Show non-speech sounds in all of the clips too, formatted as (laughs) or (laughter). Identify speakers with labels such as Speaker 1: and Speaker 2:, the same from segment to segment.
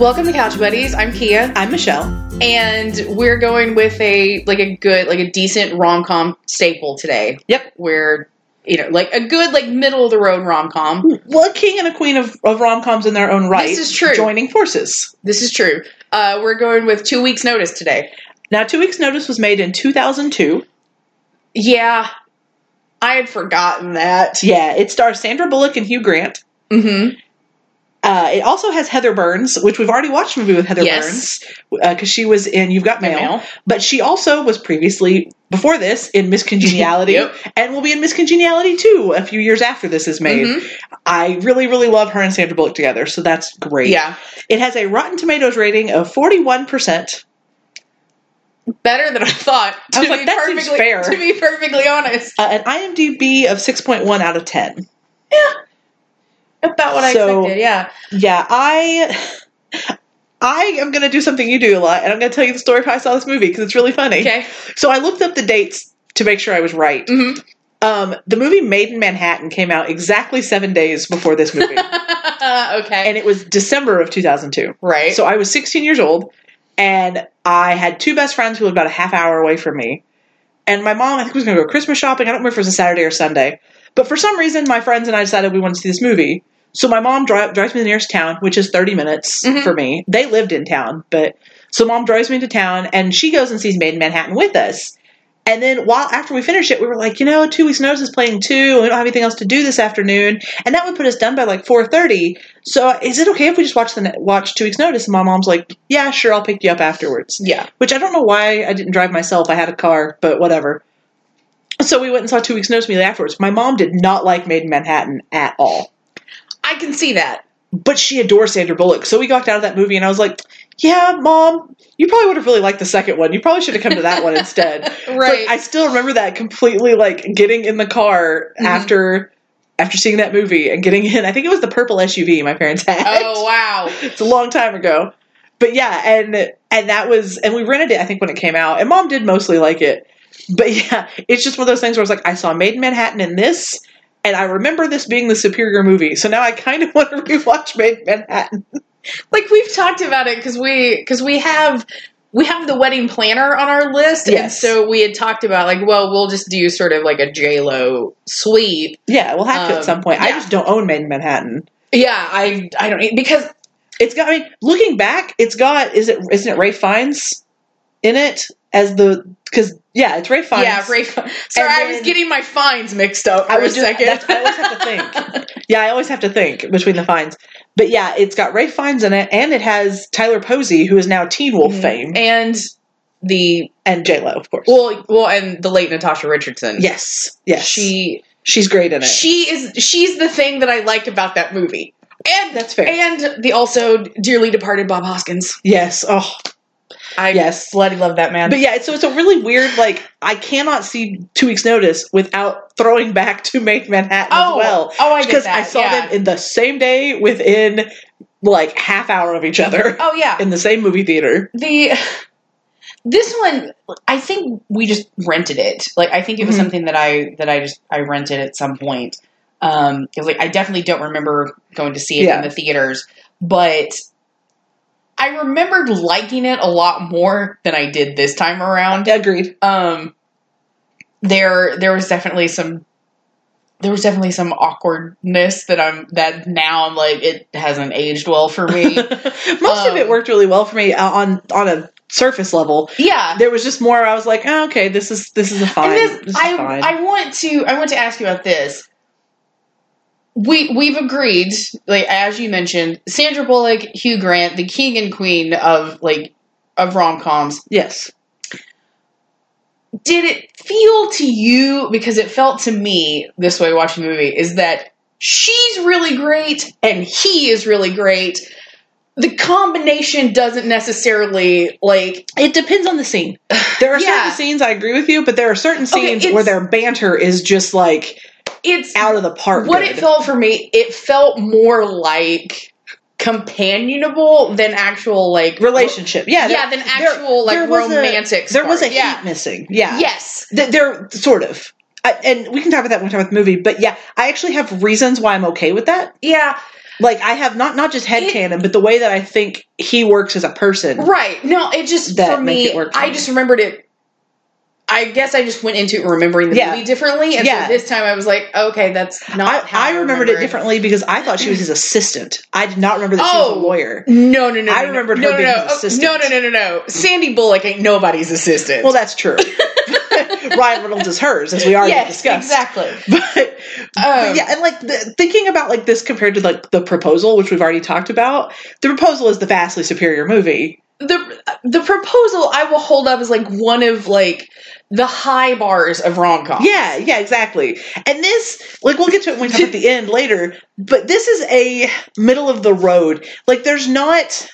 Speaker 1: Welcome to Couch Buddies. I'm Kia,
Speaker 2: I'm Michelle.
Speaker 1: and we're going with a like a good, like a decent rom com staple today.
Speaker 2: Yep.
Speaker 1: Where you know, like a good, like middle of the road rom com.
Speaker 2: Well, a king and a queen of, of rom coms in their own right.
Speaker 1: This is true.
Speaker 2: Joining forces.
Speaker 1: This is true. Uh, we're going with two weeks notice today.
Speaker 2: Now, Two Weeks Notice was made in 2002.
Speaker 1: Yeah, I had forgotten that.
Speaker 2: Yeah, it stars Sandra Bullock and Hugh Grant.
Speaker 1: Mm-hmm.
Speaker 2: Uh, it also has Heather Burns, which we've already watched a movie with Heather
Speaker 1: Yes.
Speaker 2: Burns because she was in You've Got Mail, but she also was previously before this in Miss
Speaker 1: (laughs)
Speaker 2: Congeniality,
Speaker 1: Yep.
Speaker 2: and will be in Miss Congeniality too a few years after this is made.
Speaker 1: Mhm.
Speaker 2: I really, really love her and Sandra Bullock together, so that's great.
Speaker 1: Yeah,
Speaker 2: It has a Rotten Tomatoes rating of forty-one percent.
Speaker 1: better than I thought. To
Speaker 2: I was like, that seems
Speaker 1: perfectly,
Speaker 2: fair.
Speaker 1: To be perfectly honest,
Speaker 2: Uh, an IMDb of 6.1 out of 10.
Speaker 1: about what I
Speaker 2: So-
Speaker 1: expected. Yeah,
Speaker 2: Yeah, I I am going to do something you do a lot, and I'm going to tell you the story of how I saw this movie because it's really funny.
Speaker 1: okay.
Speaker 2: So I looked up the dates to make sure I was right.
Speaker 1: hmm
Speaker 2: Um, the movie Made in Manhattan came out exactly seven days before this movie,
Speaker 1: Mm-hmm. (laughs) okay,
Speaker 2: and it was December of 2002.
Speaker 1: right.
Speaker 2: So I was 16 years old, and I had two best friends who lived about a half hour away from me. And my mom, I think, was going to go Christmas shopping. I don't remember if it was a Saturday or Sunday. But for some reason, my friends and I decided we wanted to see this movie. So my mom dri- drives me to the nearest town, which is 30 minutes
Speaker 1: Mhm.
Speaker 2: for me. They lived in town, but so mom drives me to town, and she goes and sees Made in Manhattan with us. And then while after we finished it, we were like, you know, two weeks notice is playing two. and We don't have anything else to do this afternoon, and that would put us done by like four thirty. So is it okay if we just watch the ne- watch two weeks notice? And my mom's like, yeah, sure, I'll pick you up afterwards.
Speaker 1: yeah.
Speaker 2: Which I don't know why I didn't drive myself. I had a car, but whatever. So we went and saw two weeks notice immediately afterwards. My mom did not like Made in Manhattan at all,
Speaker 1: I can see that.
Speaker 2: but she adores Sandra Bullock. So we got out of that movie, and I was like, yeah, mom, you probably would have really liked the second one. You probably should have come to
Speaker 1: (laughs)
Speaker 2: that one instead. It's
Speaker 1: Right.
Speaker 2: Like, I still remember that completely, like getting in the car
Speaker 1: Mhm.
Speaker 2: after after seeing that movie and getting in. I think it was the purple SUV my parents had.
Speaker 1: oh wow.
Speaker 2: It's a long time ago, but yeah, and and that was and we rented it. I think when it came out, and mom did mostly like it. But (laughs) yeah, it's just one of those things where it's like I saw Made in Manhattan in this. And I remember this being the superior movie, so now I kind of (laughs) want to rewatch Made in Manhattan.
Speaker 1: Like we've talked about it because we because we have we have the wedding planner on our list, and
Speaker 2: Yes.
Speaker 1: so we had talked about like, well, we'll just do sort of like a J Lo sweep.
Speaker 2: Yeah, we'll have to
Speaker 1: Um,
Speaker 2: at some point. I
Speaker 1: yeah.
Speaker 2: just don't own Made in Manhattan.
Speaker 1: Yeah, I I don't because
Speaker 2: It's got. I mean, looking back, it's got. Is it? Isn't it Ray Fiennes in it as the? Because yeah, it's Ray Fiennes.
Speaker 1: yeah, Ray. Sorry, I was
Speaker 2: then-
Speaker 1: getting my fines mixed up for
Speaker 2: I was
Speaker 1: a
Speaker 2: doing-
Speaker 1: second.
Speaker 2: that's-
Speaker 1: (laughs)
Speaker 2: I always have to think. (laughs) Yeah, I always have to think between the Fiennes. But yeah, it's got Ray Fiennes in it, and it has Tyler Posey, who is now Teen Wolf fame,
Speaker 1: Mm-hmm. and the
Speaker 2: and J Lo, of course.
Speaker 1: well, well, and the late Natasha Richardson.
Speaker 2: yes, yes,
Speaker 1: she
Speaker 2: she's great in it.
Speaker 1: she is she's the thing that I like about that movie, and
Speaker 2: That's fair.
Speaker 1: and the also dearly departed Bob Hoskins.
Speaker 2: yes, oh
Speaker 1: I
Speaker 2: yes.
Speaker 1: bloody love that man.
Speaker 2: But yeah, it's- so it's a really weird. Like, I cannot see Two Weeks Notice without throwing back to Make Manhattan as well.
Speaker 1: oh, I get
Speaker 2: because
Speaker 1: that.
Speaker 2: I saw
Speaker 1: yeah.
Speaker 2: them in the same day within like half hour of each
Speaker 1: (laughs)
Speaker 2: other
Speaker 1: Oh yeah,
Speaker 2: in the same movie theater.
Speaker 1: the this one I think we just rented it. Like I think it was
Speaker 2: Mhm.
Speaker 1: something that I that I just I rented at some point. Um, because like I definitely don't remember going to see it
Speaker 2: Yeah.
Speaker 1: in the theaters, but I remembered liking it a lot more than I did this time around.
Speaker 2: Agreed.
Speaker 1: um there there was definitely some there was definitely some awkwardness that I'm that now I'm like it hasn't aged well for (laughs)
Speaker 2: (laughs)
Speaker 1: me.
Speaker 2: Most of
Speaker 1: Um,
Speaker 2: it worked really well for me uh, on on a surface level.
Speaker 1: yeah.
Speaker 2: There was just more. I was like, oh, okay, this is this is a
Speaker 1: And
Speaker 2: fine.
Speaker 1: this,
Speaker 2: this is
Speaker 1: I
Speaker 2: fine.
Speaker 1: I want to I want to ask you about this. We we've agreed, like as you mentioned, Sandra Bullock, Hugh Grant, the king and queen of like of rom coms.
Speaker 2: yes,
Speaker 1: Did it feel to you because it felt to me this way watching the movie is that she's really great and he is really great. The combination doesn't necessarily like
Speaker 2: it depends on the scene. There
Speaker 1: (sighs)
Speaker 2: are
Speaker 1: Yeah.
Speaker 2: certain scenes I agree with you, but there are certain
Speaker 1: Okay,
Speaker 2: scenes
Speaker 1: it's-
Speaker 2: where their banter is just like
Speaker 1: it's
Speaker 2: out of the park.
Speaker 1: what
Speaker 2: good.
Speaker 1: it felt for me, it felt more like companionable than actual like
Speaker 2: Relationship, yeah,
Speaker 1: Yeah,
Speaker 2: there-
Speaker 1: than
Speaker 2: there-
Speaker 1: actual like
Speaker 2: there was a-
Speaker 1: romantic.
Speaker 2: There was a
Speaker 1: spark. yeah.
Speaker 2: heat missing. Yeah,
Speaker 1: Yes.
Speaker 2: Th- they're sort of. I, and we can talk about that when we talk about the movie, but yeah, I actually have reasons why I'm okay with that.
Speaker 1: Yeah.
Speaker 2: Like I have not not just
Speaker 1: It-
Speaker 2: headcanon, but the way that I think he works as a person.
Speaker 1: Right. No, it just
Speaker 2: That
Speaker 1: for
Speaker 2: make
Speaker 1: me.
Speaker 2: it work for
Speaker 1: I
Speaker 2: me.
Speaker 1: just remembered it. I guess I just went into it remembering the
Speaker 2: Yeah.
Speaker 1: movie differently, and
Speaker 2: Yeah.
Speaker 1: so this time I was like, okay, that's not.
Speaker 2: I,
Speaker 1: how
Speaker 2: I remembered it
Speaker 1: remember
Speaker 2: differently because I thought she was his assistant. I did not remember that she was a
Speaker 1: Oh.
Speaker 2: lawyer.
Speaker 1: No, no, no.
Speaker 2: I
Speaker 1: no, no,
Speaker 2: remembered her
Speaker 1: no, no,
Speaker 2: being
Speaker 1: no.
Speaker 2: his
Speaker 1: Oh,
Speaker 2: assistant.
Speaker 1: No, no, no, no, no. Sandy Bullock ain't nobody's assistant.
Speaker 2: Well,
Speaker 1: (laughs)
Speaker 2: that's true. Ryan Reynolds is hers, as we already
Speaker 1: yes,
Speaker 2: discussed.
Speaker 1: exactly.
Speaker 2: But
Speaker 1: Um,
Speaker 2: But yeah, and like the, thinking about like this compared to like the proposal, which we've already talked about, the proposal is the vastly superior movie.
Speaker 1: the the proposal I will hold up as like one of like the high bars of rom com.
Speaker 2: Yeah, yeah, exactly. And this, like, we'll get to it when we talk at the end later. But this is a middle of the road. Like, there's not.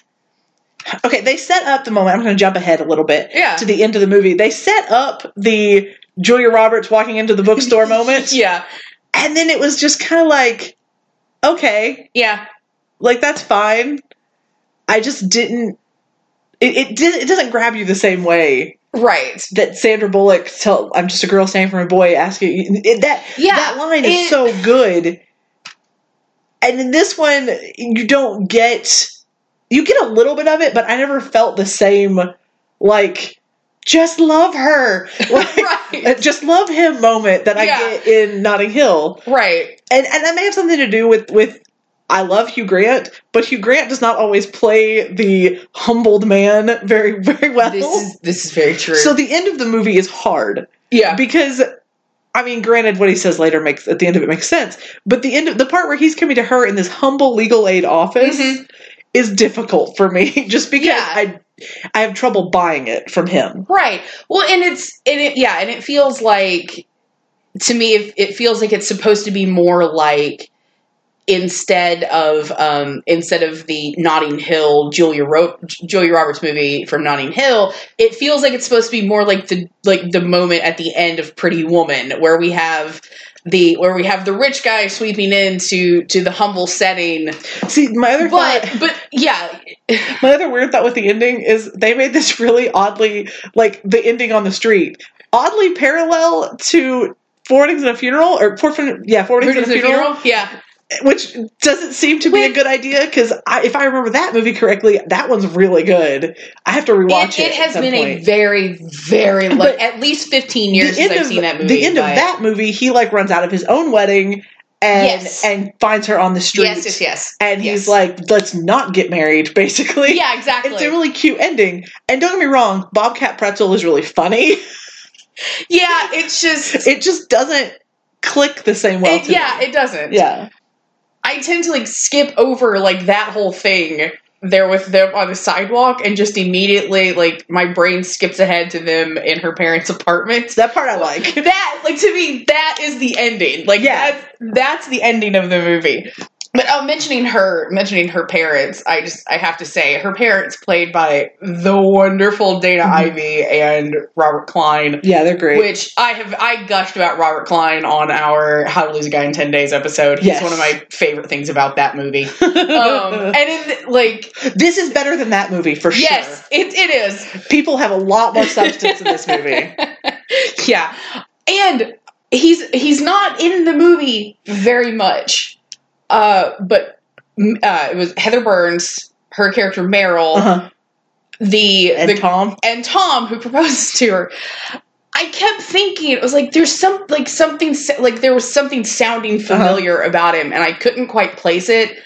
Speaker 2: Okay, they set up the moment. I'm going to jump ahead a little bit
Speaker 1: Yeah.
Speaker 2: to the end of the movie. They set up the Julia Roberts walking into the bookstore
Speaker 1: (laughs)
Speaker 2: moment,
Speaker 1: yeah,
Speaker 2: and then it was just kind of like, okay,
Speaker 1: yeah.
Speaker 2: like that's fine. I just didn't. It it, did, it doesn't grab you the same way
Speaker 1: Right.
Speaker 2: that Sandra Bullock tell I'm just a girl standing from a boy asking it, that
Speaker 1: Yeah,
Speaker 2: that line is
Speaker 1: it-
Speaker 2: so good. And in this one, you don't get you get a little bit of it, but I never felt the same like just
Speaker 1: (laughs)
Speaker 2: love her, like,
Speaker 1: Right.
Speaker 2: just love him moment that I
Speaker 1: Yeah.
Speaker 2: get in Notting Hill
Speaker 1: Right.
Speaker 2: and and that may have something to do with with I love Hugh Grant, but Hugh Grant does not always play the humbled man very very well.
Speaker 1: This is this is very true.
Speaker 2: so the end of the movie is hard
Speaker 1: yeah.
Speaker 2: because I mean, granted, what he says later makes at the end of it makes sense, but the end of the part where he's coming to her in this humble legal aid office
Speaker 1: Mhm.
Speaker 2: is difficult for me, (laughs) just because
Speaker 1: Yeah.
Speaker 2: I I have trouble buying it from him.
Speaker 1: Right. Well, and it's and it yeah, and it feels like to me it, it feels like it's supposed to be more like instead of um instead of the Notting Hill Julia Ro- Julia Roberts movie from Notting Hill, it feels like it's supposed to be more like the like the moment at the end of Pretty Woman where we have the where we have the rich guy sweeping into to the humble setting.
Speaker 2: See, my other thought-
Speaker 1: But but yeah,
Speaker 2: My other weird thought with the ending is they made this (laughs) really oddly, like the ending on the street, oddly parallel to Four Weddings and a Funeral, or Four, Fun- yeah, Four Weddings and a
Speaker 1: Murder's at a
Speaker 2: funeral,
Speaker 1: funeral? Yeah.
Speaker 2: which doesn't seem to be a
Speaker 1: Wait.
Speaker 2: good idea because I, if I remember that movie correctly, that one's really good. I have to
Speaker 1: It,
Speaker 2: rewatch it.
Speaker 1: it
Speaker 2: at
Speaker 1: has
Speaker 2: some
Speaker 1: been a
Speaker 2: point.
Speaker 1: very, very long,
Speaker 2: But
Speaker 1: at least 15 years
Speaker 2: the end
Speaker 1: since I've
Speaker 2: of
Speaker 1: seen that movie.
Speaker 2: the end of
Speaker 1: but-
Speaker 2: that movie, he like runs out of his own wedding and
Speaker 1: Yes.
Speaker 2: and finds her on the street.
Speaker 1: Yes, yes, yes.
Speaker 2: And
Speaker 1: Yes.
Speaker 2: he's like, "Let's not get married," (laughs) basically.
Speaker 1: Yeah, exactly.
Speaker 2: (laughs) It's a really cute ending. And don't get me wrong, Bobcat Pretzel is really funny.
Speaker 1: (laughs) yeah, it's
Speaker 2: (laughs)
Speaker 1: just.
Speaker 2: It just doesn't click the same way.
Speaker 1: it- yeah, it doesn't.
Speaker 2: yeah.
Speaker 1: I tend to like skip over like that whole thing there with them on the sidewalk and just immediately like my brain skips ahead to them in her parents' apartment.
Speaker 2: That part I like.
Speaker 1: That like to me that is the ending. Like
Speaker 2: Yeah.
Speaker 1: that's that's the ending of the movie. But oh, mentioning her, mentioning her parents, I just I have to say her parents played by the wonderful Dana
Speaker 2: Mhm.
Speaker 1: Ivey and Robert Klein,
Speaker 2: Yeah, they're great.
Speaker 1: which I have I gushed about Robert Klein on our How to Lose a Guy in Ten Days episode. He's
Speaker 2: Yes.
Speaker 1: one of my favorite things about that (laughs) movie. Um, and in, like
Speaker 2: (laughs) this is better than that movie for
Speaker 1: yes, it it is.
Speaker 2: sure. People have a lot more substance in
Speaker 1: (laughs)
Speaker 2: this movie.
Speaker 1: yeah and he's he's not in the movie very much uh but mm, uh it was heather burns her character meryl
Speaker 2: Uh-huh.
Speaker 1: the
Speaker 2: And
Speaker 1: the-
Speaker 2: Tom.
Speaker 1: and tom who (laughs) proposes to her i kept thinking it was like there's some like something s- like there was something sounding
Speaker 2: Uh-huh.
Speaker 1: familiar about him and i couldn't quite place it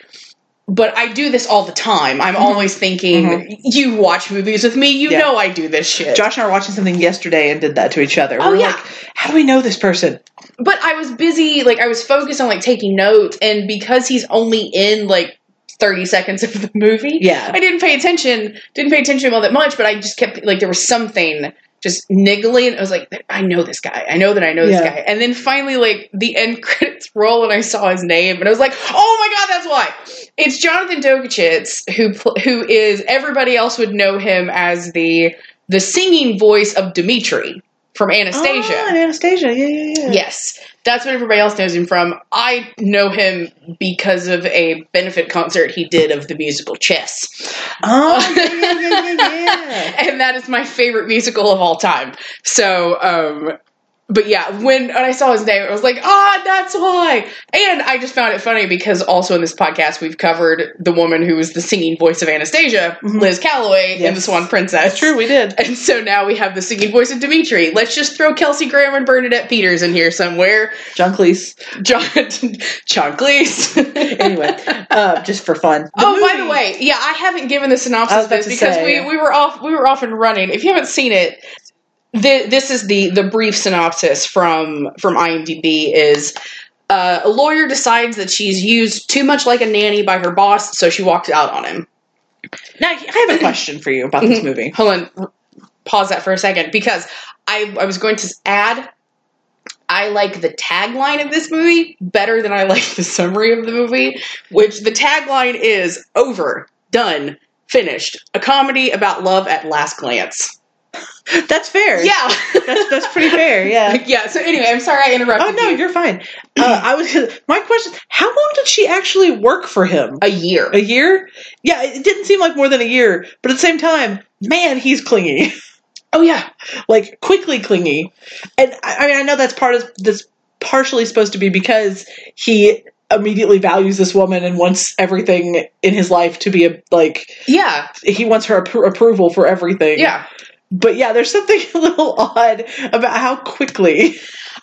Speaker 1: but I do this all the time. I'm
Speaker 2: Mhm.
Speaker 1: always thinking, you watch movies with me, you
Speaker 2: Mm-hmm. Yeah.
Speaker 1: know I do this shit.
Speaker 2: Josh and I were watching something yesterday and did that to each other. We
Speaker 1: Oh,
Speaker 2: were
Speaker 1: yeah.
Speaker 2: like, how do we know this person?
Speaker 1: but I was busy, like I was focused on like taking notes, and because he's only in like thirty seconds of the movie,
Speaker 2: Yeah.
Speaker 1: I didn't pay attention. Didn't pay attention all that much, but I just kept like there was something just niggling. I was like, I know this guy. I know that I know this
Speaker 2: Yeah.
Speaker 1: guy. And then finally, like the end (laughs) credits roll, and I saw his name, and I was like, Oh my god, that's why! It's Jonathan Dokachitz, who pl- who is everybody else would know him as the the singing voice of Dimitri from Anastasia.
Speaker 2: Oh, and Anastasia. Yeah, yeah, yeah.
Speaker 1: Yes, that's what everybody else knows him from. I know him because of a benefit concert he did of the musical Chess,
Speaker 2: Oh,
Speaker 1: (laughs)
Speaker 2: yeah, yeah, yeah, yeah, yeah.
Speaker 1: and that is my favorite musical of all time. So, um, but yeah, when, when I saw his name, I was like, ah, that's why. And I just found it funny because also in this podcast we've covered the woman who was the singing voice of Anastasia,
Speaker 2: Mhm.
Speaker 1: Liz Calloway, in
Speaker 2: Yes.
Speaker 1: The Swan Princess.
Speaker 2: True, we did.
Speaker 1: And so now we have the singing voice of Dimitri. Let's just throw Kelsey Graham and Bernadette Peters in here somewhere.
Speaker 2: John Cleese.
Speaker 1: John (laughs) John Cleese.
Speaker 2: Anyway, uh, just for fun. The
Speaker 1: oh, by
Speaker 2: movie-
Speaker 1: the way, yeah, I haven't given the
Speaker 2: I
Speaker 1: synopsis
Speaker 2: was
Speaker 1: of
Speaker 2: about
Speaker 1: this
Speaker 2: to
Speaker 1: because
Speaker 2: say, yeah.
Speaker 1: we, we were off we were off and running. If you haven't seen it, the, this is the the brief synopsis from from IMDb is. Uh, a lawyer decides that she's used too much like a nanny by her boss, so she walks out on him.
Speaker 2: Now, I have a question for you about this
Speaker 1: Mhm.
Speaker 2: movie.
Speaker 1: Hold on, r- pause that for a second because I, I was going to add I like the tagline of this movie better than I like the summary of the movie, which the tagline is over, done, finished. A comedy about love at last glance.
Speaker 2: That's fair.
Speaker 1: Yeah. (laughs)
Speaker 2: That's, that's pretty fair, yeah.
Speaker 1: yeah, so anyway, I'm sorry I interrupted.
Speaker 2: Oh no,
Speaker 1: you.
Speaker 2: you're fine. Uh, I was my question: How long did she actually work for him?
Speaker 1: a year.
Speaker 2: A year? Yeah, it didn't seem like more than a year, but at the same time, man, he's clingy, (laughs)
Speaker 1: Oh yeah.
Speaker 2: like quickly clingy. And I, I mean, I know that's part of that's partially supposed to be because he immediately values this woman and wants everything in his life to be a, like
Speaker 1: Yeah.
Speaker 2: he wants her appro- approval for everything.
Speaker 1: Yeah.
Speaker 2: But yeah, there's something (laughs) a little odd about how quickly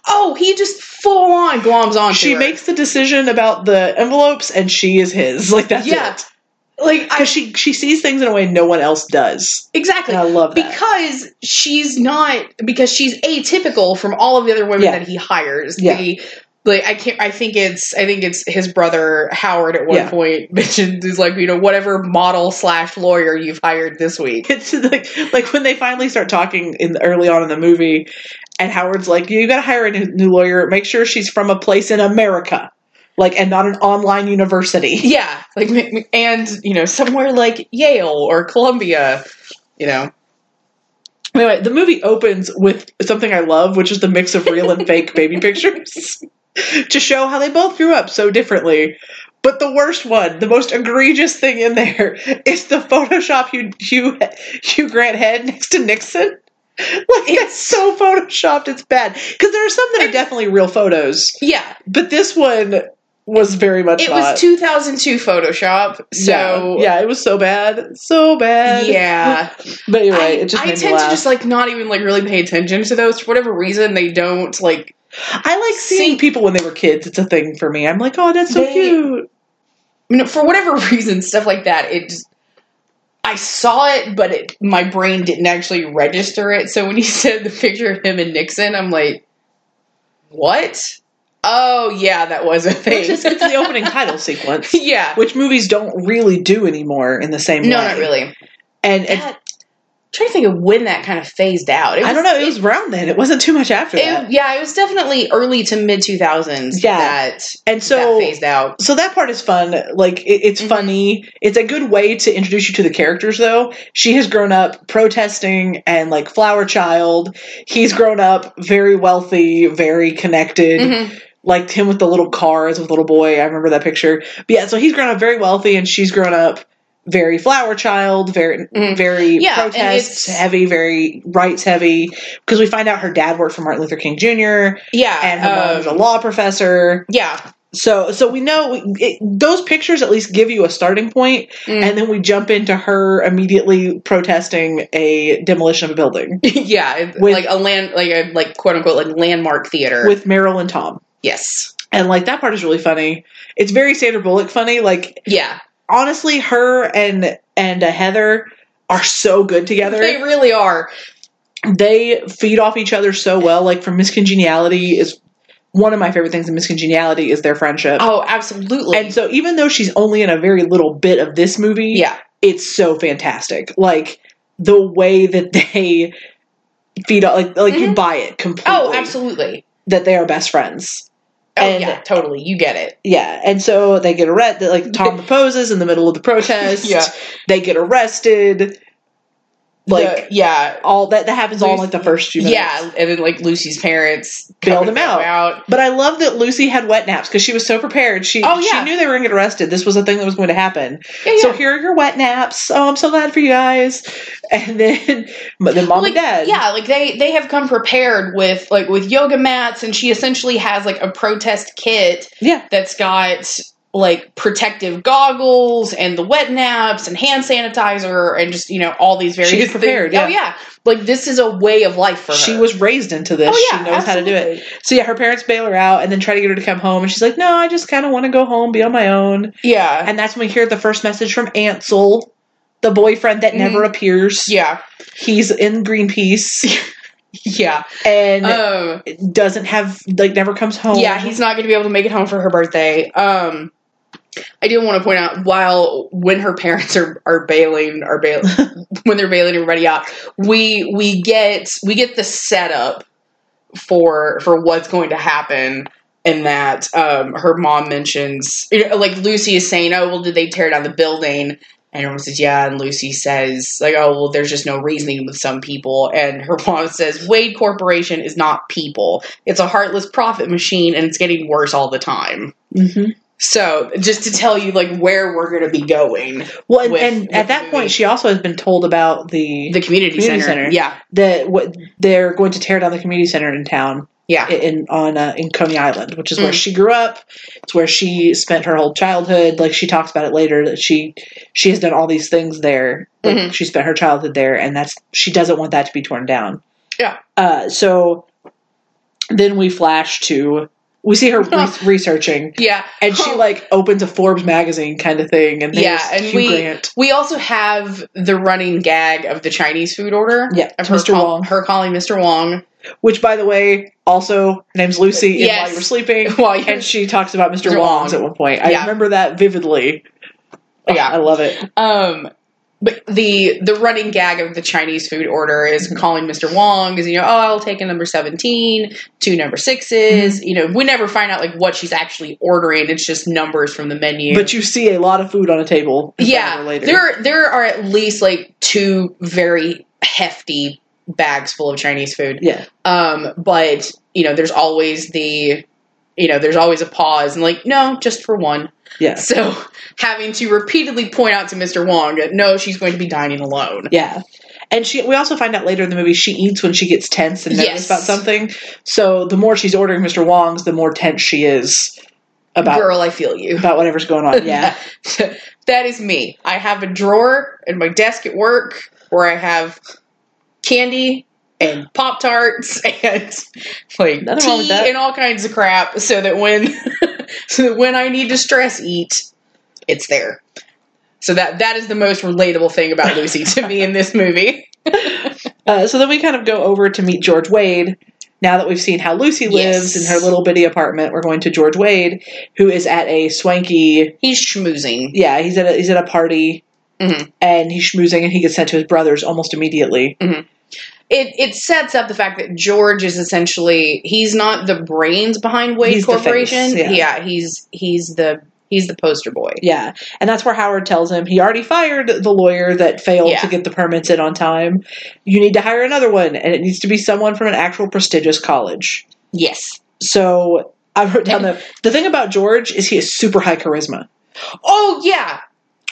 Speaker 1: Oh, he just full on gloms on.
Speaker 2: she
Speaker 1: her.
Speaker 2: makes the decision about the envelopes and she is his. (laughs) Like that's
Speaker 1: Yeah.
Speaker 2: it.
Speaker 1: like I
Speaker 2: Because she she sees things in a way no one else does.
Speaker 1: exactly.
Speaker 2: And I love that.
Speaker 1: because she's not because she's atypical from all of the other women
Speaker 2: Yeah.
Speaker 1: that he hires.
Speaker 2: Yeah.
Speaker 1: The like I can't I think it's I think it's his brother Howard at one
Speaker 2: Yeah.
Speaker 1: point (laughs) mentioned is like, you know, whatever model slash lawyer you've hired this week.
Speaker 2: (laughs) it's like like when they finally start talking in the, early on in the movie, and Howard's like, "You got to hire a new, new lawyer. Make sure she's from a place in America, like, and not an online university."
Speaker 1: Yeah. Like m- m- and you know, somewhere like Yale or Columbia, you know.
Speaker 2: Anyway, the movie opens with something I love, which is the mix of real and fake
Speaker 1: (laughs)
Speaker 2: baby pictures to show how they both grew up so differently. But the worst one, the most egregious thing in there, is the Photoshop Hugh Hugh, Hugh Grant head next to Nixon. Like it's so photoshopped, it's bad. Because there are some that are definitely real photos,
Speaker 1: Yeah.
Speaker 2: but this one was very much.
Speaker 1: It
Speaker 2: not.
Speaker 1: was 2002 Photoshop. So
Speaker 2: yeah, yeah, it was so bad, so bad.
Speaker 1: yeah.
Speaker 2: but anyway,
Speaker 1: I,
Speaker 2: it just
Speaker 1: I
Speaker 2: made me
Speaker 1: tend
Speaker 2: laugh.
Speaker 1: to just like not even like really pay attention to those for whatever reason they don't like
Speaker 2: I like seeing
Speaker 1: Same.
Speaker 2: people when they were kids. It's a thing for me. I'm like, oh, that's so
Speaker 1: They- (laughs)
Speaker 2: cute.
Speaker 1: you know, for whatever (laughs) reason, stuff like that, it just, I saw it, but it, my brain didn't actually register it. So when he (laughs) said the picture of him and Nixon, I'm like, what? Oh, yeah, that was a thing.
Speaker 2: It's, just, it's the opening title
Speaker 1: (laughs)
Speaker 2: sequence,
Speaker 1: yeah.
Speaker 2: which movies don't really do anymore in the same
Speaker 1: No,
Speaker 2: way.
Speaker 1: not really.
Speaker 2: And, and
Speaker 1: That- I'm trying to think of when that kind of phased out. It
Speaker 2: I
Speaker 1: was-
Speaker 2: don't know. It, was around then. It wasn't too much after
Speaker 1: it-
Speaker 2: that.
Speaker 1: yeah, it was definitely early to mid 2000s
Speaker 2: Yeah.
Speaker 1: that,
Speaker 2: And
Speaker 1: that
Speaker 2: so.
Speaker 1: phased out.
Speaker 2: so that part is fun. Like it, it's
Speaker 1: Mhm.
Speaker 2: funny. It's a good way to introduce you to the characters, though. She has grown up protesting and like flower child. He's grown up very wealthy, very connected.
Speaker 1: Mhm.
Speaker 2: like him with the little car as a little boy. I remember that picture. But yeah, so he's grown up very wealthy, and she's grown up very flower child, very
Speaker 1: Mhm.
Speaker 2: very
Speaker 1: Yeah, and
Speaker 2: protest
Speaker 1: it's-
Speaker 2: heavy, very rights heavy. Because we find out her dad worked for Martin Luther King Jr.
Speaker 1: Yeah.
Speaker 2: and her mom was a
Speaker 1: um,
Speaker 2: law professor.
Speaker 1: yeah.
Speaker 2: So so we know it, those pictures at least give you a starting point,
Speaker 1: Mm.
Speaker 2: and then we jump into her immediately protesting a demolition of a building
Speaker 1: (laughs) yeah. it-
Speaker 2: With-
Speaker 1: like a land, like a, like quote unquote, like landmark theater.
Speaker 2: with Meryl and Tom.
Speaker 1: yes.
Speaker 2: And like that part is really funny. It's very Sandra Bullock funny. Like
Speaker 1: Yeah,
Speaker 2: honestly, her and and uh, Heather are so good together.
Speaker 1: they
Speaker 2: They,
Speaker 1: really are.
Speaker 2: feed off each other so well. Like from Miss Congeniality is one of my favorite things in Miss Congeniality is their friendship.
Speaker 1: Oh, absolutely.
Speaker 2: and so even though she's only in a very little bit of this movie,
Speaker 1: yeah,
Speaker 2: it's so fantastic. Like the way that they feed off, like like you
Speaker 1: Mhm.
Speaker 2: buy it completely.
Speaker 1: oh, absolutely.
Speaker 2: That they are best friends.
Speaker 1: Oh,
Speaker 2: And-
Speaker 1: yeah, totally. You get it.
Speaker 2: Yeah, and so they get
Speaker 1: (laughs)
Speaker 2: arrested. Like Tom proposes in the middle of the protest.
Speaker 1: Yeah.
Speaker 2: they get arrested. Like
Speaker 1: The- yeah,
Speaker 2: all that that happens all in like the first few minutes.
Speaker 1: yeah, and then like Lucy's parents
Speaker 2: Bailed
Speaker 1: coming
Speaker 2: him out.
Speaker 1: out.
Speaker 2: But I love that Lucy had wet naps because she was so prepared. She
Speaker 1: Oh, yeah.
Speaker 2: she knew they were going to get arrested. This was a thing that was going to happen.
Speaker 1: Yeah, yeah.
Speaker 2: So here are your wet naps. Oh, I'm so glad for you guys. (laughs) And then, but then mom
Speaker 1: like,
Speaker 2: and dad.
Speaker 1: Yeah, like they they have come prepared with like with yoga mats, and she essentially has like a protest kit
Speaker 2: Yeah.
Speaker 1: that's got like protective goggles and the wet naps and hand sanitizer and just you know all these various.
Speaker 2: gets prepared,
Speaker 1: things.
Speaker 2: yeah.
Speaker 1: Oh yeah, like this is a way of life for her.
Speaker 2: She was raised into this.
Speaker 1: Oh yeah,
Speaker 2: she knows how to do it.
Speaker 1: absolutely.
Speaker 2: So yeah, her parents bail her out and then try to get her to come home. And she's like, "No, I just kind of want to go home, be on my own."
Speaker 1: Yeah,
Speaker 2: And that's when we hear the first message from Ansel, the boyfriend that never appears.
Speaker 1: Mm-hmm. yeah,
Speaker 2: He's in Greenpeace
Speaker 1: (laughs) yeah.
Speaker 2: and
Speaker 1: Um,
Speaker 2: doesn't have like never comes home.
Speaker 1: Yeah, he's not going to be able to make it home for her birthday. Um, I do want to point out while when her parents are are bailing are bail when they're bailing everybody out, we we get we get the setup for for what's going to happen. In that um, her mom mentions, you know, like Lucy is saying, "Oh, well, did they tear down the building?" And everyone says, "Yeah." And Lucy says, "Like, oh, well, there's just no reasoning with some people." And her mom says, "Wade Corporation is not people." It's a heartless profit machine and it's getting worse all the time.
Speaker 2: Mhm.
Speaker 1: So, just to tell you like where we're going to be going,
Speaker 2: Well, and,
Speaker 1: with-
Speaker 2: and
Speaker 1: with
Speaker 2: at that
Speaker 1: the
Speaker 2: point,
Speaker 1: movie.
Speaker 2: she also has been told about the,
Speaker 1: the community,
Speaker 2: Community
Speaker 1: center.
Speaker 2: center.
Speaker 1: Yeah.
Speaker 2: that what they're going to tear down the community center in town
Speaker 1: Yeah.
Speaker 2: in on uh, in Coney Island, which is where
Speaker 1: Mm.
Speaker 2: she grew up. It's where she spent her whole childhood. Like she talks about it later that she she has done all these things there. Like
Speaker 1: Mhm.
Speaker 2: she spent her childhood there, and that's she doesn't want that to be torn down.
Speaker 1: Yeah.
Speaker 2: Uh, so then we flash to. We
Speaker 1: (laughs)
Speaker 2: see her re- researching,
Speaker 1: Yeah.
Speaker 2: and she like opens a Forbes magazine kind of thing, and
Speaker 1: Yeah,
Speaker 2: there's
Speaker 1: and
Speaker 2: Hugh
Speaker 1: we-
Speaker 2: Grant.
Speaker 1: we also have the running gag of the Chinese food order.
Speaker 2: Yeah,
Speaker 1: Of her,
Speaker 2: Mr.
Speaker 1: call-
Speaker 2: Wong.
Speaker 1: her calling Mr. Wong (laughs)
Speaker 2: which by the way also name's Lucy in
Speaker 1: Yes.
Speaker 2: while you
Speaker 1: (laughs)
Speaker 2: were sleeping.
Speaker 1: while you're
Speaker 2: (laughs) And she talks about Mr.
Speaker 1: Mr.
Speaker 2: Wong's
Speaker 1: Wong.
Speaker 2: at one point. I
Speaker 1: Yeah.
Speaker 2: remember that vividly. Oh,
Speaker 1: Yeah.
Speaker 2: I love it.
Speaker 1: Um, but the the running gag of the Chinese food order is
Speaker 2: Mm-hmm.
Speaker 1: calling Mr. Wong is you know oh I'll take a number seventeen, two number 6s
Speaker 2: Mm-hmm.
Speaker 1: You know we never find out like what she's actually ordering. It's just numbers from the menu.
Speaker 2: But you see a lot of food on a table. in front of
Speaker 1: yeah,
Speaker 2: her later.
Speaker 1: there there are at least like two very hefty bags full of Chinese food.
Speaker 2: yeah,
Speaker 1: Um, but you know there's always the you know there's always a pause and like no just for one. (laughs)
Speaker 2: yeah,
Speaker 1: So having to repeatedly point out to Mr. Wong that no she's going to be dining alone.
Speaker 2: yeah. And she, we also find out later in the movie she eats when she gets tense and nervous
Speaker 1: Yes.
Speaker 2: about something. So the more she's ordering Mr. Wong's, the more tense she is about
Speaker 1: girl i feel you
Speaker 2: about whatever's going
Speaker 1: (laughs)
Speaker 2: on. (laughs) Yeah,
Speaker 1: that is me i have a drawer in my desk at work where i have candy and pop tarts (laughs) and like
Speaker 2: Nothing
Speaker 1: tea
Speaker 2: wrong with that.
Speaker 1: and all kinds of crap so that when (laughs) so that when i need to stress eat it's there so that that is the most relatable thing about lucy to me in this movie
Speaker 2: Uh, so then we kind of go over to meet George Wade. Now that we've seen how Lucy lives
Speaker 1: Yes.
Speaker 2: in her little bitty apartment, we're going to George Wade, who is at a swanky.
Speaker 1: he's schmoozing
Speaker 2: Yeah, he's at a, he's at a party,
Speaker 1: Mhm.
Speaker 2: and he's schmoozing, and he gets sent to his brother's almost immediately.
Speaker 1: it it sets up the fact that george is essentially he's not the brains behind wade
Speaker 2: He's the face,
Speaker 1: corporation
Speaker 2: yeah.
Speaker 1: yeah he's he's the he's the poster boy
Speaker 2: Yeah, and that's where Howard tells him he already fired the lawyer that failed
Speaker 1: Yeah.
Speaker 2: to get the permits in on time. You need to hire another one, and it needs to be someone from an actual prestigious college.
Speaker 1: Yes.
Speaker 2: So I wrote down the the thing about George is he is super high charisma.
Speaker 1: Oh yeah,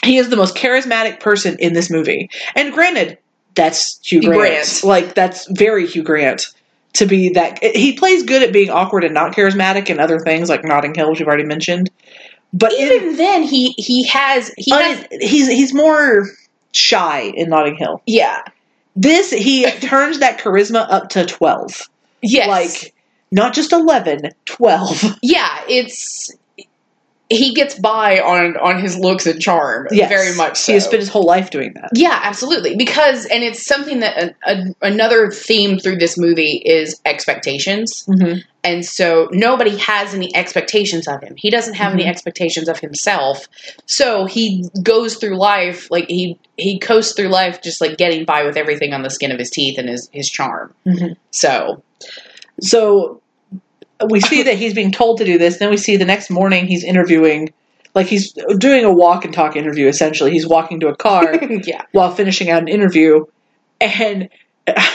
Speaker 2: he is the most charismatic person in this movie. And granted, that's Hugh
Speaker 1: Hugh
Speaker 2: Grant.
Speaker 1: Grant.
Speaker 2: Like that's very Hugh Grant to be that. He plays good at being awkward and not charismatic and other things like Notting Hill, which you've already mentioned. But in,
Speaker 1: even then he he has he has
Speaker 2: un- he's he's more shy in Notting Hill.
Speaker 1: yeah
Speaker 2: This
Speaker 1: (laughs)
Speaker 2: he turns that charisma up to twelve,
Speaker 1: yes
Speaker 2: like not just 11, 12.
Speaker 1: yeah it's he gets by on on his looks and charm
Speaker 2: Yes,
Speaker 1: very much so.
Speaker 2: He has spent his whole life doing that.
Speaker 1: yeah, absolutely. Because and it's something that an an- another theme through this movie is expectations,
Speaker 2: Mm-hmm.
Speaker 1: and so nobody has any expectations of him. He doesn't have
Speaker 2: Mhm.
Speaker 1: any expectations of himself, so he goes through life like he he coasts through life just like getting by with everything on the skin of his teeth and his his charm.
Speaker 2: Mm-hmm. (laughs)
Speaker 1: So
Speaker 2: so we see that he's being told to do this. Then we see the next morning he's interviewing, like he's
Speaker 1: (laughs)
Speaker 2: doing a walk and talk interview. Essentially, he's walking to a car
Speaker 1: yeah,
Speaker 2: while finishing out an interview, and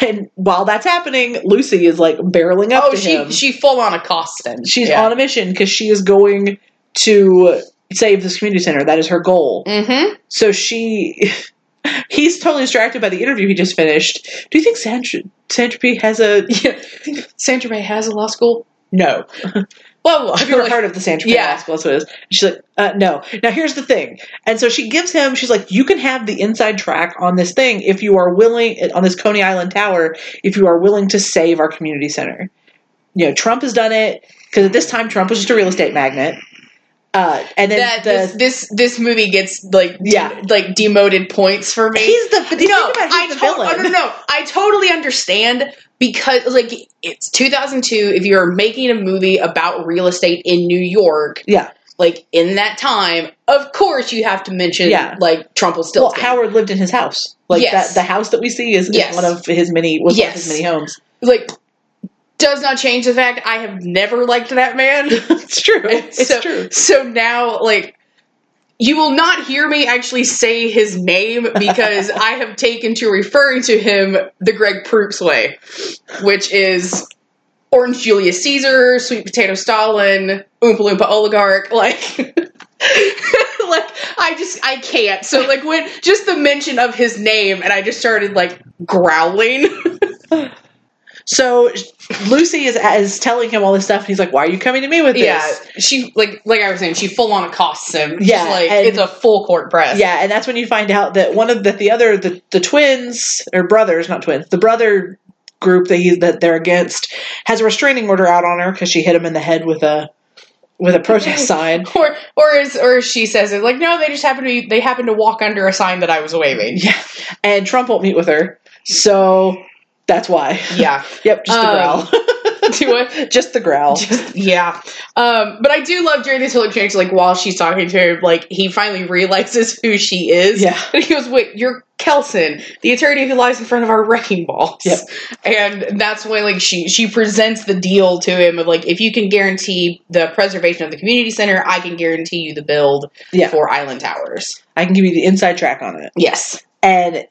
Speaker 2: and while that's happening, Lucy is like barreling up
Speaker 1: Oh,
Speaker 2: to
Speaker 1: she
Speaker 2: him.
Speaker 1: she full on accosts him.
Speaker 2: She's on a mission because she is going to save this community center. That is her goal.
Speaker 1: Mm-hmm.
Speaker 2: So she, (laughs) he's totally distracted by the interview he just finished. Do you think Sandra, Sandra has a
Speaker 1: Yeah. Sandra May has a law school.
Speaker 2: no?
Speaker 1: Well, well,
Speaker 2: Have you ever
Speaker 1: like,
Speaker 2: heard of the Sandra Bland
Speaker 1: Yeah.
Speaker 2: Law School? That's what it is. And she's like, uh, no. Now here's the thing. And so she gives him. She's like, you can have the inside track on this thing if you are willing on this Coney Island tower if you are willing to save our community center. You know, Trump has done it because at this time Trump was just a real estate magnate. Uh, and
Speaker 1: (laughs)
Speaker 2: then
Speaker 1: that this,
Speaker 2: the,
Speaker 1: this this movie gets like de-
Speaker 2: Yeah.
Speaker 1: like demoted points for me.
Speaker 2: he's the but you
Speaker 1: no,
Speaker 2: think about it,
Speaker 1: I
Speaker 2: he's the
Speaker 1: tot-
Speaker 2: villain.
Speaker 1: oh, no, no, I totally understand because like it's 2002. If you're making a movie about real estate in New York,
Speaker 2: Yeah.
Speaker 1: like in that time, of course you have to mention
Speaker 2: Yeah.
Speaker 1: like Trump will still.
Speaker 2: Well, Howard lived in his house. Like
Speaker 1: Yes.
Speaker 2: that, the house that we see is, is
Speaker 1: Yes.
Speaker 2: one of his many was one
Speaker 1: Yes.
Speaker 2: of his many homes. (laughs)
Speaker 1: like does not change the fact I have never liked that man. (laughs)
Speaker 2: it's true. It's
Speaker 1: so,
Speaker 2: true.
Speaker 1: So now, like, you will not hear me actually say his name (laughs) because I have taken to referring to him the Greg Proops way, which is Orange Julius Caesar, Sweet Potato Stalin, Oompa Loompa Oligarch. Like, (laughs) like I just I can't. So like when just the mention of his name and I just started like growling.
Speaker 2: So Lucy is is telling him all this stuff, and he's like, "Why are you coming to me with this?"
Speaker 1: (laughs) Yeah, she like like I was saying, she full on accosts him. She's
Speaker 2: Yeah,
Speaker 1: like
Speaker 2: and-
Speaker 1: it's a full court press.
Speaker 2: Yeah, and that's when you find out that one of the the other the, the twins or brothers, not twins, the brother group that he that they're against has a restraining order out on her because she hit him in the head with a with
Speaker 1: (laughs)
Speaker 2: a protest sign.
Speaker 1: or or as or as she says it like no they just happen to be they happen to walk under a sign that i was
Speaker 2: (laughs)
Speaker 1: waving
Speaker 2: Yeah, and Trump won't meet with her, so that's why.
Speaker 1: yeah
Speaker 2: (laughs) Yep, just the
Speaker 1: Um,
Speaker 2: growl. (laughs)
Speaker 1: Do what?
Speaker 2: just the
Speaker 1: (laughs)
Speaker 2: growl.
Speaker 1: Just- yeah um but i do love during this whole exchange like while she's talking to him like he finally realizes who she is
Speaker 2: Yeah.
Speaker 1: and he goes wait you're kelson the attorney who lies in front of our wrecking balls
Speaker 2: Yep.
Speaker 1: and that's when like she she presents the deal to him of like if you can guarantee the preservation of the community center i can guarantee you the build
Speaker 2: Yeah.
Speaker 1: for island towers
Speaker 2: I can give you the inside track on it.
Speaker 1: yes
Speaker 2: And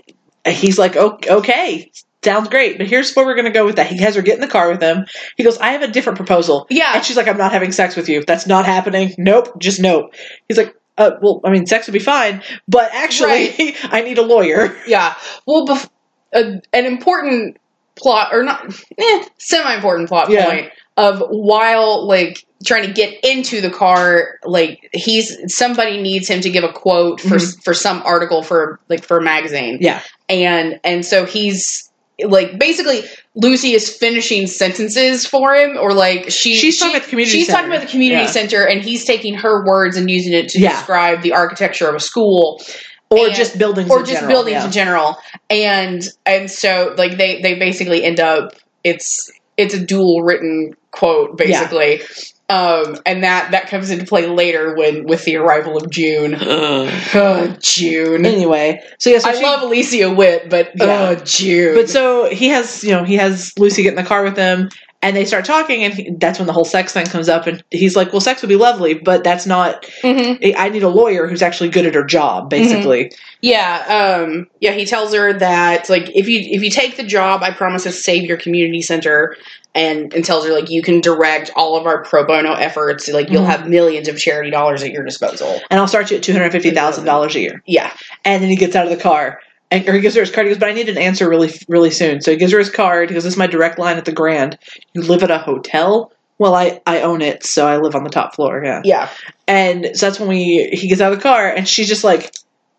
Speaker 2: he's like, "O- okay, sounds great, but here's where we're going to go with that. He has her get in the car with him. He goes, I have a different proposal.
Speaker 1: yeah
Speaker 2: And she's like, I'm not having sex with you. That's not happening. Nope, just nope. He's like, uh, well, I mean, sex would be fine, but actually, (laughs) I need a lawyer.
Speaker 1: (laughs) Yeah. Well, bef- a, an important plot, or not, (laughs) eh, semi important plot
Speaker 2: Yeah.
Speaker 1: point of while, like, trying to get into the car, like, he's somebody needs him to give a quote for, for some article for, like, for a magazine.
Speaker 2: Mm-hmm. Yeah.
Speaker 1: And, and so he's, like, basically, Lucy is finishing sentences for him, or, like, she,
Speaker 2: She's
Speaker 1: she-
Speaker 2: talking about the community
Speaker 1: She's
Speaker 2: center.
Speaker 1: talking about the community
Speaker 2: Yeah.
Speaker 1: center, and he's taking her words and using it to
Speaker 2: Yeah.
Speaker 1: describe the architecture of a school
Speaker 2: Or
Speaker 1: And-
Speaker 2: just buildings
Speaker 1: or
Speaker 2: in
Speaker 1: just
Speaker 2: general,
Speaker 1: buildings
Speaker 2: yeah.
Speaker 1: in general and and so like they they basically end up it's it's a dual written quote
Speaker 2: Yeah.
Speaker 1: basically um and that that comes into play later when with the arrival of june (sighs) Ugh, june
Speaker 2: (sighs) Anyway, so yeah, so
Speaker 1: i
Speaker 2: she-
Speaker 1: love alicia witt but
Speaker 2: Yeah.
Speaker 1: oh june
Speaker 2: But so he has, you know, he has Lucy get in the car with him, and they start talking, and he, that's when the whole sex thing comes up, and he's like, "Well, sex would be lovely, but that's not.
Speaker 1: Mhm.
Speaker 2: I need a lawyer who's actually good at her job, basically."
Speaker 1: yeah um yeah he tells her that like if you if you take the job i promise to save your community center and and tells her like you can direct all of our pro bono efforts like you'll
Speaker 2: Mhm.
Speaker 1: have millions of charity dollars at your disposal
Speaker 2: And I'll start you at two hundred fifty thousand dollars a year.
Speaker 1: yeah
Speaker 2: And then he gets out of the car, and or he gives her his card. He goes, "But I need an answer really, really soon." So he gives her his card. He goes, "This is my direct line at the Grand. You live at a hotel." Well, I, I own it, so I live on the top floor. Yeah.
Speaker 1: Yeah.
Speaker 2: And so that's when we he gets out of the car and she just like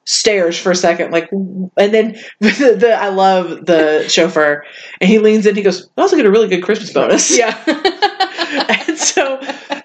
Speaker 2: stares for a second, like and then (laughs) the, the I love the chauffeur and he leans in, he goes, I also get a really good Christmas bonus.
Speaker 1: Yeah.
Speaker 2: (laughs) and so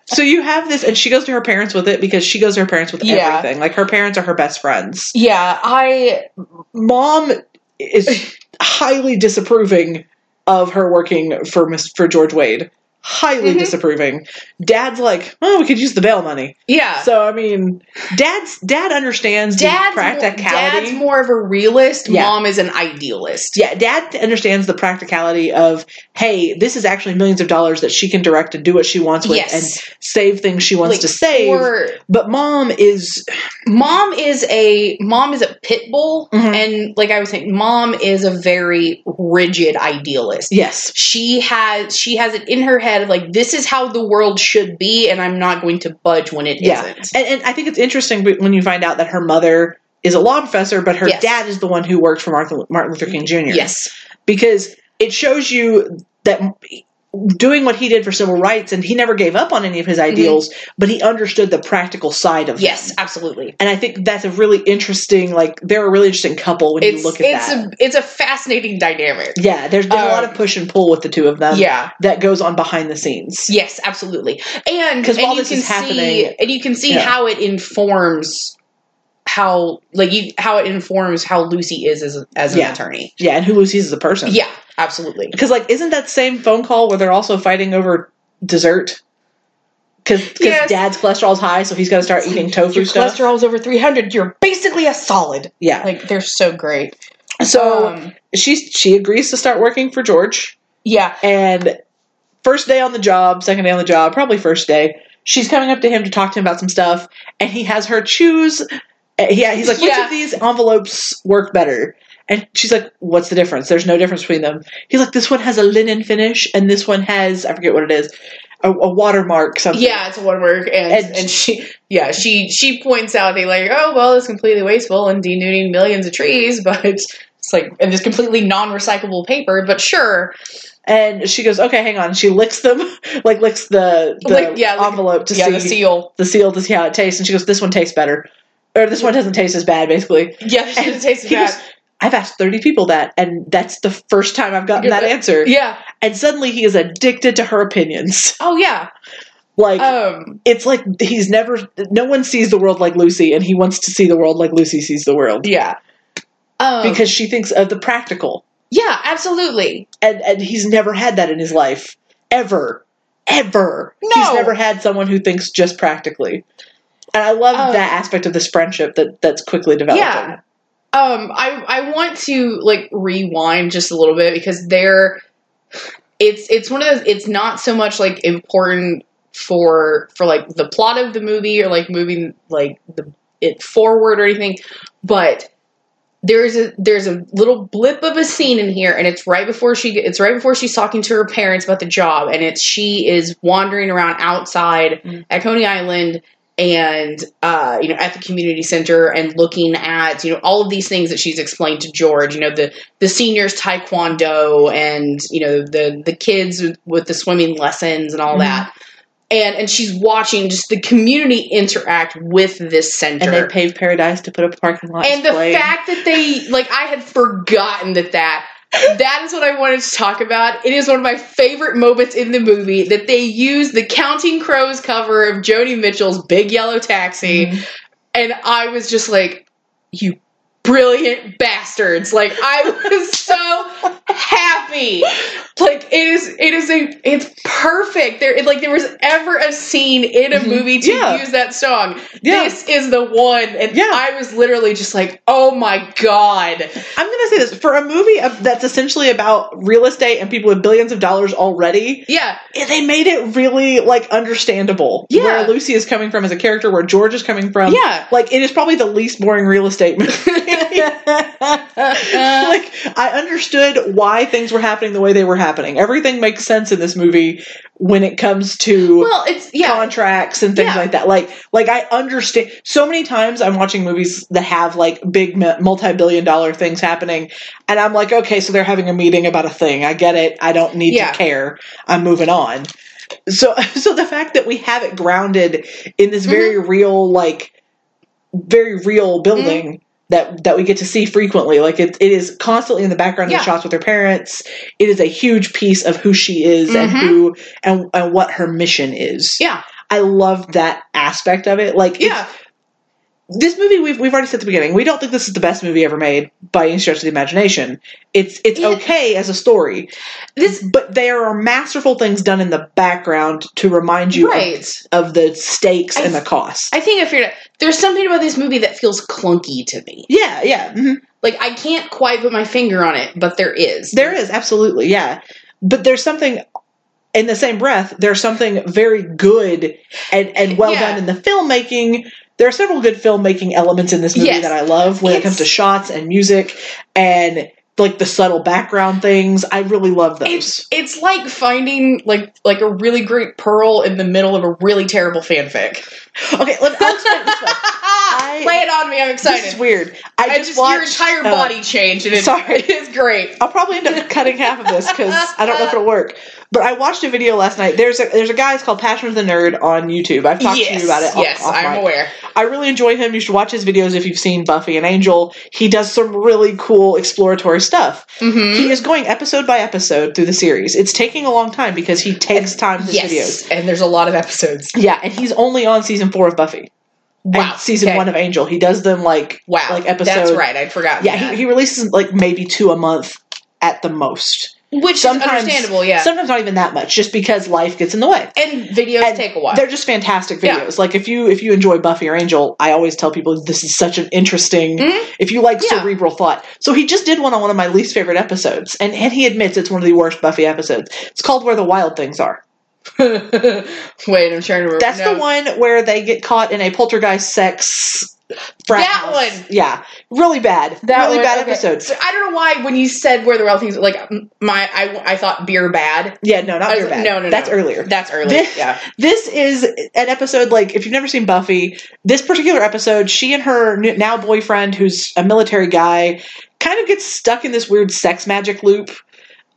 Speaker 2: so you have this and she goes to her parents with it because she goes to her parents with
Speaker 1: Yeah.
Speaker 2: everything. Like her parents are her best friends.
Speaker 1: yeah, I
Speaker 2: Mom is highly disapproving of her working for Miss for George Wade. highly
Speaker 1: Mhm.
Speaker 2: disapproving. Dad's like, oh, we could use the bail money.
Speaker 1: Yeah.
Speaker 2: So I mean, dad's dad understands
Speaker 1: dad's,
Speaker 2: the
Speaker 1: mo-
Speaker 2: practicality.
Speaker 1: dad's more of a realist.
Speaker 2: Yeah.
Speaker 1: Mom is an idealist.
Speaker 2: yeah, dad understands the practicality of, hey, this is actually millions of dollars that she can direct to do what she wants with and
Speaker 1: yes.
Speaker 2: save things she wants
Speaker 1: Like,
Speaker 2: to save.
Speaker 1: Or
Speaker 2: but mom is
Speaker 1: mom is a mom is a pit bull,
Speaker 2: Mhm.
Speaker 1: and like I was saying, mom is a very rigid idealist.
Speaker 2: yes.
Speaker 1: She has she has it in her head of like this is how the world should be, and I'm not going to budge when it
Speaker 2: Yeah.
Speaker 1: not
Speaker 2: And, and I think it's interesting when you find out that her mother is a law professor, but her
Speaker 1: Yes.
Speaker 2: dad is the one who worked for Martin, Martin Luther King Jr.
Speaker 1: Yes.
Speaker 2: because it shows you that doing what he did for civil rights, and he never gave up on any of his ideals, but he understood the practical side of
Speaker 1: Mm-hmm. Yes.
Speaker 2: them.
Speaker 1: Absolutely.
Speaker 2: And I think that's a really interesting, like they're a really interesting couple when
Speaker 1: It's
Speaker 2: you look at
Speaker 1: it's
Speaker 2: that.
Speaker 1: a it's a fascinating dynamic.
Speaker 2: yeah, there's, there's a lot
Speaker 1: Um,
Speaker 2: of push and pull with the two of them.
Speaker 1: yeah.
Speaker 2: that goes on behind the scenes.
Speaker 1: Yes, absolutely. And
Speaker 2: 'Cause
Speaker 1: because
Speaker 2: while
Speaker 1: you
Speaker 2: this
Speaker 1: can
Speaker 2: is happening-
Speaker 1: see, and you can see
Speaker 2: Yeah.
Speaker 1: how it informs how like you how it informs how Lucy is as, as an
Speaker 2: Yeah.
Speaker 1: attorney.
Speaker 2: Yeah, and who Lucy's as a person.
Speaker 1: Yeah, absolutely.
Speaker 2: Because like, isn't that same phone call where they're also fighting over dessert? Because
Speaker 1: Yes.
Speaker 2: dad's cholesterol's high, so he's got to start eating tofu
Speaker 1: Your
Speaker 2: stuff.
Speaker 1: cholesterol's over three hundred. You're basically a solid.
Speaker 2: Yeah.
Speaker 1: Like they're so great.
Speaker 2: So
Speaker 1: Um,
Speaker 2: she she agrees to start working for George,
Speaker 1: yeah,
Speaker 2: and first day on the job, second day on the job, probably first day, she's coming up to him to talk to him about some stuff, and he has her choose. uh, Yeah, he's like, which
Speaker 1: Yeah.
Speaker 2: of these envelopes work better? And she's like, what's the difference? There's no difference between them. He's like, this one has a linen finish, and this one has I forget what it is, a, a watermark something.
Speaker 1: yeah, it's a woodwork, and
Speaker 2: And-
Speaker 1: and, she yeah she she points out they like oh well it's completely wasteful and denuding millions of trees, (laughs) but it's like and it's completely non-recyclable paper. But sure,
Speaker 2: And she goes, okay, hang on. She licks them, (laughs) like licks the, the
Speaker 1: Like, yeah, like-
Speaker 2: envelope to
Speaker 1: yeah,
Speaker 2: see
Speaker 1: the seal.
Speaker 2: the seal to see how it tastes. And she goes, this one tastes better, or this one doesn't taste as bad, basically.
Speaker 1: Yeah, (laughs) it tastes
Speaker 2: (laughs) He
Speaker 1: bad.
Speaker 2: goes, I've asked thirty people that, and that's the first time I've gotten
Speaker 1: You're
Speaker 2: that
Speaker 1: the-
Speaker 2: answer.
Speaker 1: Yeah.
Speaker 2: And suddenly he is addicted to her opinions. (laughs)
Speaker 1: Oh yeah.
Speaker 2: Like
Speaker 1: Um
Speaker 2: it's like he's never. No one sees the world like Lucy, and he wants to see the world like Lucy sees the world
Speaker 1: yeah. Um,
Speaker 2: because she thinks of the practical.
Speaker 1: yeah, absolutely.
Speaker 2: and and he's never had that in his life ever ever
Speaker 1: No.
Speaker 2: he's never had someone who thinks just practically and i love
Speaker 1: Oh.
Speaker 2: that aspect of this friendship that that's quickly developing
Speaker 1: Yeah. Um I I want to like rewind just a little bit because they're it's it's one of those it's not so much like important for for like the plot of the movie or like moving like the it forward or anything, but there's a there's a little blip of a scene in here and it's right before she it's right before she's talking to her parents about the job and it's she is wandering around outside
Speaker 2: Mm.
Speaker 1: at Coney Island and uh you know at the community center and looking at you know all of these things that she's explained to George you know the the seniors taekwondo and you know the the kids with, with the swimming lessons and all
Speaker 2: Mhm.
Speaker 1: that and and she's watching just the community interact with this center
Speaker 2: and they paved paradise to put up a parking lot
Speaker 1: and the
Speaker 2: display.
Speaker 1: fact that they like I had forgotten that that that is what I wanted to talk about. It is one of my favorite moments in the movie that they use the Counting Crows cover of Joni Mitchell's Big Yellow Taxi,
Speaker 2: Mhm.
Speaker 1: and I was just like, "You brilliant bastards!" Like I (laughs) was so happy. Like it is, it is a, it's perfect. There, it, like there was ever a scene in a
Speaker 2: Mhm.
Speaker 1: movie to
Speaker 2: Yeah.
Speaker 1: use that song.
Speaker 2: yeah
Speaker 1: This is the one. And
Speaker 2: Yeah.
Speaker 1: I was literally just like, oh my God.
Speaker 2: i'm gonna say this for a movie of, that's essentially about real estate and people with billions of dollars already
Speaker 1: Yeah.
Speaker 2: it- they made it really like understandable
Speaker 1: Yeah.
Speaker 2: where lucy is coming from as a character where george is coming from
Speaker 1: yeah.
Speaker 2: like it is probably the least boring real estate
Speaker 1: (laughs)
Speaker 2: movie (laughs) like I understood why things were happening the way they were happening. Everything makes sense in this movie when it comes to
Speaker 1: well, it's, yeah.
Speaker 2: contracts and things
Speaker 1: Yeah.
Speaker 2: like that. Like like I understand so many times I'm watching movies that have like big mu- multi-billion dollar things happening and I'm like okay, so they're having a meeting about a thing. I get it. I don't need
Speaker 1: Yeah.
Speaker 2: to care. I'm moving on. So (laughs) so the fact that we have it grounded in this very
Speaker 1: Mm-hmm.
Speaker 2: real like very real building
Speaker 1: Mm-hmm.
Speaker 2: That, that we get to see frequently, like it, it is constantly in the background
Speaker 1: Yeah.
Speaker 2: of shots with her parents. It is a huge piece of who she is and
Speaker 1: Mhm.
Speaker 2: who and, and what her mission is.
Speaker 1: Yeah.
Speaker 2: I love that aspect of it. Like,
Speaker 1: Yeah.
Speaker 2: this movie we've we've already said at the beginning we don't think this is the best movie ever made by any stretch of the imagination. It's it's
Speaker 1: Yeah.
Speaker 2: okay as a story. This but there are masterful things done in the background to remind you of-
Speaker 1: right.
Speaker 2: of, the stakes
Speaker 1: I-
Speaker 2: and the cost.
Speaker 1: I think I figured out there's something about this movie that feels clunky to me.
Speaker 2: yeah, yeah. mhm.
Speaker 1: Like I can't quite put my finger on it, but there is.
Speaker 2: There is absolutely, yeah. But there's something in the same breath. There's something very good and and well
Speaker 1: Yeah.
Speaker 2: done in the filmmaking. There are several good filmmaking elements in this movie
Speaker 1: Yes.
Speaker 2: that I love when it
Speaker 1: It's-
Speaker 2: comes to shots and music and like the subtle background things. I really love those.
Speaker 1: It's it's like finding like like a really great pearl in the middle of a really terrible fanfic.
Speaker 2: (laughs) okay, let, I'll explain it
Speaker 1: (laughs)
Speaker 2: this way.
Speaker 1: Lay it on me, I'm excited.
Speaker 2: This is weird. I,
Speaker 1: I
Speaker 2: just,
Speaker 1: just, your
Speaker 2: watched,
Speaker 1: entire
Speaker 2: uh,
Speaker 1: body changed, and it's, (laughs)
Speaker 2: sorry.
Speaker 1: it's great.
Speaker 2: I'll probably
Speaker 1: (laughs)
Speaker 2: end up cutting half of this because I don't know if it'll work. But I watched a video last night. There's a there's a guy. It's called Passion of the Nerd on YouTube. I've talked to
Speaker 1: Yes,
Speaker 2: you about it. off-
Speaker 1: yes,
Speaker 2: off
Speaker 1: I'm
Speaker 2: mic.
Speaker 1: aware.
Speaker 2: I really enjoy him. You should watch his videos if you've seen Buffy and Angel. He does some really cool exploratory stuff.
Speaker 1: hmm
Speaker 2: He is going episode by episode through the series. It's taking a long time because he takes time with his videos.
Speaker 1: Yes, and there's a lot of episodes.
Speaker 2: Yeah, and he's only on season four of Buffy. and
Speaker 1: Wow,
Speaker 2: season
Speaker 1: okay.
Speaker 2: one of Angel. He does them like
Speaker 1: Wow,
Speaker 2: like
Speaker 1: That's
Speaker 2: episode-
Speaker 1: right. I'd forgotten.
Speaker 2: yeah.
Speaker 1: that.
Speaker 2: He, he releases like maybe two a month at the most.
Speaker 1: which is
Speaker 2: sometimes-
Speaker 1: understandable. Yeah,
Speaker 2: Sometimes not even that much, just because life gets in the way.
Speaker 1: and videos
Speaker 2: And
Speaker 1: take a while.
Speaker 2: They're just fantastic
Speaker 1: Yeah.
Speaker 2: videos. Like if you if you enjoy Buffy or Angel, I always tell people this is such an interesting
Speaker 1: Mhm.
Speaker 2: if you like
Speaker 1: Yeah.
Speaker 2: cerebral thought. So he just did one on one of my least favorite episodes and and he admits it's one of the worst Buffy episodes. It's called Where the Wild Things Are.
Speaker 1: (laughs) Wait, I'm trying to remember.
Speaker 2: That's
Speaker 1: Oh, No.
Speaker 2: the one where they get caught in a poltergeist sex frat
Speaker 1: That
Speaker 2: house.
Speaker 1: one.
Speaker 2: Yeah. Really bad.
Speaker 1: That
Speaker 2: really
Speaker 1: one,
Speaker 2: bad
Speaker 1: okay.
Speaker 2: episodes.
Speaker 1: So I don't know why when you said where the wild things like m- my I, I thought beer bad.
Speaker 2: Yeah, no, not
Speaker 1: I was
Speaker 2: your
Speaker 1: like,
Speaker 2: bad.
Speaker 1: no, no,
Speaker 2: That's
Speaker 1: no.
Speaker 2: earlier.
Speaker 1: That's early.
Speaker 2: This-
Speaker 1: yeah.
Speaker 2: This is an episode like if you've never seen Buffy, this particular episode, she and her n- now boyfriend, who's a military guy, kind of gets stuck in this weird sex magic loop.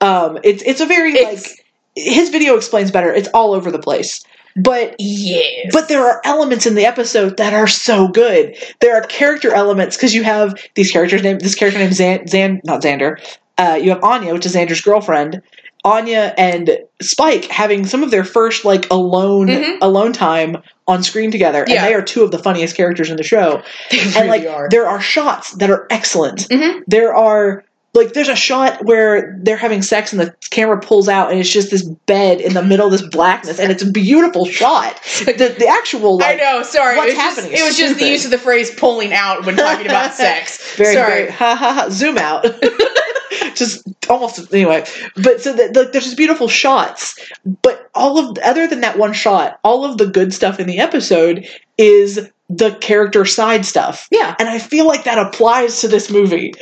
Speaker 2: Um, it's it's a very
Speaker 1: It's-
Speaker 2: like his video explains better. It's all over the place, but
Speaker 1: Yes.
Speaker 2: but (laughs) there are elements in the episode that are so good. There are character elements because you have these characters named this character named Zan, Zan not Xander. Uh, you have Anya, which is Xander's girlfriend. Anya and Spike having some of their first like alone
Speaker 1: Mhm.
Speaker 2: alone time on screen together, and
Speaker 1: Yeah.
Speaker 2: they are two of the funniest characters in the show.
Speaker 1: they really
Speaker 2: and like
Speaker 1: are.
Speaker 2: there are shots that are excellent.
Speaker 1: Mhm.
Speaker 2: There are like there's a shot where they're having sex and the camera pulls out and it's just this bed in the middle of this blackness and it's a beautiful shot. The, the actual like
Speaker 1: I know. Sorry.
Speaker 2: what's
Speaker 1: it was
Speaker 2: happening
Speaker 1: Just,
Speaker 2: is
Speaker 1: it was just the
Speaker 2: stupid.
Speaker 1: use of the phrase "pulling out" when talking
Speaker 2: (laughs)
Speaker 1: about sex.
Speaker 2: very,
Speaker 1: sorry.
Speaker 2: very ha ha ha zoom out. (laughs) just almost anyway. But so that like there's just beautiful shots. But all of other than that one shot, all of the good stuff in the episode is the character side stuff.
Speaker 1: yeah.
Speaker 2: And I feel like that applies to this movie.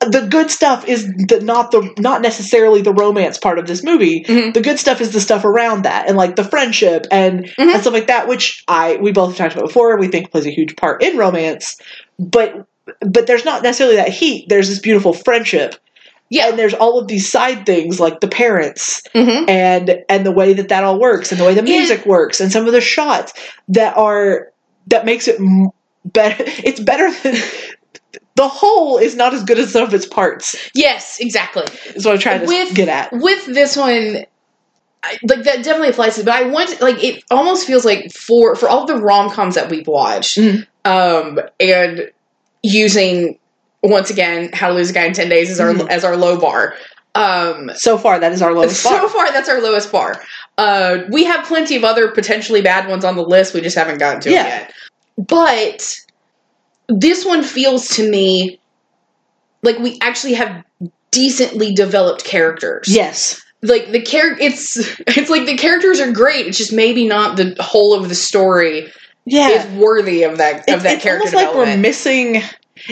Speaker 2: The good stuff is the, not the not necessarily the romance part of this movie.
Speaker 1: Mhm.
Speaker 2: The good stuff is the stuff around that, and like the friendship and,
Speaker 1: Mhm.
Speaker 2: and stuff like that, which I we both talked about before. We think plays a huge part in romance, but but there's not necessarily that heat. There's this beautiful friendship,
Speaker 1: Yeah.
Speaker 2: and there's all of these side things like the parents
Speaker 1: Mhm.
Speaker 2: and and the way that that all works and the way the
Speaker 1: Yeah.
Speaker 2: music works and some of the shots that are that makes it m- better (laughs) it's better than the whole is not as good as some of its parts
Speaker 1: Yes. Exactly.
Speaker 2: is what i'm trying to
Speaker 1: With-
Speaker 2: get at
Speaker 1: with this one I, like that definitely applies to it, but i want like it almost feels like for for all the rom-coms that we've watched
Speaker 2: Mhm.
Speaker 1: um and using once again how to lose a guy in 10 days as our
Speaker 2: Mhm.
Speaker 1: as our low bar um
Speaker 2: so far that is our lowest
Speaker 1: so
Speaker 2: spot
Speaker 1: far that's our lowest bar uh we have plenty of other potentially bad ones on the list we just haven't gotten to 'em
Speaker 2: Yeah.
Speaker 1: yet but this one feels to me like we actually have decently developed characters
Speaker 2: yes
Speaker 1: like the char- it's (laughs) it's like the characters are great it's just maybe not the whole of the story
Speaker 2: yeah
Speaker 1: is worthy of that of
Speaker 2: It's-
Speaker 1: that
Speaker 2: it's
Speaker 1: character
Speaker 2: almost like we're
Speaker 1: development
Speaker 2: missing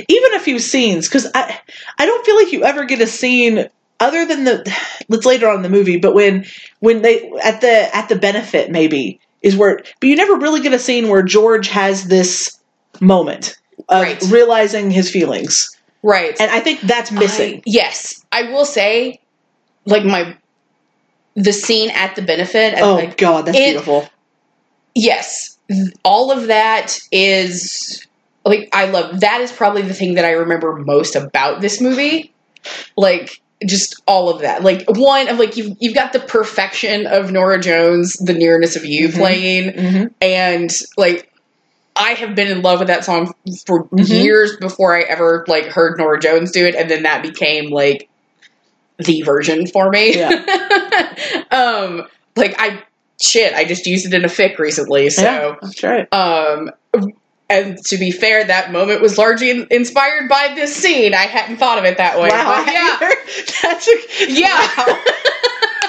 Speaker 2: even a few scenes because I I don't feel like you ever get a scene other than the that's later on in the movie, but when when they at the at the benefit maybe is where but you never really get a scene where George has this moment of
Speaker 1: Right.
Speaker 2: realizing his feelings,
Speaker 1: right
Speaker 2: and I think that's
Speaker 1: I-
Speaker 2: missing.
Speaker 1: yes i will say like my the scene at the benefit I
Speaker 2: oh
Speaker 1: like,
Speaker 2: God, that's
Speaker 1: it-
Speaker 2: beautiful.
Speaker 1: yes all of that is like i love that is probably the thing that i remember most about this movie like just all of that like one of like you've, you've got the perfection of nora jones the nearness of you
Speaker 2: Mhm.
Speaker 1: playing
Speaker 2: Mm-hmm.
Speaker 1: and like I have been in love with that song for
Speaker 2: Mhm.
Speaker 1: years before I ever like heard Nora Jones do it, and then that became like the version for me. (laughs) um, like I shit, I just used it in a fic recently, so.
Speaker 2: Yeah. That's right.
Speaker 1: Um, and to be fair, that moment was largely in- inspired by this scene. I hadn't thought of it that way.
Speaker 2: wow.
Speaker 1: But yeah,
Speaker 2: That's a
Speaker 1: yeah,
Speaker 2: wow.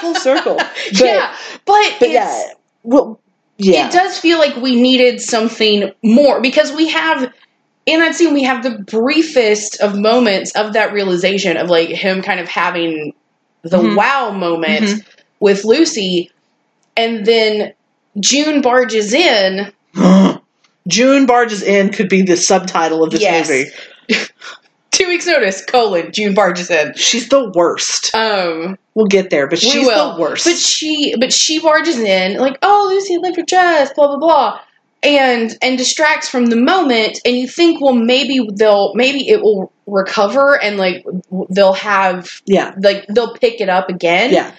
Speaker 2: (laughs) full circle. (laughs)
Speaker 1: (laughs)
Speaker 2: But,
Speaker 1: yeah. But,
Speaker 2: But
Speaker 1: it's,
Speaker 2: yeah. Well, yeah.
Speaker 1: it does feel like we needed something more because we have in that scene we have the briefest of moments of that realization of like him kind of having the
Speaker 2: Mhm.
Speaker 1: wow moment
Speaker 2: Mhm.
Speaker 1: with Lucy, and then June barges in. (laughs)
Speaker 2: (gasps) June barges in could be the subtitle of this
Speaker 1: Yes.
Speaker 2: movie.
Speaker 1: Two weeks notice, colon, June barges in.
Speaker 2: She's the worst.
Speaker 1: Um,
Speaker 2: We'll get there, but
Speaker 1: We
Speaker 2: she's
Speaker 1: will.
Speaker 2: the worst.
Speaker 1: But she but she barges in like, oh Lucy, lift your chest, blah blah blah. And and distracts from the moment and you think, well maybe they'll maybe it will recover and like w- they'll have
Speaker 2: yeah,
Speaker 1: like they'll pick it up again.
Speaker 2: yeah.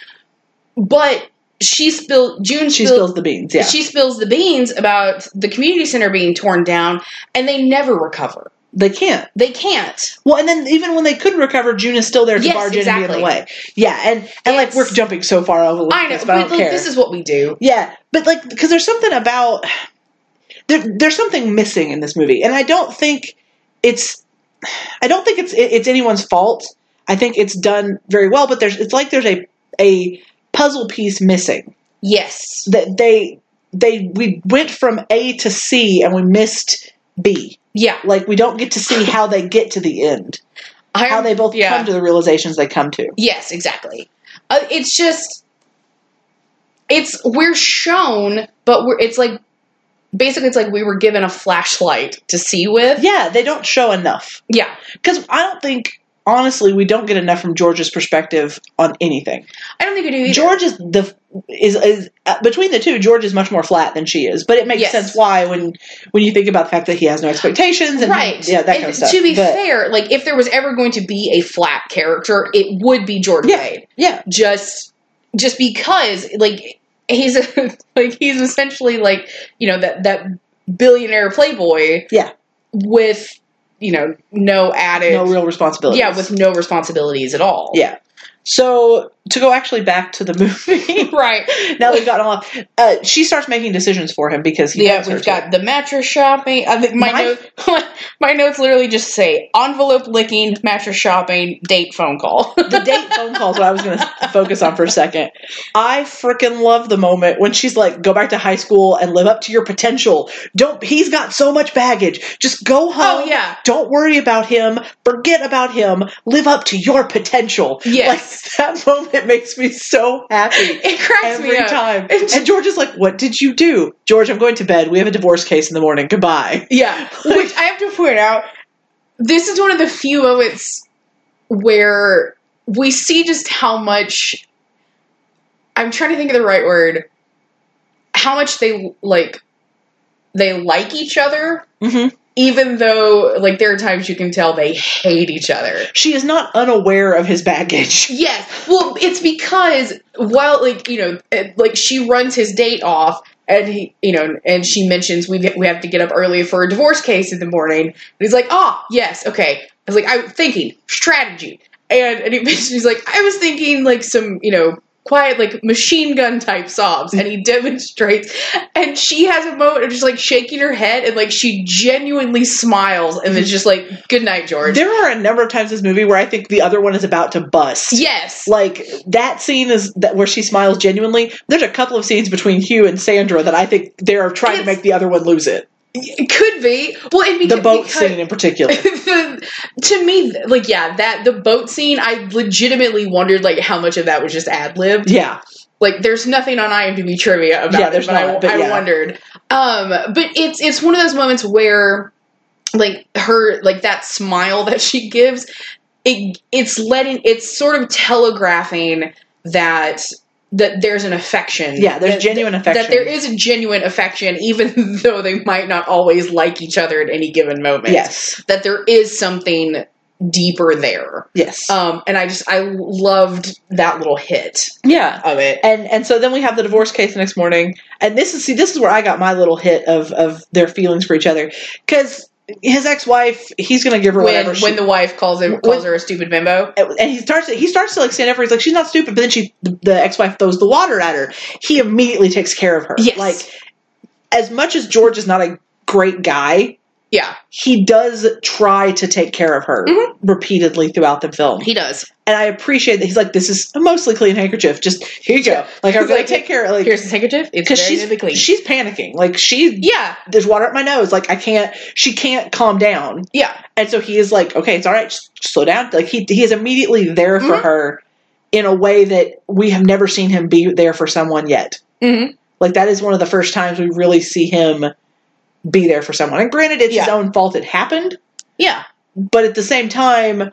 Speaker 1: But she spill June
Speaker 2: She
Speaker 1: spills
Speaker 2: spills the beans. Yeah,
Speaker 1: she spills the beans about the community center being torn down and they never recover.
Speaker 2: they can't.
Speaker 1: They can't.
Speaker 2: Well, and then even when they could recover, June is still there to
Speaker 1: Yes,
Speaker 2: barge in and be in
Speaker 1: exactly.
Speaker 2: the way. Yeah, and and like
Speaker 1: It's-
Speaker 2: we're jumping so far over.
Speaker 1: I know,
Speaker 2: this, but I don't
Speaker 1: but, like,
Speaker 2: care.
Speaker 1: this is what we do.
Speaker 2: Yeah, but like because there's something about there, there's something missing in this movie, and I don't think it's I don't think it's it, it's anyone's fault. I think it's done very well, but there's it's like there's a a puzzle piece missing
Speaker 1: Yes.
Speaker 2: that they they we went from A to C and we missed B.
Speaker 1: Yeah.
Speaker 2: Like we don't get to see how they get to the end,
Speaker 1: I
Speaker 2: how they both come to the realizations they come to.
Speaker 1: Yes, exactly. Uh, it's just it's we're shown, but we're it's like basically it's like we were given a flashlight to see with.
Speaker 2: Yeah, they don't show enough.
Speaker 1: Yeah,
Speaker 2: Because I don't think, honestly, we don't get enough from George's perspective on anything.
Speaker 1: I don't think we do either.
Speaker 2: George is the is is uh, between the two. George is much more flat than she is, but it makes
Speaker 1: Yes.
Speaker 2: sense why when when you think about the fact that he has no expectations and
Speaker 1: right.
Speaker 2: yeah, that
Speaker 1: And
Speaker 2: kind of stuff.
Speaker 1: To be
Speaker 2: But,
Speaker 1: fair, like if there was ever going to be a flat character, it would be George
Speaker 2: Yeah.
Speaker 1: Wade.
Speaker 2: yeah,
Speaker 1: Just just because like he's (laughs) like he's essentially like you know that that billionaire playboy.
Speaker 2: Yeah.
Speaker 1: With you know no added
Speaker 2: no real responsibility.
Speaker 1: Yeah, with no responsibilities at all.
Speaker 2: yeah. So to go actually back to the (laughs) movie.
Speaker 1: Right.
Speaker 2: Now we've gotten off. Uh, she starts making decisions for him because he
Speaker 1: Yeah,
Speaker 2: wants her
Speaker 1: we've
Speaker 2: to.
Speaker 1: got the mattress shopping. I think my,
Speaker 2: My-
Speaker 1: note, (laughs) my notes literally just say envelope licking, mattress shopping, date phone call. (laughs)
Speaker 2: the date phone calls. What I was going to focus on for a second. I freaking love the moment when she's like, "Go back to high school and live up to your potential. Don't. He's got so much baggage. Just go home.
Speaker 1: oh yeah.
Speaker 2: Don't worry about him. Forget about him. Live up to your potential."
Speaker 1: Yes.
Speaker 2: Like that moment makes me so happy.
Speaker 1: it cracks
Speaker 2: Every
Speaker 1: me up.
Speaker 2: time. And George is like, What did you do? George, I'm going to bed. We have a divorce case in the morning. Goodbye.
Speaker 1: Yeah. (laughs) Which I have to point out, this is one of the few moments where we see just how much I'm trying to think of the right word. How much they like they like each other,
Speaker 2: Mm-hmm.
Speaker 1: even though like there are times you can tell they hate each other.
Speaker 2: She is not unaware of his baggage.
Speaker 1: Yes. Well, it's because while like you know, it- like she runs his date off, and he, you know, and she mentions we get, we have to get up early for a divorce case in the morning. And he's like, oh yes, okay. I was like, I'm thinking strategy, and and he (laughs) mentions he's like, I was thinking like some you know. Quiet, like machine gun type sobs, and he (laughs) demonstrates. And she has a moment of just like shaking her head, and like she genuinely smiles, and is just like, "Good night, George."
Speaker 2: There are a number of times in this movie where I think the other one is about to bust.
Speaker 1: yes,
Speaker 2: Like that scene is that where she smiles genuinely. There's a couple of scenes between Hugh and Sandra that I think they're trying to
Speaker 1: It's-
Speaker 2: make the other one lose it.
Speaker 1: it could be. Well, and
Speaker 2: The
Speaker 1: beca-
Speaker 2: boat
Speaker 1: because-
Speaker 2: scene
Speaker 1: (laughs)
Speaker 2: in particular.
Speaker 1: the, to me, like yeah, that the boat scene, I legitimately wondered like how much of that was just ad libbed.
Speaker 2: Yeah.
Speaker 1: Like, there's nothing on IMDb trivia about
Speaker 2: Yeah,
Speaker 1: it,
Speaker 2: there's
Speaker 1: but, I,
Speaker 2: not, but
Speaker 1: I
Speaker 2: yeah.
Speaker 1: wondered. Um, but it's it's one of those moments where, like her, like that smile that she gives, it it's letting it's sort of telegraphing that that there's an affection.
Speaker 2: Yeah, there's
Speaker 1: that-
Speaker 2: genuine affection.
Speaker 1: That there is a genuine affection, even (laughs) though they might not always like each other at any given moment
Speaker 2: Yes.
Speaker 1: that there is something deeper there.
Speaker 2: Yes.
Speaker 1: Um, and I just I loved that little hit
Speaker 2: yeah.
Speaker 1: of it.
Speaker 2: And and so then we have the divorce case the next morning. And this is see this is where I got my little hit of of their feelings for each other because his ex wife he's gonna give her
Speaker 1: When
Speaker 2: whatever she-
Speaker 1: when the wife calls him calls her a stupid bimbo.
Speaker 2: and he starts to, he starts to like stand up for her. he's like she's not stupid but then she the, the ex wife throws the water at her. He immediately takes care of her.
Speaker 1: Yes.
Speaker 2: Like as much as George is not a great guy,
Speaker 1: Yeah,
Speaker 2: he does try to take care of her
Speaker 1: Mhm.
Speaker 2: repeatedly throughout the film.
Speaker 1: he does.
Speaker 2: and I appreciate that he's like this is a mostly clean handkerchief. Just here you go. Like I
Speaker 1: He's
Speaker 2: really
Speaker 1: like,
Speaker 2: take care of like
Speaker 1: Here's his handkerchief. It's very
Speaker 2: because she's
Speaker 1: vividly clean.
Speaker 2: she's panicking. Like she
Speaker 1: yeah,
Speaker 2: there's water up my nose. Like I can't. She can't calm down.
Speaker 1: yeah,
Speaker 2: And so he is like, okay, it's all right. Just slow down. Like he he is immediately there for
Speaker 1: Mhm.
Speaker 2: her in a way that we have never seen him be there for someone yet.
Speaker 1: Mhm.
Speaker 2: Like that is one of the first times we really see him be there for someone. And granted, it's his
Speaker 1: Yeah.
Speaker 2: own fault it happened,
Speaker 1: yeah,
Speaker 2: but at the same time,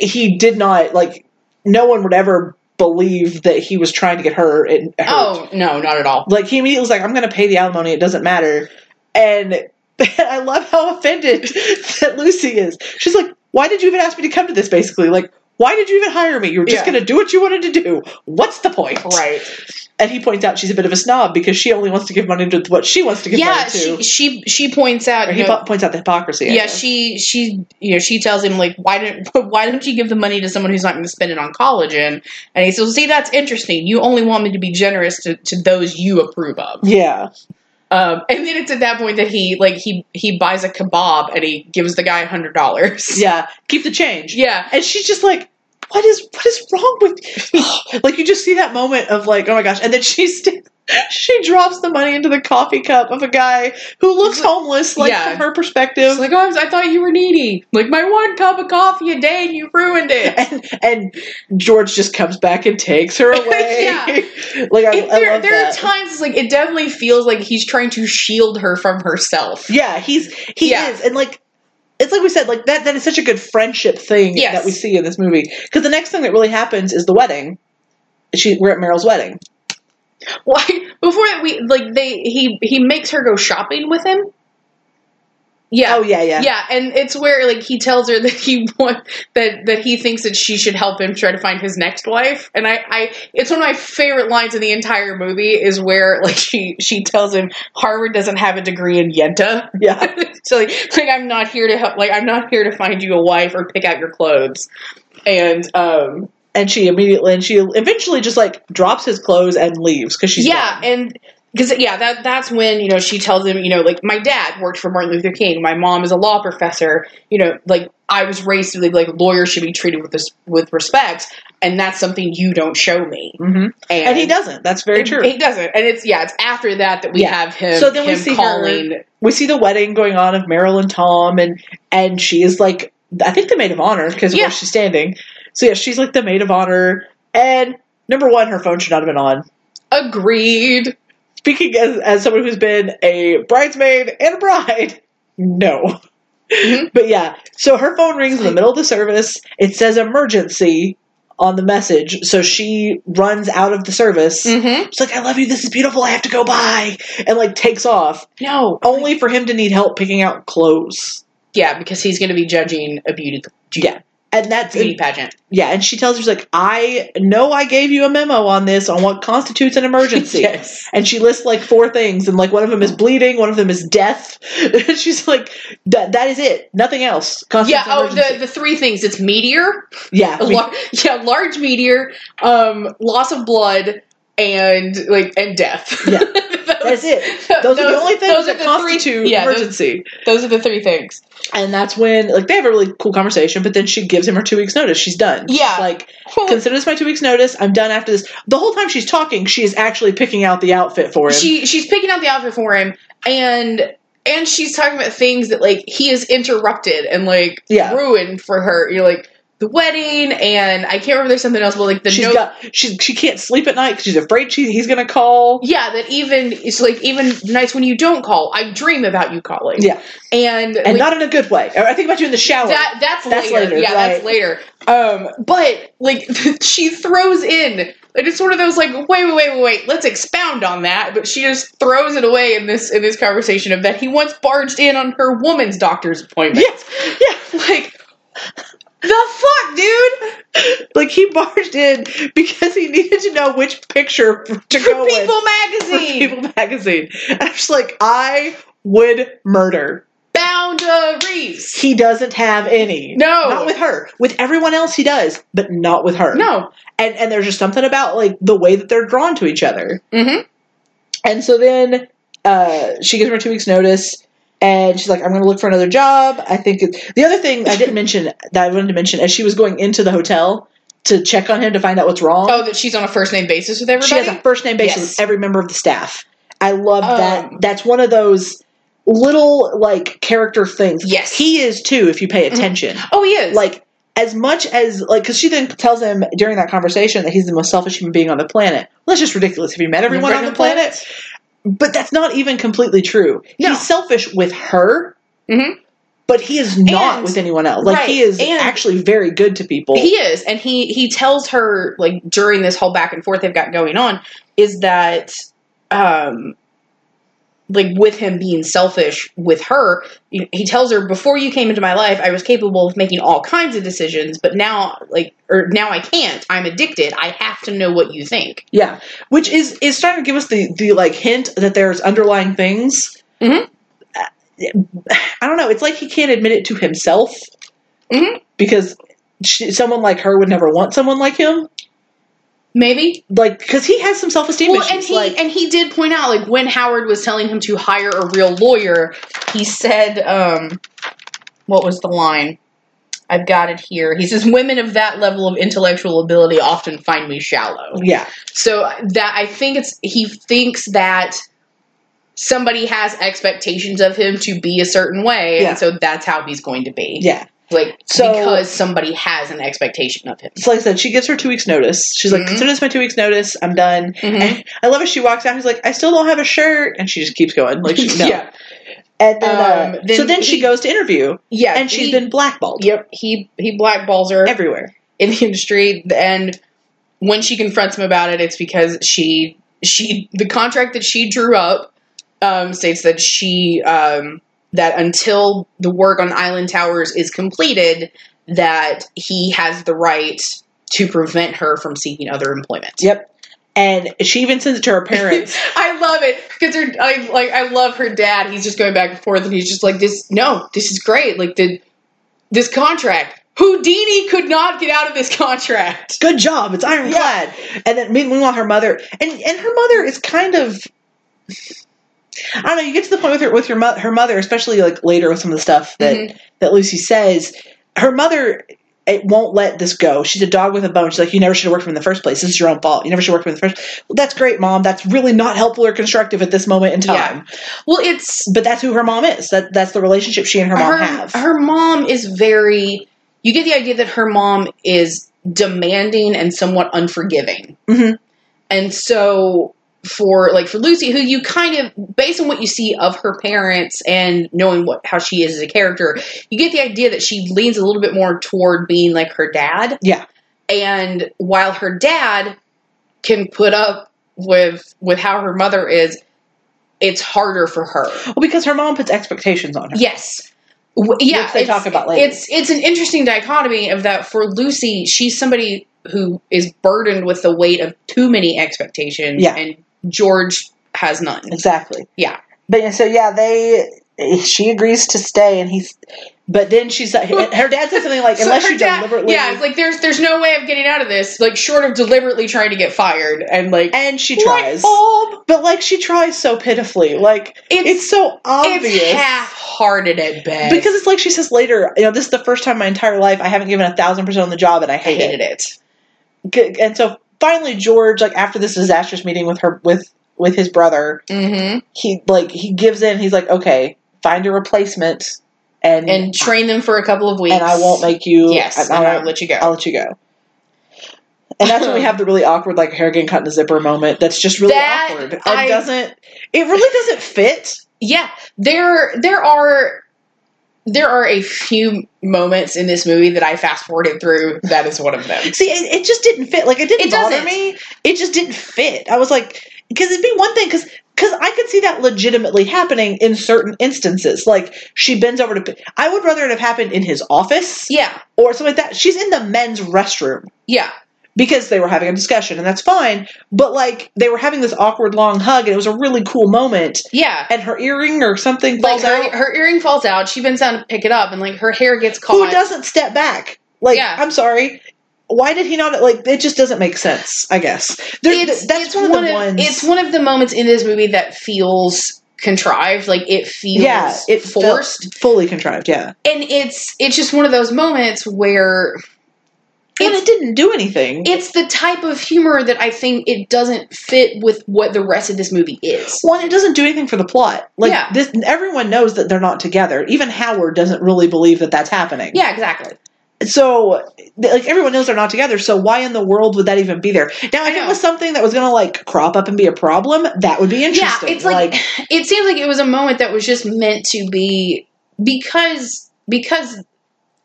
Speaker 2: he did not like. No one would ever believe that he was trying to get her. It hurt.
Speaker 1: Oh no, not at all.
Speaker 2: Like he immediately was like, "I'm going to pay the alimony. It doesn't matter." And (laughs) I love how offended (laughs) that Lucy is. She's like, "Why did you even ask me to come to this?" Basically, like, "Why did you even hire me? You were just
Speaker 1: Yeah.
Speaker 2: going to do what you wanted to do. What's the point?"
Speaker 1: Right.
Speaker 2: And he points out she's a bit of a snob because she only wants to give money to what she wants to give
Speaker 1: Yeah,
Speaker 2: money
Speaker 1: she
Speaker 2: to.
Speaker 1: she she points out.
Speaker 2: or
Speaker 1: you
Speaker 2: he
Speaker 1: know,
Speaker 2: po- points out the hypocrisy. I
Speaker 1: yeah,
Speaker 2: guess.
Speaker 1: she she you know she tells him like why don't (laughs) why don't you give the money to someone who's not going to spend it on collagen? And he says, well, "See, that's interesting. You only want me to be generous to, to those you approve of."
Speaker 2: yeah,
Speaker 1: Um, (laughs) and then it's at that point that he like he he buys a kebab and he gives the guy a hundred dollars.
Speaker 2: yeah. Keep the
Speaker 1: (laughs)
Speaker 2: change.
Speaker 1: yeah,
Speaker 2: and she's just like what is what is wrong
Speaker 1: (laughs)
Speaker 2: with like you just see that moment of like oh my gosh and then she st- she drops the money into the coffee cup of a guy who looks homeless like
Speaker 1: Yeah.
Speaker 2: from her
Speaker 1: It's
Speaker 2: perspective
Speaker 1: like oh, I, was- I thought you were needy. Like my one cup of coffee a day, and you ruined it.
Speaker 2: and and George just comes back and takes
Speaker 1: (laughs)
Speaker 2: her away like (laughs) I,
Speaker 1: It-
Speaker 2: I
Speaker 1: there
Speaker 2: love
Speaker 1: there
Speaker 2: that
Speaker 1: are times it's like it definitely feels like he's trying to shield her from herself.
Speaker 2: yeah he's he
Speaker 1: Yeah.
Speaker 2: is and like it's like we said like that that is such a good friendship thing
Speaker 1: Yes.
Speaker 2: that we see in this movie because the next thing that really happens is the wedding she we're at Meryl's wedding
Speaker 1: Like before that, we like they he he makes her go shopping with him. Yeah.
Speaker 2: oh yeah yeah
Speaker 1: and it's where like he tells her (laughs) that he want that that he thinks that she should help him try to find his next wife. And I, I it's one of my favorite lines in the entire movie is where (laughs) like she she tells him Harvard doesn't have a degree in Yenta, (laughs)
Speaker 2: yeah.
Speaker 1: so like, like I'm not here to help, like I'm not here to find you a wife or pick out your clothes. And um,
Speaker 2: and she immediately and she eventually just like drops his clothes and leaves because she's
Speaker 1: yeah,
Speaker 2: done.
Speaker 1: and because yeah, that that's when you know she tells him, you know, like my dad worked for Martin Luther King, my mom is a law professor, you know, like I was raised to believe like lawyers should be treated with this with respect, and that's something you don't show me.
Speaker 2: Mhm.
Speaker 1: And,
Speaker 2: and he doesn't that's very true
Speaker 1: He doesn't, and it's yeah, it's after that that we
Speaker 2: Yeah.
Speaker 1: have him.
Speaker 2: So then we
Speaker 1: him
Speaker 2: see her-
Speaker 1: calling.
Speaker 2: we see the wedding going on of Meryl and Tom and and she is like I think the maid of honor because
Speaker 1: Yeah.
Speaker 2: where she's standing so yeah she's like the maid of honor and number one her phone should not have been on
Speaker 1: Agreed.
Speaker 2: speaking as, as someone who's been a bridesmaid and a bride no
Speaker 1: Mhm.
Speaker 2: but yeah so her phone rings in the middle of the service it says emergency on the message so she runs out of the service
Speaker 1: Mm-hmm.
Speaker 2: She's like, I love you. This is beautiful. I have to go by. And like takes off,
Speaker 1: No,
Speaker 2: only for him to need help picking out clothes.
Speaker 1: yeah, because he's going to be judging a beauty
Speaker 2: Yeah. And that's,
Speaker 1: beauty pageant.
Speaker 2: yeah. And she tells her, she's like, I know I gave you a memo on this, on what constitutes an (laughs)
Speaker 1: (laughs)
Speaker 2: emergency.
Speaker 1: yes.
Speaker 2: And she lists like four things. And like one of them is bleeding, one of them is death. (laughs) And she's like, that, that is it. Nothing else.
Speaker 1: Yeah.
Speaker 2: Constitutes an
Speaker 1: Oh,
Speaker 2: emergency.
Speaker 1: the, the three things. It's meteor.
Speaker 2: yeah.
Speaker 1: A
Speaker 2: we-
Speaker 1: lar- yeah, large meteor, um, loss of blood, and like and death.
Speaker 2: Yeah.
Speaker 1: (laughs) That
Speaker 2: That's
Speaker 1: was-
Speaker 2: it. Those, are the only things that constitute
Speaker 1: Three, yeah, those,
Speaker 2: emergency.
Speaker 1: those are the three things.
Speaker 2: and that's when like they have a really cool conversation but then she gives him her two weeks notice she's done
Speaker 1: Yeah.
Speaker 2: She's like consider this my two weeks notice i'm done after this the whole time she's talking she is actually picking out the outfit for him
Speaker 1: She she's picking out the outfit for him, and and she's talking about things that like he is interrupted and like
Speaker 2: Yeah.
Speaker 1: ruined for her. You're like the wedding, and I can't remember. There's something else, but like the
Speaker 2: She's
Speaker 1: no-
Speaker 2: got she she can't sleep at night because she's afraid she, he's gonna call
Speaker 1: Yeah, that even it's like even nights when you don't call, I dream about you calling.
Speaker 2: Yeah.
Speaker 1: and
Speaker 2: and
Speaker 1: like,
Speaker 2: not in a good way Or i think about you in the shower
Speaker 1: That Oh, that's,
Speaker 2: That's
Speaker 1: later.
Speaker 2: later,
Speaker 1: Yeah,
Speaker 2: right.
Speaker 1: that's later. Um, but like (laughs) she throws in, and it's one of those like, wait, wait, wait, wait, wait. Let's expound on that. But she just throws it away in this in
Speaker 2: (laughs)
Speaker 1: this conversation of that he once barged in on her woman's doctor's appointment.
Speaker 2: yes yeah
Speaker 1: Like, The fuck, dude?
Speaker 2: Like he barged in because he needed to know which picture to
Speaker 1: For
Speaker 2: go with.
Speaker 1: People
Speaker 2: for
Speaker 1: magazine.
Speaker 2: People magazine. And I'm just like, I would murder.
Speaker 1: Boundaries.
Speaker 2: He doesn't have any.
Speaker 1: No.
Speaker 2: Not with her. With everyone else he does, but not with her.
Speaker 1: No.
Speaker 2: And and there's just something about like the way that they're drawn to each other.
Speaker 1: Mm-hmm.
Speaker 2: And so then uh, she gives him her two weeks notice, and she's like, "I'm going to look for another job." I think it, the other thing I didn't mention that I wanted to mention as she was going into the hotel to check on him to find out what's wrong,
Speaker 1: Oh, that she's on a first name basis with
Speaker 2: she
Speaker 1: everybody?
Speaker 2: has a first name basis
Speaker 1: Yes.
Speaker 2: with every member of the staff. I love that.
Speaker 1: Um.
Speaker 2: That's one of those little like character things.
Speaker 1: Yes.
Speaker 2: he is too if you pay
Speaker 1: Mhm.
Speaker 2: attention.
Speaker 1: oh, he is.
Speaker 2: Like. As much as like, because she then tells him during that conversation that he's the most selfish human being on the planet. Well, that's just ridiculous. Have you met everyone on the planet? but that's not even completely true.
Speaker 1: No.
Speaker 2: He's selfish with her,
Speaker 1: Mhm.
Speaker 2: but he is not
Speaker 1: And-
Speaker 2: with anyone else. Like
Speaker 1: right,
Speaker 2: he is
Speaker 1: and-
Speaker 2: actually very good to people.
Speaker 1: He is, and he he tells her like during this whole back and forth they've got going on is that um like with him being selfish with her, you- he tells her before you came into my life, I was capable of making all kinds of decisions, but now like or now I can't. I'm addicted. I have to know what you think.
Speaker 2: yeah, which is is starting to give us the the like hint that there's underlying things.
Speaker 1: Mhm.
Speaker 2: Uh, I don't know. It's like he can't admit it to himself
Speaker 1: Mhm.
Speaker 2: because she, someone like her would never want someone like him.
Speaker 1: Maybe.
Speaker 2: Like because he has some self esteem
Speaker 1: Well,
Speaker 2: issues.
Speaker 1: and he
Speaker 2: like,
Speaker 1: and he did point out like when Howard was telling him to hire a real lawyer, he said, um, "What was the line?" I've got it here. He says, "Women of that level of intellectual ability often find me shallow."
Speaker 2: yeah,
Speaker 1: So uh, that I think it's he thinks that somebody has expectations of him to be a certain way,
Speaker 2: Yeah.
Speaker 1: and so that's how he's going to be.
Speaker 2: yeah.
Speaker 1: Like
Speaker 2: So-
Speaker 1: because somebody has an expectation of him.
Speaker 2: So like I said, she gives her two weeks notice. She's like,
Speaker 1: Mhm.
Speaker 2: consider this my two weeks notice. I'm done. And I love it. She walks out. He's like, I still don't have a shirt, and she just keeps going. Like, (laughs) she, no.
Speaker 1: Yeah.
Speaker 2: And then, uh,
Speaker 1: Um, then
Speaker 2: so then she
Speaker 1: he-
Speaker 2: goes to interview,
Speaker 1: Yeah,
Speaker 2: and she's
Speaker 1: he-
Speaker 2: been blackballed
Speaker 1: Yep, he he blackballs her.
Speaker 2: everywhere.
Speaker 1: in the industry and when she confronts him about it it's because she she the contract that she drew up um, states that she um, that until the work on island towers is completed that he has the right to prevent her from seeking other employment
Speaker 2: Yep. And she even sends it to her parents.
Speaker 1: I love it because her, I like, I love her dad. He's just going back and forth, and he's just like, "This, no, this is great. Like the this contract, Houdini could not get out of this contract."
Speaker 2: Good job. It's ironclad. And then meanwhile, her mother and and her mother is kind of. I don't know. You get to the point with her with your mo- her mother, especially like later with some of the stuff that
Speaker 1: Mhm.
Speaker 2: that Lucy says. Her mother it won't let this go. She's a dog with a bone. She's like, you never should have worked for him in the first place. This is your own fault. You never should have worked for him in the first. Well, that's great, mom. That's really not helpful or constructive at this moment in time.
Speaker 1: Well, it's
Speaker 2: But that's who her mom is. That that's the relationship she and her
Speaker 1: her,
Speaker 2: mom have.
Speaker 1: her mom is very. You get the idea that her mom is demanding and somewhat unforgiving,
Speaker 2: Mhm.
Speaker 1: and so for like for Lucy, who you kind of based on what you see of her parents and knowing what how she is as a character, you get the idea that she leans a little bit more toward being like her dad.
Speaker 2: Yeah.
Speaker 1: and while her dad can put up with with how her mother is, it's harder for her.
Speaker 2: well, because her mom puts expectations on her.
Speaker 1: Yes. W- yeah,
Speaker 2: Which they
Speaker 1: it's-
Speaker 2: talk about later.
Speaker 1: It's it's an interesting dichotomy of that for Lucy, she's somebody who is burdened with the weight of too many expectations,
Speaker 2: Yeah.
Speaker 1: and George has none.
Speaker 2: Exactly.
Speaker 1: Yeah.
Speaker 2: But and so yeah, they she agrees to stay, and he's. But then she's like, her dad says something like,
Speaker 1: So
Speaker 2: unless
Speaker 1: her
Speaker 2: you
Speaker 1: dad-
Speaker 2: deliberately.
Speaker 1: yeah, it's like there's there's no way of getting out of this, like short of deliberately trying to get fired, and like
Speaker 2: and she
Speaker 1: light
Speaker 2: tries,
Speaker 1: bulb,
Speaker 2: but like she tries so pitifully, like
Speaker 1: it's
Speaker 2: it's, so obvious.
Speaker 1: it's half-hearted at best
Speaker 2: because it's like she says later, you know, this is the first time in my entire life I haven't given a thousand percent on the job, and I
Speaker 1: I
Speaker 2: hate,
Speaker 1: hated it.
Speaker 2: it. G- And so finally, George, like after this disastrous meeting with her with with his brother,
Speaker 1: Mm-hmm.
Speaker 2: he like he gives in. He's like, okay, find a replacement, and and,
Speaker 1: And train them for a couple of weeks,
Speaker 2: I won't make you.
Speaker 1: yes,
Speaker 2: I, I
Speaker 1: and
Speaker 2: won't
Speaker 1: I'll let you go.
Speaker 2: I'll let you go. And that's
Speaker 1: (laughs)
Speaker 2: when we have the really awkward, like hair getting cut in the zipper moment. That's just really
Speaker 1: That-
Speaker 2: awkward. It
Speaker 1: I-
Speaker 2: doesn't. It really doesn't fit.
Speaker 1: yeah there there are there are a few moments in this movie that i fast forwarded through that is one of them
Speaker 2: See, it, it just didn't fit. Like it didn't
Speaker 1: It
Speaker 2: bother
Speaker 1: doesn't.
Speaker 2: me. It just didn't fit. I was like, because it'd be one thing, because because I could see that that legitimately happening in certain instances. Like she bends over to. p- I would rather it have happened in his office
Speaker 1: Yeah,
Speaker 2: or something like that. She's in the men's restroom
Speaker 1: yeah,
Speaker 2: because they were having a discussion, and that's fine. But like they were having this awkward long hug, and it was a really cool moment.
Speaker 1: yeah.
Speaker 2: And her earring or something
Speaker 1: Like
Speaker 2: falls
Speaker 1: her,
Speaker 2: out.
Speaker 1: her earring falls out. She bends down to pick it up, and like her hair gets caught.
Speaker 2: Who doesn't step back? Like
Speaker 1: Yeah.
Speaker 2: I'm sorry. Why did he not? Like it just doesn't make sense. I guess There-
Speaker 1: It's,
Speaker 2: that's
Speaker 1: it's
Speaker 2: one, of the ones.
Speaker 1: It's one of the moments in this movie that feels contrived. Like it feels
Speaker 2: yeah, it felt
Speaker 1: forced.
Speaker 2: fully contrived. Yeah,
Speaker 1: and it's it's just one of those moments where
Speaker 2: and it didn't do anything.
Speaker 1: it's the type of humor that I think it doesn't fit with what the rest of this movie is.
Speaker 2: One, it doesn't do anything for the plot. Like
Speaker 1: Yeah.
Speaker 2: this, everyone knows that they're not together. Even Howard doesn't really believe that that's happening.
Speaker 1: Yeah, exactly.
Speaker 2: So, th- like everyone knows they're not together. So why in the world would that even be there? Now,
Speaker 1: I
Speaker 2: if it
Speaker 1: know.
Speaker 2: was something that was going to like crop up and be a problem, that would be
Speaker 1: Yeah,
Speaker 2: interesting.
Speaker 1: it's like, (laughs) it seems like it was a moment that was just meant to be because because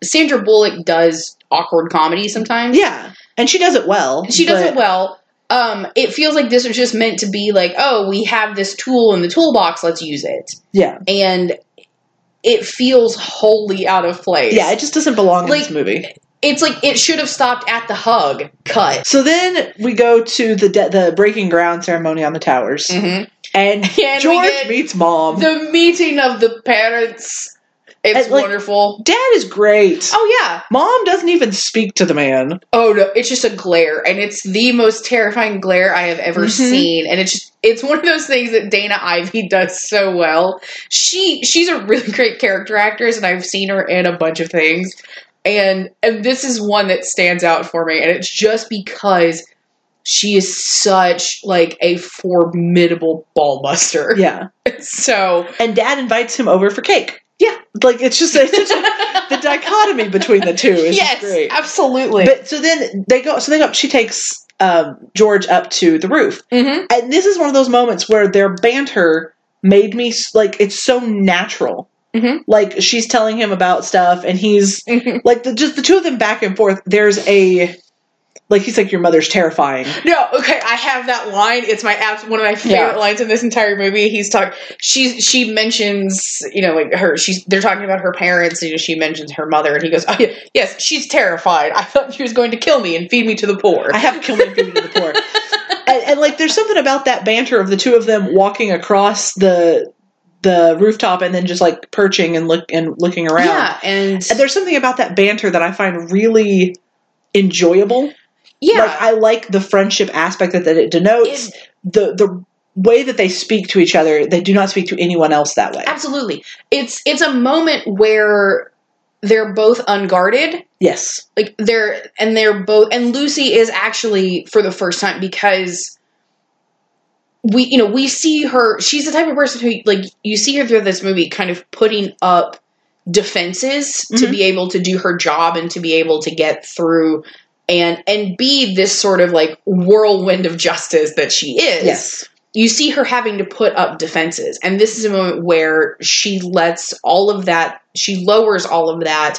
Speaker 1: Sandra Bullock does awkward comedy sometimes.
Speaker 2: yeah, and she does it well.
Speaker 1: she does it
Speaker 2: but-
Speaker 1: well. Um, it feels like this was just meant to be like, oh, we have this tool in the toolbox, let's use it,
Speaker 2: Yeah,
Speaker 1: and it feels wholly out of place.
Speaker 2: yeah, it just doesn't belong in
Speaker 1: Like-
Speaker 2: this movie.
Speaker 1: it's like it should have stopped at the hug. Cut.
Speaker 2: So then we go to the de- the breaking ground ceremony on the towers,
Speaker 1: Mm-hmm. (laughs)
Speaker 2: and
Speaker 1: And we
Speaker 2: George
Speaker 1: get
Speaker 2: meets mom.
Speaker 1: the meeting of the parents. It's
Speaker 2: And, like-
Speaker 1: wonderful.
Speaker 2: Dad is great.
Speaker 1: Oh yeah.
Speaker 2: Mom doesn't even speak to the man.
Speaker 1: Oh no, it's just a glare, and it's the most terrifying glare I have ever
Speaker 2: Mhm.
Speaker 1: seen. And it's just, it's one of those things that Dana Ivy (laughs) does so well. She she's a really (laughs) great character actress, and I've seen her in a bunch of things. And and this is one that stands out for me, and it's just because she is such like a formidable ball buster.
Speaker 2: Yeah.
Speaker 1: (laughs) So
Speaker 2: And dad invites him over for cake.
Speaker 1: Yeah.
Speaker 2: Like it's just it's
Speaker 1: (laughs)
Speaker 2: such a, the dichotomy between the two is
Speaker 1: yes,
Speaker 2: just great.
Speaker 1: absolutely.
Speaker 2: But so then they go so they go she takes um, George up to the roof.
Speaker 1: (laughs) Mhm.
Speaker 2: And this is one of those moments where their banter made me s- like it's so natural.
Speaker 1: Mhm.
Speaker 2: Like she's telling him about stuff and he's like the, just the two of them back and forth there's a like he's like your mother's terrifying.
Speaker 1: No, okay, I have that line. It's my abs- one of my favorite
Speaker 2: Yeah.
Speaker 1: lines in this entire movie. He's talking. She she mentions you know like her. She's they're talking about her parents. You know she mentions her mother, and he goes, "Oh yeah, yes, she's terrified. I thought she was going to kill me and feed me to the poor."
Speaker 2: I have killed my food to the poor. And, and like, there's something about that banter of the two of them walking across the the rooftop and then just like perching and look and looking around.
Speaker 1: yeah, and
Speaker 2: And there's something about that banter that I find really enjoyable.
Speaker 1: yeah,
Speaker 2: Like I like the friendship aspect that, that it denotes.
Speaker 1: it-
Speaker 2: the the way that they speak to each other, they do not speak to anyone else that way.
Speaker 1: absolutely. It's it's a moment where they're both unguarded.
Speaker 2: Yes.
Speaker 1: like they're and they're both and Lucy is actually for the first time because we you know we see her she's the type of person who like you see her through this movie kind of putting up defenses to
Speaker 2: Mhm.
Speaker 1: be able to do her job and to be able to get through and and be this sort of like whirlwind of justice that she is
Speaker 2: Yes.
Speaker 1: you see her having to put up defenses. And this is a moment where she lets all of that, she lowers all of that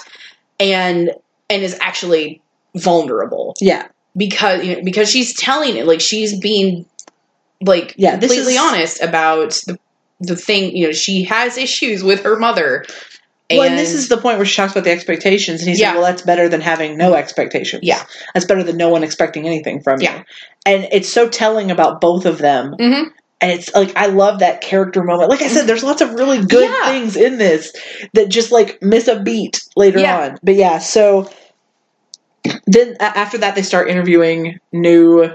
Speaker 1: and and is actually vulnerable
Speaker 2: Yeah.
Speaker 1: because you know, because she's telling it like she's being like
Speaker 2: Yeah, this
Speaker 1: completely
Speaker 2: is-
Speaker 1: honest about the the thing, you know, she has issues with her mother. And,
Speaker 2: well, and this is the point where she talks about the expectations, and he said,
Speaker 1: Yeah.
Speaker 2: "Well, that's better than having no expectations.
Speaker 1: Yeah.
Speaker 2: that's better than no one expecting anything from
Speaker 1: Yeah.
Speaker 2: you." And it's so telling about both of them,
Speaker 1: Mhm.
Speaker 2: and it's like I love that character moment. Like I said, there's lots of really good
Speaker 1: Yeah.
Speaker 2: things in this that just like miss a beat later
Speaker 1: Yeah.
Speaker 2: on. But yeah, so then a- after that, they start interviewing new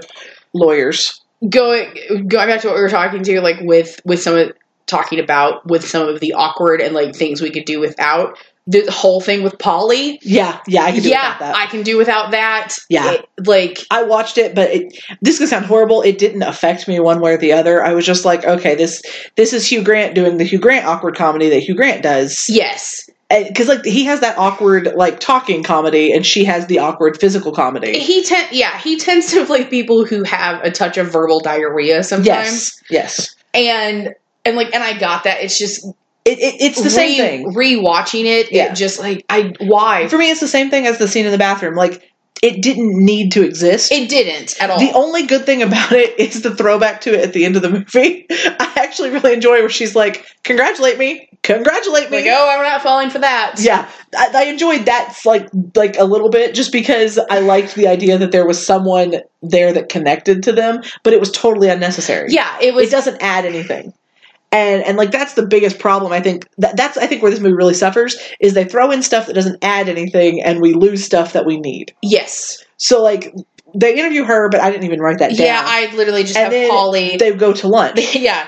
Speaker 2: lawyers.
Speaker 1: going going back to what we were talking to like with with some of talking about with some of the awkward and like things we could do without the whole thing with Polly.
Speaker 2: Yeah, yeah, I can do
Speaker 1: yeah,
Speaker 2: without that.
Speaker 1: I can do without that.
Speaker 2: Yeah.
Speaker 1: It- like
Speaker 2: I watched it, but it, this is gonna sound horrible. It didn't affect me one way or the other. I was just like, okay, this this is Hugh Grant doing the Hugh Grant awkward comedy that Hugh Grant does,
Speaker 1: yes,
Speaker 2: because like he has that awkward like talking comedy, and she has the awkward physical comedy.
Speaker 1: he ten- yeah he tends to like people who have a touch of verbal diarrhea sometimes,
Speaker 2: Yes, yes,
Speaker 1: and and like and I got that. It's just
Speaker 2: it, it, it's the same thing
Speaker 1: Rewatching it,
Speaker 2: Yeah.
Speaker 1: it just like I why
Speaker 2: for me. It's the same thing as the scene in the bathroom, like. it didn't need to exist.
Speaker 1: It didn't at all.
Speaker 2: the only good thing about it is the throwback to it at the end of the movie. (laughs) I actually really enjoy where she's like, "Congratulate me, congratulate me."
Speaker 1: like, oh, I'm not falling for that.
Speaker 2: Yeah, I, I enjoyed that like like a little bit just because I liked the idea that there was someone there that connected to them, but it was totally unnecessary.
Speaker 1: Yeah, it
Speaker 2: it
Speaker 1: was.
Speaker 2: doesn't add anything. And and like that's the biggest problem I think that, that's I think where this movie really suffers is they throw in stuff that doesn't add anything and we lose stuff that we need.
Speaker 1: yes.
Speaker 2: So like they interview her, but I didn't even write that down.
Speaker 1: Yeah, I literally just
Speaker 2: And
Speaker 1: have
Speaker 2: then
Speaker 1: Polly.
Speaker 2: they go to lunch.
Speaker 1: yeah,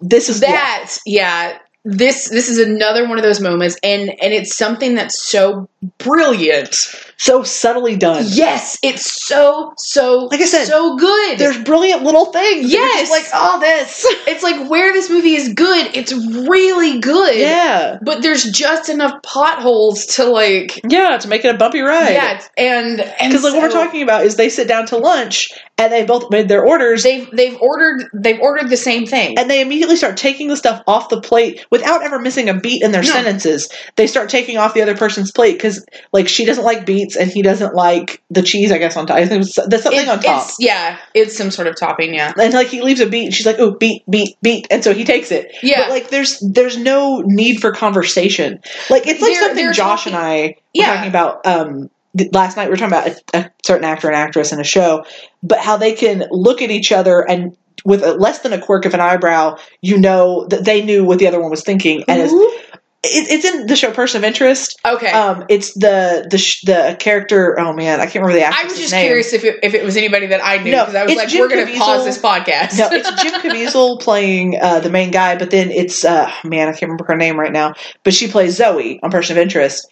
Speaker 2: This is yeah.
Speaker 1: that yeah. this this is another one of those moments and and it's something that's so brilliant
Speaker 2: so subtly done.
Speaker 1: yes it's so so
Speaker 2: Like I said,
Speaker 1: so good
Speaker 2: There's brilliant little things. You're
Speaker 1: Yes.
Speaker 2: just like all this.
Speaker 1: (laughs) it's like where this movie is good it's really good
Speaker 2: Yeah,
Speaker 1: but there's just enough potholes to like
Speaker 2: yeah, to make it a bumpy ride.
Speaker 1: yeah it's- and and
Speaker 2: because like what we're
Speaker 1: so
Speaker 2: talking about is they sit down to lunch and they both made their orders
Speaker 1: they've they've ordered they've ordered the same thing
Speaker 2: and they immediately start taking the stuff off the plate without ever missing a beat in their
Speaker 1: No.
Speaker 2: sentences. They start taking off the other person's plate because, like, she doesn't like beets and he doesn't like the cheese. I guess on top, I think it's- there's something
Speaker 1: It-
Speaker 2: on top.
Speaker 1: it's yeah it's some sort of topping yeah
Speaker 2: And like he leaves a beet, and she's like, "Oh, beet, beet, beet," and so he takes it.
Speaker 1: Yeah.
Speaker 2: but like there's there's no need for conversation. Like it's like
Speaker 1: They're-
Speaker 2: something
Speaker 1: they're
Speaker 2: Josh
Speaker 1: talking-
Speaker 2: and I were
Speaker 1: Yeah.
Speaker 2: talking about um th- last night. We were talking about a, a certain actor and actress in a show, but how they can look at each other and with a, less than a quirk of an eyebrow, you know that they knew what the other one was thinking. And it's, it, it's in the show Person of Interest.
Speaker 1: Mm-hmm. okay
Speaker 2: Um, it's the the sh- the character. Oh man, I can't remember the actor's
Speaker 1: I was just
Speaker 2: name.
Speaker 1: curious if it, if it was anybody that I knew
Speaker 2: No,
Speaker 1: because I was
Speaker 2: it's
Speaker 1: like,
Speaker 2: Jim
Speaker 1: we're going
Speaker 2: Caviezel.
Speaker 1: to pause this podcast. (laughs)
Speaker 2: No, it's Jim Caviezel playing uh, the main guy, but then it's uh, man, I can't remember her name right now. But she plays Zoe on Person of Interest,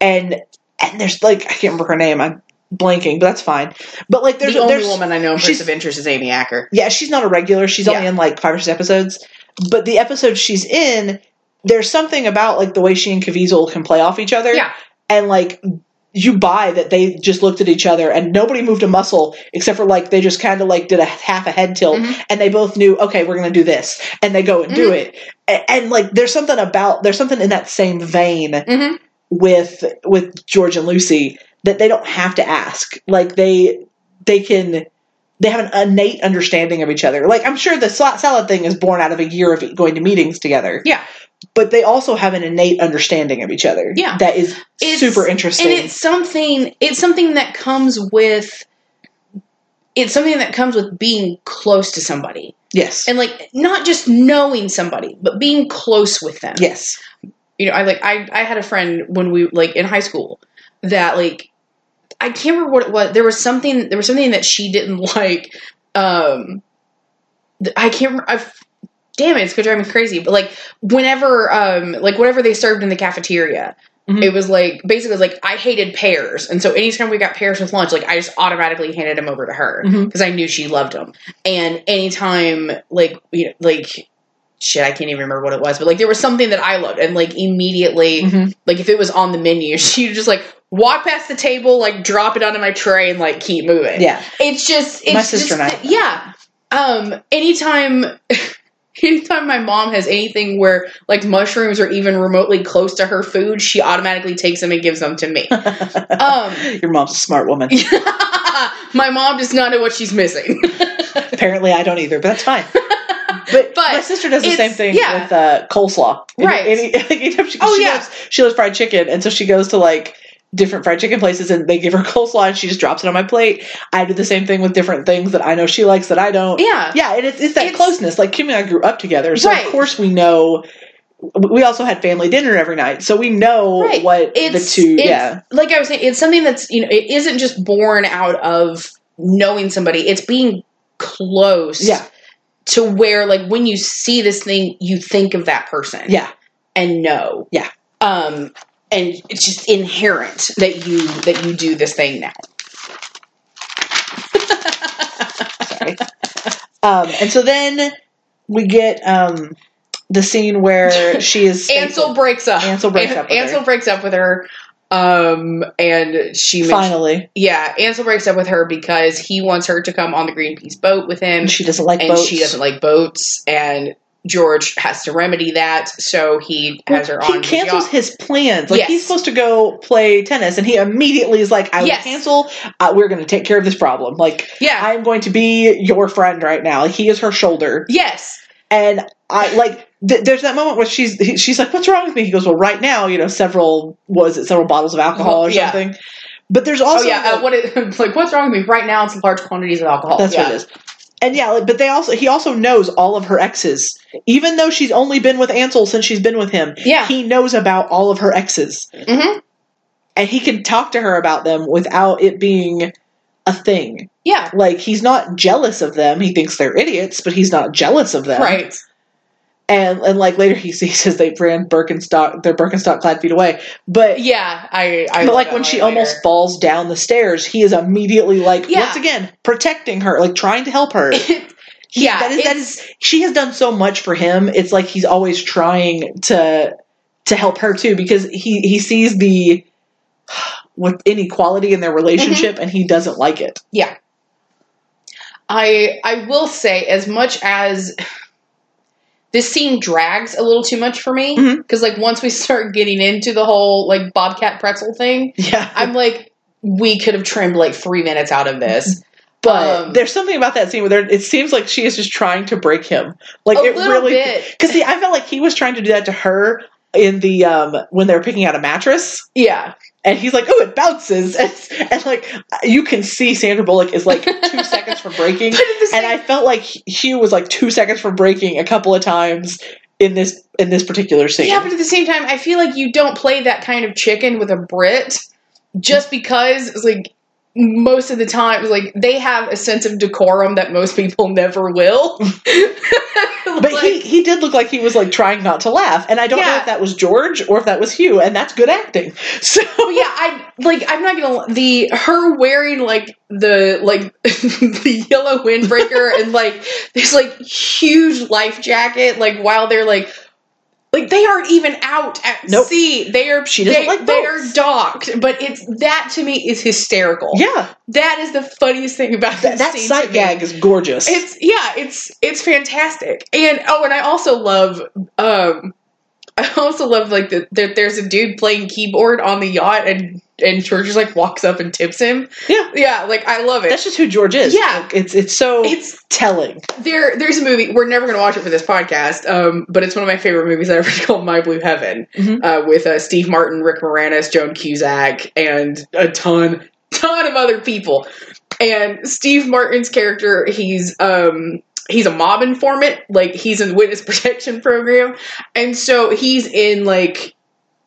Speaker 2: and and there's like I can't remember her name. I'm blanking, but that's fine. But like there's
Speaker 1: the only
Speaker 2: there's
Speaker 1: woman I know in
Speaker 2: she's-
Speaker 1: Prince of Interest is Amy Acker.
Speaker 2: yeah, she's not a regular. She's only
Speaker 1: Yeah.
Speaker 2: in like five or six episodes, but the episode she's in, there's something about like the way she and Caviezel can play off each other,
Speaker 1: Yeah.
Speaker 2: and like. You buy that they just looked at each other and nobody moved a muscle except for like they just kind of like did a half a head tilt
Speaker 1: Mhm.
Speaker 2: and they both knew okay we're going to do this and they go and do it and, and like there's something about there's something in that same vein
Speaker 1: Mhm.
Speaker 2: with with george and lucy that they don't have to ask like they they can they have an innate understanding of each other like i'm sure the sal- salad thing is born out of a year of going to meetings together
Speaker 1: Yeah.
Speaker 2: but they also have an innate understanding of each other
Speaker 1: Yeah.
Speaker 2: that is
Speaker 1: It's-
Speaker 2: super
Speaker 1: And
Speaker 2: interesting
Speaker 1: it's something, it's something that comes with, it's something that comes with being close to somebody.
Speaker 2: yes
Speaker 1: And like, not just knowing somebody, but being close with them.
Speaker 2: yes
Speaker 1: you know, I like I I had a friend when we like in high school that like I can't remember what it was. There was something there was something that she didn't (laughs) like. Um th- I can't remember. I've, damn it, it's gonna drive me crazy. But like whenever um like whatever they served in the cafeteria,
Speaker 2: Mhm.
Speaker 1: it was like basically it was like I hated pears, and so anytime we got pears with lunch, like I just automatically handed them over to her
Speaker 2: Mhm.
Speaker 1: because I knew she loved them. And anytime like you know like shit, I can't even remember what it was, but like there was something that I loved, and like immediately
Speaker 2: Mhm.
Speaker 1: like if it was on the menu, (laughs) she'd just like walk past the table, like drop it onto my tray, and like keep moving.
Speaker 2: yeah
Speaker 1: It's just it's
Speaker 2: My sister
Speaker 1: just
Speaker 2: and I-
Speaker 1: that- yeah. Um, anytime, (laughs) anytime my mom has anything where like mushrooms are even remotely close to her food, she automatically takes them and gives them to
Speaker 2: (laughs)
Speaker 1: me. um, (laughs)
Speaker 2: your mom's a smart woman
Speaker 1: my mom does not know what she's missing.
Speaker 2: Apparently, I don't either, but
Speaker 1: (laughs)
Speaker 2: that's fine. But,
Speaker 1: But
Speaker 2: my sister does the
Speaker 1: it's-
Speaker 2: same thing
Speaker 1: yeah.
Speaker 2: with uh, coleslaw. Any-
Speaker 1: Right.
Speaker 2: Any, (laughs) anytime she,
Speaker 1: Oh,
Speaker 2: she
Speaker 1: yeah.
Speaker 2: loves, she loves fried chicken, and so she goes to like different fried chicken places, and they give her (laughs) coleslaw, and she just drops it on my plate. I do the same thing with different things that I know she likes that I don't.
Speaker 1: (laughs) yeah.
Speaker 2: Yeah, and it's, it's that
Speaker 1: It's-
Speaker 2: closeness. Like Kim and I grew up together, so
Speaker 1: Right.
Speaker 2: of course we know. We also had family dinner every night, so we know
Speaker 1: Right.
Speaker 2: what
Speaker 1: It's
Speaker 2: the two.
Speaker 1: it's-
Speaker 2: yeah,
Speaker 1: Like I was saying, it's something that's you know it isn't just born out of knowing somebody. It's being close.
Speaker 2: yeah,
Speaker 1: to where like when you see this thing you think of that person
Speaker 2: yeah,
Speaker 1: and know
Speaker 2: Yeah.
Speaker 1: um and it's just inherent that you that you do this thing now
Speaker 2: um, and so then we get um, the
Speaker 1: (laughs)
Speaker 2: scene where she is
Speaker 1: ansel breaks up
Speaker 2: Ansel breaks up with her.
Speaker 1: ansel breaks up with her um and she men-
Speaker 2: finally
Speaker 1: yeah ansel breaks up with her because he wants her to come on the greenpeace boat with him
Speaker 2: and she doesn't like
Speaker 1: and
Speaker 2: boats.
Speaker 1: she doesn't like boats and George has to remedy that, so he has her on.
Speaker 2: he
Speaker 1: the
Speaker 2: cancels
Speaker 1: yacht.
Speaker 2: his plans. Like
Speaker 1: Yes.
Speaker 2: he's supposed to go play tennis, and he immediately is like, "I will
Speaker 1: Yes.
Speaker 2: cancel. Uh, we're going to take care of this problem. Like
Speaker 1: Yeah.
Speaker 2: I am going to be your friend right now." Like, he is her shoulder,
Speaker 1: yes.
Speaker 2: and I like. Th- there's that moment where she's he- she's like, "What's wrong with me?" He goes, "Well, right now, you know, several was it several bottles of alcohol or
Speaker 1: Well, yeah.
Speaker 2: something." But there's
Speaker 1: Oh
Speaker 2: also
Speaker 1: yeah.
Speaker 2: the-
Speaker 1: Uh, what is, (laughs) like what's wrong with me right now? It's large quantities of alcohol.
Speaker 2: That's
Speaker 1: Oh, yeah.
Speaker 2: what it is. And yeah, like, but they also he also knows all of her exes, even though she's only been with Ansel since she's been with him.
Speaker 1: Yeah.
Speaker 2: he knows about all of her exes,
Speaker 1: Mhm.
Speaker 2: and he can talk to her about them without it being a thing.
Speaker 1: Yeah.
Speaker 2: Like he's not jealous of them. He thinks they're idiots, but he's not jealous of them.
Speaker 1: Right.
Speaker 2: And and like later he (laughs) sees says they ran Birkenstock their Birkenstock clad feet away, but.
Speaker 1: Yeah. I. I
Speaker 2: But
Speaker 1: love
Speaker 2: like
Speaker 1: that
Speaker 2: when she
Speaker 1: line later. (laughs)
Speaker 2: almost falls down the stairs, he is immediately like
Speaker 1: Yeah.
Speaker 2: once again protecting her, like trying to
Speaker 1: (laughs)
Speaker 2: help her.
Speaker 1: yeah.
Speaker 2: that is that
Speaker 1: it's-
Speaker 2: is she has done so much for him it's like he's always trying to to help her too because he he sees the (sighs) what inequality in their
Speaker 1: Mm-hmm.
Speaker 2: relationship and he doesn't like it
Speaker 1: I I will say as much as this scene drags a little too much for me
Speaker 2: Mhm.
Speaker 1: because like once we start getting into the whole like bobcat pretzel thing,
Speaker 2: yeah
Speaker 1: I'm like we could have trimmed like three minutes out of
Speaker 2: (laughs)
Speaker 1: this.
Speaker 2: but
Speaker 1: um,
Speaker 2: there's something about that scene where there, it seems like she is just trying to break him like
Speaker 1: a
Speaker 2: it
Speaker 1: little
Speaker 2: really
Speaker 1: bit,
Speaker 2: because see i felt like he was trying to do that to her in the um when they were picking out a mattress
Speaker 1: yeah,
Speaker 2: and he's like, "Oh, it bounces," (laughs) and, and like you can see Sandra Bullock is like
Speaker 1: (laughs)
Speaker 2: two seconds from breaking,
Speaker 1: But at the same-
Speaker 2: and I felt like Hugh was like two seconds from breaking a couple of times in this in this particular scene.
Speaker 1: yeah. But at the same time, I feel like you don't play that kind of chicken with a Brit just because it's like most of the time like they have a sense of decorum that most people (laughs) never will.
Speaker 2: (laughs)
Speaker 1: (laughs)
Speaker 2: But he, he did look like he was like trying not to laugh, and I don't know
Speaker 1: Yeah.
Speaker 2: if that was George or if that was Hugh, and that's good acting. (laughs) So
Speaker 1: Well, yeah, I like. I'm not gonna the her wearing like the like (laughs) the yellow windbreaker and like this like huge life jacket. Like while they're like like they aren't even out at
Speaker 2: Nope.
Speaker 1: sea. They are
Speaker 2: She doesn't
Speaker 1: they,
Speaker 2: like
Speaker 1: they
Speaker 2: boats.
Speaker 1: are docked. But it's that to me is hysterical.
Speaker 2: yeah,
Speaker 1: that is the funniest thing about that,
Speaker 2: that, that
Speaker 1: scene
Speaker 2: sight
Speaker 1: to me.
Speaker 2: gag is gorgeous.
Speaker 1: It's yeah, it's it's fantastic. And oh, and I also love um (laughs) I also love like that there, there's a dude playing keyboard on the yacht and and George just like walks up and tips him.
Speaker 2: Yeah.
Speaker 1: Yeah, like I love it.
Speaker 2: that's just who George is.
Speaker 1: Yeah.
Speaker 2: Like, it's it's so
Speaker 1: It's
Speaker 2: telling.
Speaker 1: there there's a movie we're never going to watch it for this podcast um but it's one of my favorite movies ever (laughs) called My Blue Heaven
Speaker 2: Mhm.
Speaker 1: uh with uh, Steve Martin, Rick Moranis, Joan Cusack and a ton ton of other people. And Steve Martin's character, he's um he's a mob informant, like he's in witness (laughs) protection program. And so he's in like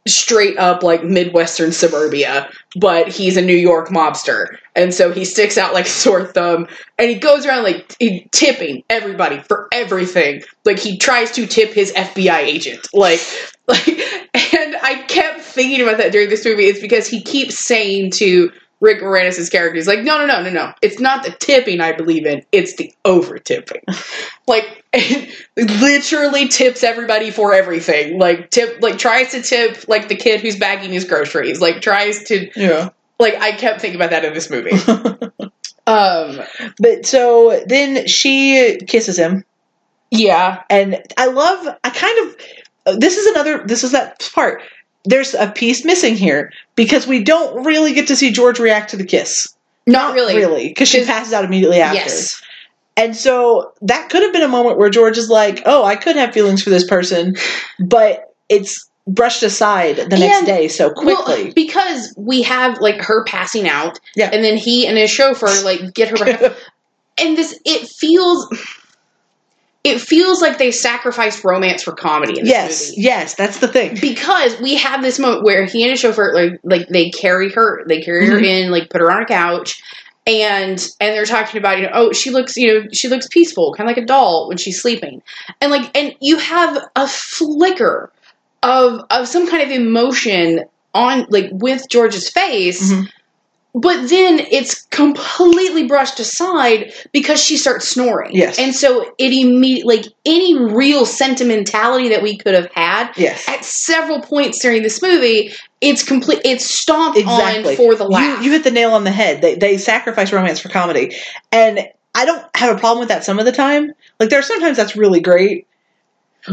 Speaker 1: straight up like midwestern suburbia, but he's a New York mobster. And so he sticks out like a sore thumb and he goes around like t- tipping everybody for everything. Like he tries to tip his FBI agent. Like (laughs) like and I kept thinking about that during this movie. It's because he keeps saying to Rick Moranis' character, he's like, no, no, no, no, no. It's not the tipping I believe in, it's the over tipping (laughs) like (laughs) literally tips everybody for everything like tip like tries to tip like the kid who's bagging his groceries like tries to
Speaker 2: Yeah.
Speaker 1: like i kept thinking about that in this movie um
Speaker 2: But so then she kisses him
Speaker 1: yeah
Speaker 2: and i love i kind of this is another this is that part there's a piece missing here because we don't really get to see george react to the kiss
Speaker 1: not really,
Speaker 2: really because she
Speaker 1: Just-
Speaker 2: passes out immediately after
Speaker 1: yes
Speaker 2: and so that could have been a moment where george is like oh i could have feelings for this person but it's brushed aside the next
Speaker 1: And-
Speaker 2: day so
Speaker 1: Well,
Speaker 2: quickly
Speaker 1: because we have like her passing out
Speaker 2: Yeah.
Speaker 1: and then he and his chauffeur like get her back and this it feels it feels like they sacrificed romance for comedy in this
Speaker 2: yes
Speaker 1: movie.
Speaker 2: yes that's the thing
Speaker 1: because we have this moment where he and his chauffeur like like they carry her they carry her
Speaker 2: Mhm.
Speaker 1: in like put her on a couch and and they're talking about you know oh she looks you know she looks peaceful kind of like a doll when she's sleeping and like and you have a flicker of of some kind of emotion on like with George's face
Speaker 2: Mhm.
Speaker 1: but then it's completely brushed aside because she starts snoring
Speaker 2: Yes.
Speaker 1: and so it immediately like any real sentimentality that we could have had
Speaker 2: yes
Speaker 1: at several points during this movie, it's complete. It's stomped
Speaker 2: Exactly.
Speaker 1: on for the
Speaker 2: you,
Speaker 1: laugh.
Speaker 2: you hit the nail on the head. They they sacrifice romance for comedy, and I don't have a problem with that some of the time. Like there are sometimes that's really great,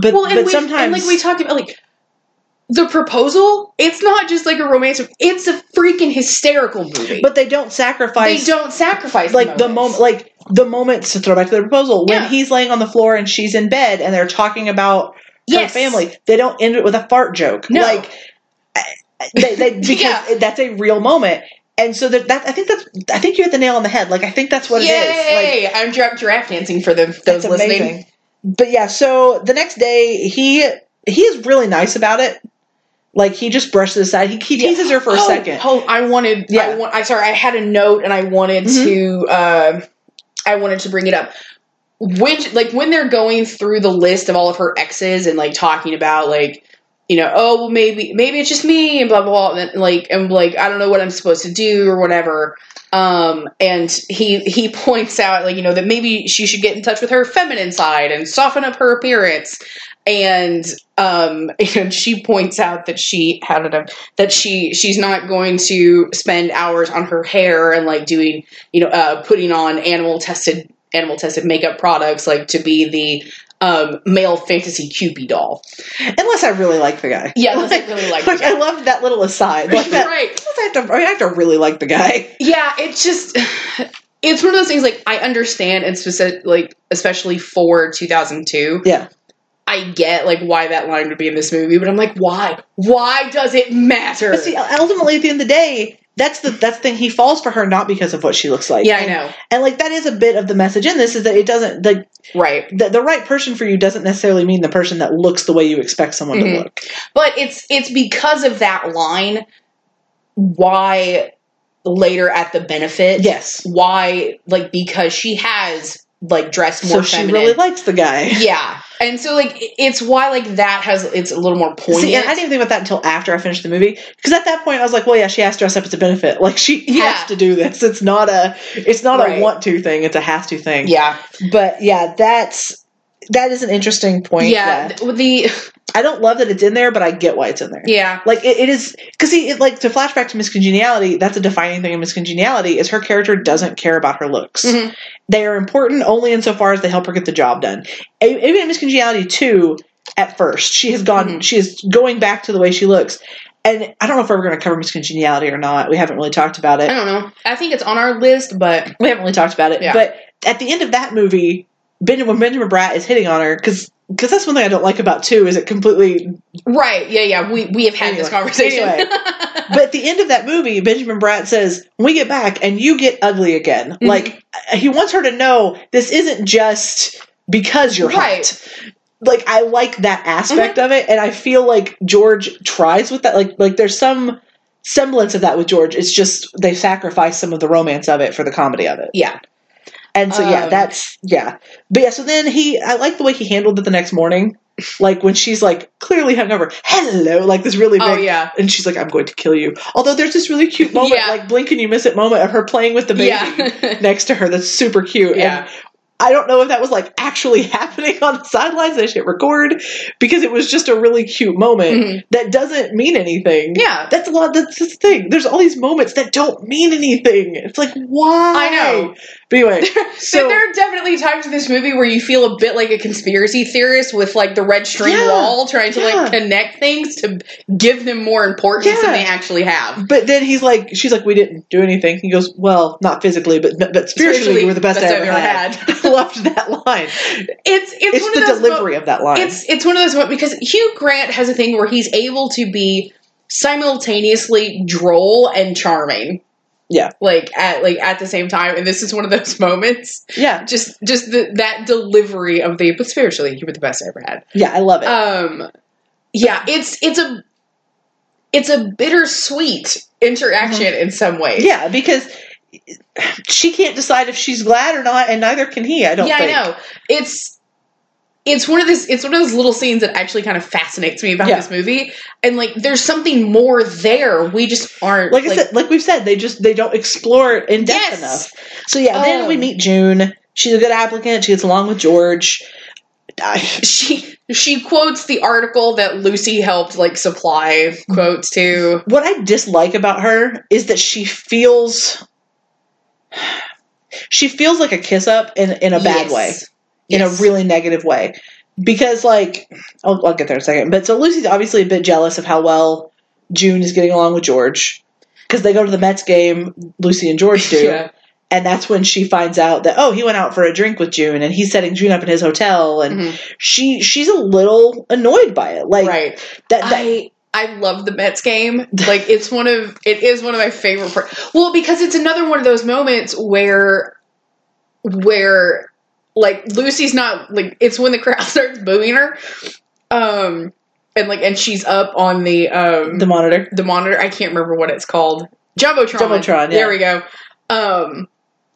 Speaker 2: But,
Speaker 1: well, and
Speaker 2: but
Speaker 1: we
Speaker 2: sometimes
Speaker 1: and like we talked about like the proposal. It's not just like a romance. It's a freaking hysterical movie.
Speaker 2: but they don't sacrifice
Speaker 1: they don't sacrifice
Speaker 2: like the
Speaker 1: moments.
Speaker 2: moment like the moments to throw back to the proposal when
Speaker 1: Yeah.
Speaker 2: he's laying on the floor and she's in bed and they're talking about
Speaker 1: Yes.
Speaker 2: her family they don't end it with a fart joke
Speaker 1: No.
Speaker 2: like I- I- they,
Speaker 1: (laughs)
Speaker 2: they, because
Speaker 1: Yeah.
Speaker 2: that's a real moment and so that, that i think that's i think you hit the nail on the head like i think that's what
Speaker 1: Yay!
Speaker 2: it is like
Speaker 1: I'm giraffe, giraffe dancing for them. Those
Speaker 2: that's amazing
Speaker 1: listening.
Speaker 2: but yeah so the next day he he is really nice about it like he just brushes it aside he, he
Speaker 1: Yeah.
Speaker 2: teases her for a
Speaker 1: Oh,
Speaker 2: second
Speaker 1: Oh, I wanted. Yeah.
Speaker 2: Yeah. Mm-hmm.
Speaker 1: I, want, I sorry. I had a note, and I wanted to. Uh, I wanted to bring it up. When like when they're going through the list of all of her exes and like talking about like you know oh well maybe maybe it's just me and blah blah blah and then, like and like I don't know what I'm supposed to do or whatever. Um, and he he (laughs) points out like you know that maybe she should get in touch with her feminine side and soften up her appearance. And um, (laughs) and she points out that she how did I that she she's not going to spend hours on her hair and like doing you know uh, putting on animal tested animal tested makeup products like to be the um, male fantasy cupid doll.
Speaker 2: unless i really like the guy
Speaker 1: Yeah, that's like, really like
Speaker 2: (laughs) Like, I
Speaker 1: that.
Speaker 2: love that little aside. Like that,
Speaker 1: right.
Speaker 2: I have to, I mean, I have to really like the guy.
Speaker 1: Yeah, it's just it's one of those things like I understand and specific like especially for 2002.
Speaker 2: Yeah.
Speaker 1: I get like why that line would be in this movie, but I'm like, why? Why does it matter?
Speaker 2: But see, ultimately, at the end of the day, that's the that's the thing. He falls for her not because of what she looks like.
Speaker 1: yeah, I
Speaker 2: and,
Speaker 1: know.
Speaker 2: And like that is a bit of the message in this is that it doesn't like
Speaker 1: Right.
Speaker 2: the, the right person for you doesn't necessarily mean the person that looks the way you expect someone
Speaker 1: Mhm.
Speaker 2: to look.
Speaker 1: but it's it's because of that line why later at the benefit
Speaker 2: Yes.
Speaker 1: why like because she has like dressed
Speaker 2: So
Speaker 1: more
Speaker 2: she
Speaker 1: feminine
Speaker 2: really likes the guy.
Speaker 1: yeah and so like it- it's why like that has it's a little more poignant
Speaker 2: See, and I didn't think about that until after I finished the movie because at that point I was like, well, yeah, she has to dress up as a benefit. Like she he
Speaker 1: Yeah.
Speaker 2: has to do this. It's not a it's not
Speaker 1: Right.
Speaker 2: a want to thing. It's a has to thing.
Speaker 1: yeah
Speaker 2: But yeah, that's that is an interesting point.
Speaker 1: yeah th- the
Speaker 2: I don't love that it's in there, but I get why it's in there.
Speaker 1: yeah
Speaker 2: Like it, it is because see, it, like to flashback to Miss Congeniality, that's a defining thing in Miss Congeniality is her character doesn't care about her looks.
Speaker 1: Mhm.
Speaker 2: They are important only insofar as they help her get the job done. E- Even in Miss Congeniality two, at first she has gone,
Speaker 1: Mhm.
Speaker 2: she is going back to the way she looks. And I don't know if we're going to cover Miss Congeniality or not. We haven't really talked about
Speaker 1: i
Speaker 2: it.
Speaker 1: don't know i think it's on our list but
Speaker 2: We haven't really talked about it.
Speaker 1: Yeah.
Speaker 2: But at the end of that movie, Benjamin, when Benjamin Bratt is hitting on her because. Because that's one thing I don't like about two is it completely
Speaker 1: right yeah yeah we we have had this
Speaker 2: Anyway.
Speaker 1: conversation
Speaker 2: Anyway. but at the end of that movie, Benjamin Bratt says, "When we get back, and you get ugly again."
Speaker 1: Mhm.
Speaker 2: Like uh, he wants her to know this isn't just because you're
Speaker 1: Right. Mm-hmm.
Speaker 2: hot. Like I like that aspect of it, and I feel like George tries with that. Like like there's some semblance of that with George. It's just they sacrifice some of the romance of it for the comedy of it.
Speaker 1: (laughs) yeah
Speaker 2: And so yeah,
Speaker 1: Um,
Speaker 2: that's yeah. But yeah, so then he I like the way he handled it the next morning. Like when she's like clearly hungover, hello, like this really big
Speaker 1: oh yeah
Speaker 2: and she's like, "I'm going to kill you." Although there's this really cute moment,
Speaker 1: Yeah.
Speaker 2: like blink and you miss it moment of her playing with the baby
Speaker 1: yeah (laughs)
Speaker 2: next to her. That's super cute.
Speaker 1: Yeah.
Speaker 2: And I don't know if that was like actually (laughs) happening on the sidelines. They should record because it was just a really cute moment
Speaker 1: Mhm.
Speaker 2: that doesn't mean anything.
Speaker 1: yeah
Speaker 2: That's a lot. That's the thing. There's all these moments that don't mean anything. It's like why?
Speaker 1: I know.
Speaker 2: But
Speaker 1: (laughs)
Speaker 2: anyway,
Speaker 1: So,
Speaker 2: So-
Speaker 1: there are definitely times in this movie where you feel a bit like a conspiracy theorist with like the red string
Speaker 2: Yeah,
Speaker 1: wall trying to
Speaker 2: yeah.
Speaker 1: like connect things to give them more importance than
Speaker 2: Yeah.
Speaker 1: they actually have.
Speaker 2: but then he's like, she's like, we didn't do anything. He goes, well, not physically, but but spiritually, you were the best, I ever had. (laughs) I loved that line.
Speaker 1: It's it's,
Speaker 2: It's,
Speaker 1: one
Speaker 2: the
Speaker 1: of those
Speaker 2: delivery of that line.
Speaker 1: Mo- it's it's one of those mo- because Hugh Grant has a thing where he's able to be simultaneously droll and charming.
Speaker 2: Yeah.
Speaker 1: Like at like at the same time, and this is one of those (laughs) moments.
Speaker 2: Yeah,
Speaker 1: Just just the, that delivery of the but spiritually, you were the best I ever had.
Speaker 2: yeah, I love it.
Speaker 1: um yeah it's it's a it's a bittersweet interaction in some ways
Speaker 2: Mm-hmm. yeah, because she can't decide if she's glad or not, and neither can he. I don't.
Speaker 1: yeah
Speaker 2: think.
Speaker 1: i know it's it's one of this it's one of those little scenes that actually kind of fascinates me about
Speaker 2: Yeah.
Speaker 1: this movie and like there's something more there we just aren't
Speaker 2: Like, I said, like we've said, they just they don't explore it in depth
Speaker 1: Yes.
Speaker 2: enough. So yeah, then we
Speaker 1: Um.
Speaker 2: meet June. She's a good applicant. She gets along with George. I-
Speaker 1: she she quotes the article that lucy helped like supply quotes to
Speaker 2: what I dislike about her is that she feels (sighs) she feels like a kiss up in in a bad
Speaker 1: Yes.
Speaker 2: way, in a
Speaker 1: Yes.
Speaker 2: really negative way. because like I'll, I'll get there in a second. But so Lucy's obviously a bit jealous of how well June is getting along with George because they go to the Mets game. Lucy and George
Speaker 1: (laughs)
Speaker 2: do,
Speaker 1: (laughs) Yeah.
Speaker 2: and that's when she finds out that oh he went out for a drink with June and he's setting June up in his hotel, and
Speaker 1: Mhm.
Speaker 2: she she's a little annoyed by it. Like
Speaker 1: right.
Speaker 2: that, that
Speaker 1: I I love the Mets game. Like it's one of it is one of my favorite. Part. Well, because it's another one of those moments where where like Lucy's not like it's when the crowd (laughs) starts booing her, um, and like and she's up on the um
Speaker 2: the monitor.
Speaker 1: the monitor. I can't remember what it's called. Jumbotron.
Speaker 2: Jumbotron, yeah.
Speaker 1: There we go. Um,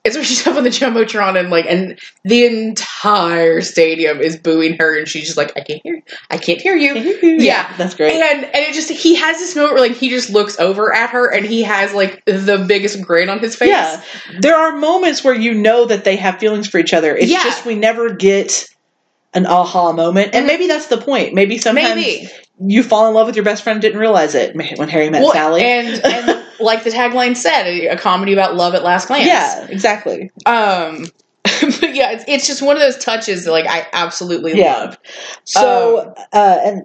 Speaker 1: it's when she's (laughs) up on the jumbotron and like, and the entire stadium is booing her, and she's just like, "I can't hear, you. I can't hear you." Yeah.
Speaker 2: (laughs) that's great.
Speaker 1: And and it just he has this moment where like he just looks over at her and he has like the biggest grin on his face.
Speaker 2: Yeah, there are moments where you know that they have feelings for each other. It's
Speaker 1: Yeah.
Speaker 2: just we never get an aha moment, and maybe that's the point. Maybe sometimes
Speaker 1: Mm-hmm. maybe.
Speaker 2: you fall in love with your best friend didn't realize it when Harry met
Speaker 1: Well,
Speaker 2: Sally.
Speaker 1: (laughs) and and like the tagline said, a comedy about love at last glance.
Speaker 2: yeah, exactly.
Speaker 1: Um. (laughs) but yeah, it's, it's just one of those touches that like I absolutely
Speaker 2: Yeah.
Speaker 1: love.
Speaker 2: So uh, and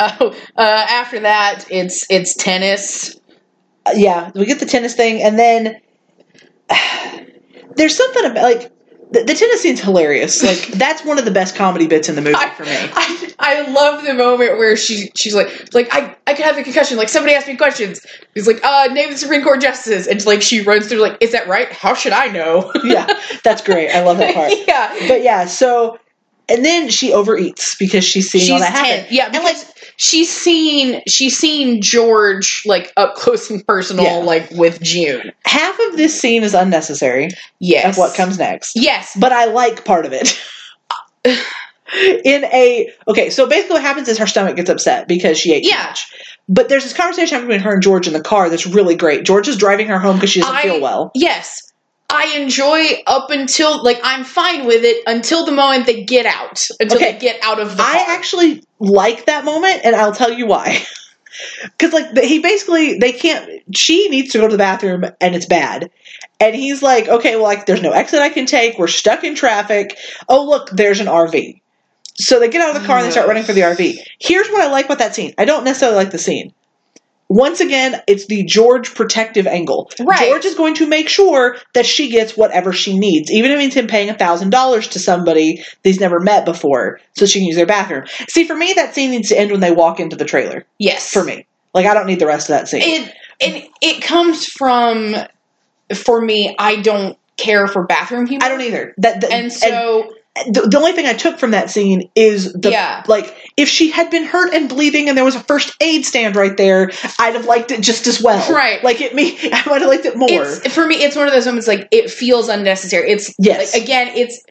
Speaker 1: Oh, (laughs) uh, after that, it's it's tennis.
Speaker 2: uh, yeah, we get the tennis thing, and then (sighs) there's something about like the, the tennis scene's hilarious. Like that's one of the best comedy bits in the movie for
Speaker 1: (laughs)
Speaker 2: me.
Speaker 1: I, I love the moment where she she's like like I I could have a concussion. Like somebody asked me questions. He's like, uh, name the Supreme Court justices, and like she runs through like, is that right? How should I
Speaker 2: (laughs)
Speaker 1: know?
Speaker 2: yeah, that's great. I
Speaker 1: (laughs)
Speaker 2: love that part.
Speaker 1: yeah,
Speaker 2: But yeah, so and then she overeats because she's seeing
Speaker 1: she's
Speaker 2: all that
Speaker 1: ten.
Speaker 2: happen.
Speaker 1: Yeah, and like she's seen she's seen George like up close and personal
Speaker 2: Yeah.
Speaker 1: like with June.
Speaker 2: Half of this scene is unnecessary
Speaker 1: Yes,
Speaker 2: of what comes next.
Speaker 1: Yes,
Speaker 2: but I like part of it. (laughs) In a okay, so basically what happens is her stomach gets upset because she ate.
Speaker 1: yeah.
Speaker 2: But there's this conversation happening between her and George in the car that's really great. George is driving her home because she doesn't
Speaker 1: I-
Speaker 2: feel well.
Speaker 1: Yes. I enjoy up until like I'm fine with it until the moment they get out. Until
Speaker 2: Okay.
Speaker 1: they get out of the
Speaker 2: I
Speaker 1: car.
Speaker 2: actually like that moment, and I'll tell you why. (laughs) Because like he basically they can't. She needs to go to the bathroom, and it's bad. And he's like, okay, well, like there's no exit I can take. We're stuck in traffic. Oh look, there's an RV. So they get out of the car and they start running for the RV. Here's what I like about that scene. I don't necessarily like the scene. Once again, it's the George protective angle.
Speaker 1: Right.
Speaker 2: George is going to make sure that she gets whatever she needs, even if it means him paying thousand dollars to somebody that he's never met before, so she can use their bathroom. See, for me, that scene needs to end when they walk into the trailer.
Speaker 1: yes
Speaker 2: For me, like I don't need the rest of that scene.
Speaker 1: It and it comes from for me. I don't care for bathroom humor.
Speaker 2: I don't either. That, that
Speaker 1: And so
Speaker 2: and the, the only thing I took from that scene is the
Speaker 1: yeah,
Speaker 2: like if she had been hurt and bleeding and there was a first aid stand right there, I'd have liked it just as well.
Speaker 1: Right.
Speaker 2: Like it me (laughs) I might have liked it more.
Speaker 1: it's for me. It's one of those moments like it feels unnecessary. It's
Speaker 2: Yes.
Speaker 1: like, again, it's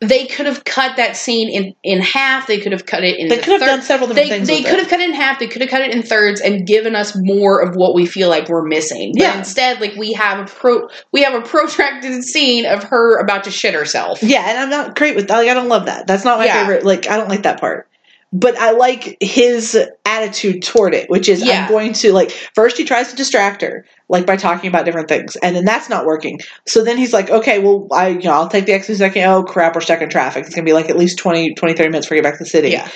Speaker 1: they could have cut that scene in in half. They could have cut it in.
Speaker 2: they could have done several different
Speaker 1: They,
Speaker 2: things.
Speaker 1: they
Speaker 2: with
Speaker 1: could
Speaker 2: it.
Speaker 1: have cut it in half. They could have cut it in thirds and given us more of what we feel like we're missing. But
Speaker 2: Yeah.
Speaker 1: instead, like we have a pro, we have a protracted scene of her about to shit herself.
Speaker 2: Yeah, and I'm not great with like I don't love that. That's not my
Speaker 1: Yeah.
Speaker 2: favorite. Like I don't like that part. But I like his attitude toward it, which is
Speaker 1: Yeah.
Speaker 2: I'm going to like first he tries to distract her, like by talking about different things, and then that's not working. So then he's like, okay, well I you know I'll take the exit second. Oh crap, we're stuck in traffic. It's gonna be like at least 20, 20 30 minutes for get back to the city.
Speaker 1: Yeah.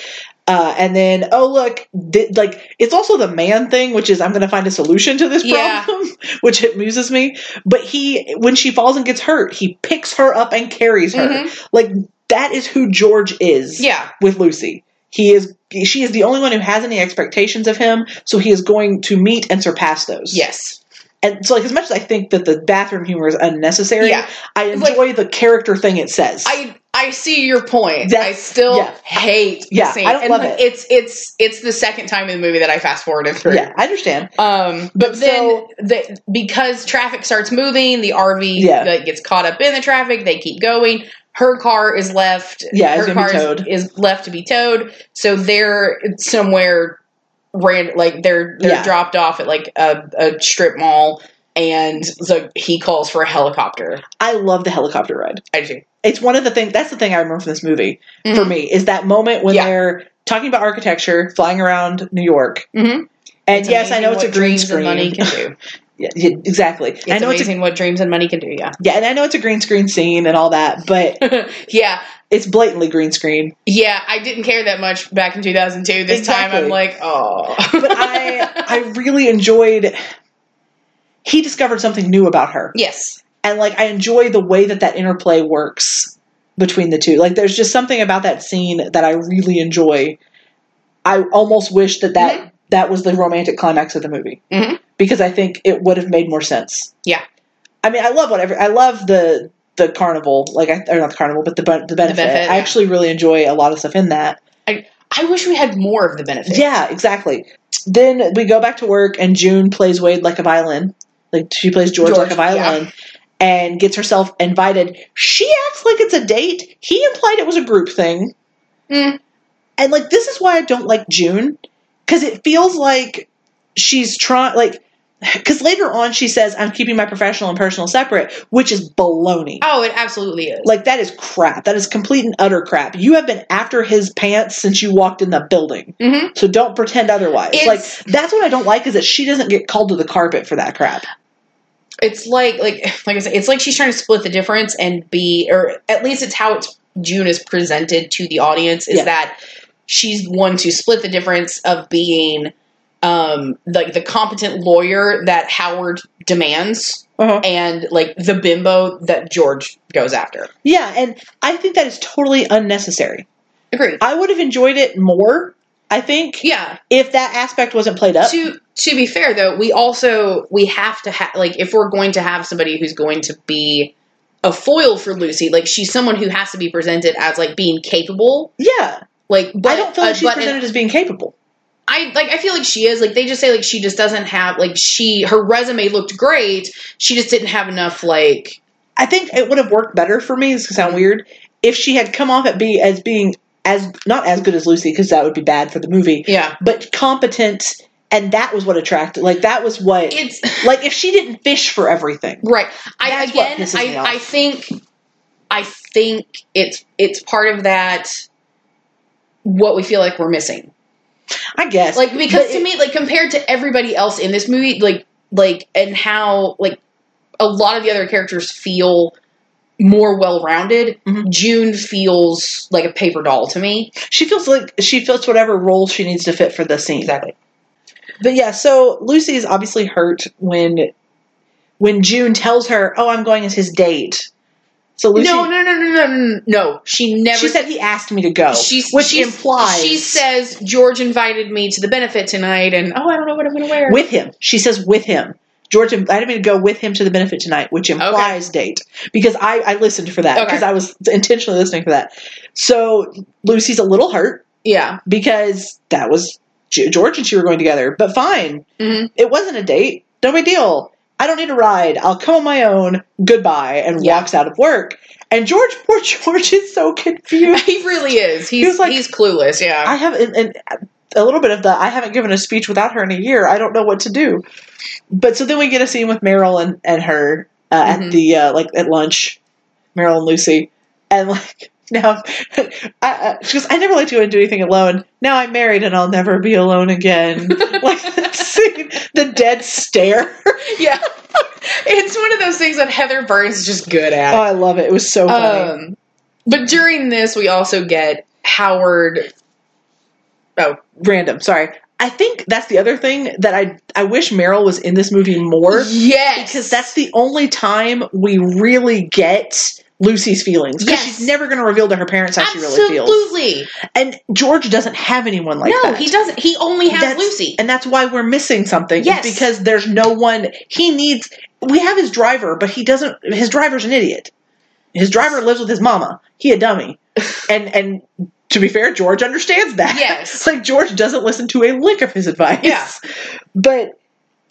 Speaker 2: Uh, and then oh look, th- like it's also the man thing, which is I'm gonna find a solution to this
Speaker 1: Yeah.
Speaker 2: problem, (laughs) which amuses me. But he, when she falls and gets hurt, he picks her up and carries her.
Speaker 1: Mhm.
Speaker 2: Like that is who George is
Speaker 1: Yeah.
Speaker 2: with Lucy. He is she is the only one who has any expectations of him, so he is going to meet and surpass those.
Speaker 1: Yes.
Speaker 2: And so like as much as I think that the bathroom humor is unnecessary,
Speaker 1: Yeah.
Speaker 2: I
Speaker 1: It's like-
Speaker 2: enjoy the character thing it says.
Speaker 1: I I see your point.
Speaker 2: That-
Speaker 1: I still
Speaker 2: yeah.
Speaker 1: hate the
Speaker 2: Yeah,
Speaker 1: scene.
Speaker 2: I don't
Speaker 1: and
Speaker 2: love
Speaker 1: like,
Speaker 2: it.
Speaker 1: It's it's it's the second time in the movie that I fast forwarded through.
Speaker 2: yeah, I understand.
Speaker 1: Um, but
Speaker 2: So-
Speaker 1: then the, because traffic starts moving, the RV
Speaker 2: Yeah.
Speaker 1: like, gets caught up in the traffic. They keep going. Her car is left.
Speaker 2: Yeah, it's
Speaker 1: her
Speaker 2: gonna be
Speaker 1: is-
Speaker 2: towed.
Speaker 1: Is, left to be towed. So they're somewhere ran like they're they're
Speaker 2: Yeah.
Speaker 1: dropped off at like a, a strip mall, and so he calls for a helicopter.
Speaker 2: I love the helicopter ride.
Speaker 1: I do.
Speaker 2: It's one of the things that's the thing I remember from this movie for
Speaker 1: Mhm.
Speaker 2: me is that moment when
Speaker 1: Yeah.
Speaker 2: they're talking about architecture, flying around New York.
Speaker 1: Mhm.
Speaker 2: And
Speaker 1: It's
Speaker 2: yes, I
Speaker 1: amazing
Speaker 2: know it's a
Speaker 1: what
Speaker 2: green
Speaker 1: dreams And
Speaker 2: screen.
Speaker 1: money can do.
Speaker 2: Yeah, yeah, exactly.
Speaker 1: It's
Speaker 2: I know it's a
Speaker 1: amazing what dreams and money can do. Yeah.
Speaker 2: Yeah, and I know it's a green screen scene and all that, but
Speaker 1: (laughs) yeah,
Speaker 2: it's blatantly green screen.
Speaker 1: Yeah, I didn't care that much back in 2002. This time
Speaker 2: Exactly.
Speaker 1: I'm like, oh. (laughs)
Speaker 2: But I I really enjoyed he discovered something new about her.
Speaker 1: yes.
Speaker 2: And like I enjoy the way that that interplay works between the two. Like there's just something about that scene that I really enjoy. I almost wish that that
Speaker 1: Mm-hmm.
Speaker 2: that was the romantic climax of the movie
Speaker 1: Mhm.
Speaker 2: because I think it would have made more sense.
Speaker 1: Yeah.
Speaker 2: I mean, I love whatever. I love the the carnival, like I, or not the carnival, but the ben- the benefit.
Speaker 1: benefit,
Speaker 2: I
Speaker 1: yeah.
Speaker 2: actually really enjoy a lot of stuff in that.
Speaker 1: I wish we had more of the benefit.
Speaker 2: Yeah, exactly. Then we go back to work, and June plays Wade like a violin. Like she plays George,
Speaker 1: George,
Speaker 2: like a violin, and gets herself invited. She acts like it's a date. He implied it was a group thing,
Speaker 1: Mm.
Speaker 2: and like this is why I don't like June because it feels like she's trying like. Because later on, she says, "I'm keeping my professional and personal separate," which is baloney.
Speaker 1: Oh, it absolutely is.
Speaker 2: Like that is crap. That is complete and utter crap. You have been after his pants since you walked in the building.
Speaker 1: hmm
Speaker 2: So don't pretend otherwise.
Speaker 1: It's-
Speaker 2: like that's what I don't like is that she doesn't get called to the carpet for that crap.
Speaker 1: It's like, like, like I said, it's like she's trying to split the difference and be, or at least it's how it's June is presented to the audience is
Speaker 2: Yeah.
Speaker 1: that she's one to split the difference of being, um, like the competent lawyer that Howard demands and like the bimbo that George goes after.
Speaker 2: Yeah, and I think that is totally unnecessary.
Speaker 1: Agreed.
Speaker 2: I would have enjoyed it more, I think,
Speaker 1: Yeah.
Speaker 2: if that aspect wasn't played up.
Speaker 1: to to be fair though we also we have to have like if we're going to have somebody who's going to be a foil for lucy like she's someone who has to be presented as like being capable
Speaker 2: yeah,
Speaker 1: like but
Speaker 2: I don't feel like
Speaker 1: uh,
Speaker 2: she's
Speaker 1: but in-
Speaker 2: presented as being capable.
Speaker 1: i like i feel like she is like they just say like she just doesn't have like she her resume looked great she just didn't have enough like
Speaker 2: I think it would have worked better for me. This could sound weird if she had come off at be as being as not as good as Lucy because that would be bad for the movie,
Speaker 1: yeah
Speaker 2: but competent, and that was what attracted. Like that was what.
Speaker 1: it's
Speaker 2: like if she didn't fish for everything.
Speaker 1: Right. I
Speaker 2: That's what
Speaker 1: again
Speaker 2: pisses me off.
Speaker 1: I, I think I think it's it's part of that what we feel like we're missing.
Speaker 2: I guess.
Speaker 1: Like because
Speaker 2: But
Speaker 1: to
Speaker 2: it-
Speaker 1: me like compared to everybody else in this movie like like and how like a lot of the other characters feel more well-rounded,
Speaker 2: Mhm.
Speaker 1: June feels like a paper doll to me.
Speaker 2: She feels like she fits whatever role she needs to fit for the scene.
Speaker 1: Exactly.
Speaker 2: But yeah, so Lucy is obviously hurt when when June tells her, "Oh, I'm going as his date." So Lucy,
Speaker 1: No, no, no, no, no, no, no. She never
Speaker 2: she said he asked me to go,
Speaker 1: She-
Speaker 2: which
Speaker 1: she-
Speaker 2: implies
Speaker 1: she says George invited me to the benefit tonight and oh I don't know what I'm going to wear.
Speaker 2: with him. She says with him. George invited me to go with him to the benefit tonight, which implies date. Because I, I listened for that
Speaker 1: Okay.
Speaker 2: because I was intentionally listening for that. So Lucy's a little hurt
Speaker 1: yeah.
Speaker 2: because that was G- George and she were going together. But fine,
Speaker 1: Mhm.
Speaker 2: it wasn't a date. No big deal. I don't need a ride. I'll come on my own. Goodbye. And
Speaker 1: Yeah.
Speaker 2: walks out of work. And George, poor George, is so confused.
Speaker 1: (laughs) He really is. He's
Speaker 2: was like-
Speaker 1: he's clueless. Yeah.
Speaker 2: I have and, and a little bit of the I haven't given a speech without her in a year. I don't know what to do. But so then we get a scene with Meryl and, and her uh, at
Speaker 1: Mhm.
Speaker 2: the uh, like at lunch, Meryl and Lucy, and like (laughs) now I, I, she goes, I never let you do anything alone. Now I'm married and I'll never be alone again. like that scene, the dead stare.
Speaker 1: (laughs) yeah. it's one of those things that Heather Burns is just good
Speaker 2: Oh,
Speaker 1: at.
Speaker 2: I love it. It was so funny.
Speaker 1: um, but during this, we also get Howard. Oh,
Speaker 2: Random. Sorry. I think that's the other thing that I I wish Meryl was in this movie more
Speaker 1: yes,
Speaker 2: because that's the only time we really get Lucy's feelings because
Speaker 1: Yes.
Speaker 2: she's never going to reveal to her parents how she really feels.
Speaker 1: absolutely.
Speaker 2: And George doesn't have anyone like
Speaker 1: no,
Speaker 2: that.
Speaker 1: he doesn't. He only has
Speaker 2: That's-
Speaker 1: Lucy.
Speaker 2: and that's why we're missing something. is
Speaker 1: Yes.
Speaker 2: because there's no one. He needs. We have his driver, but he doesn't. His driver's an idiot. His driver lives with his mama. He
Speaker 1: (laughs)
Speaker 2: a dummy. and and to be fair, George understands that. It's
Speaker 1: Yes,
Speaker 2: (laughs) like George doesn't listen to a lick of his advice.
Speaker 1: Yeah.
Speaker 2: But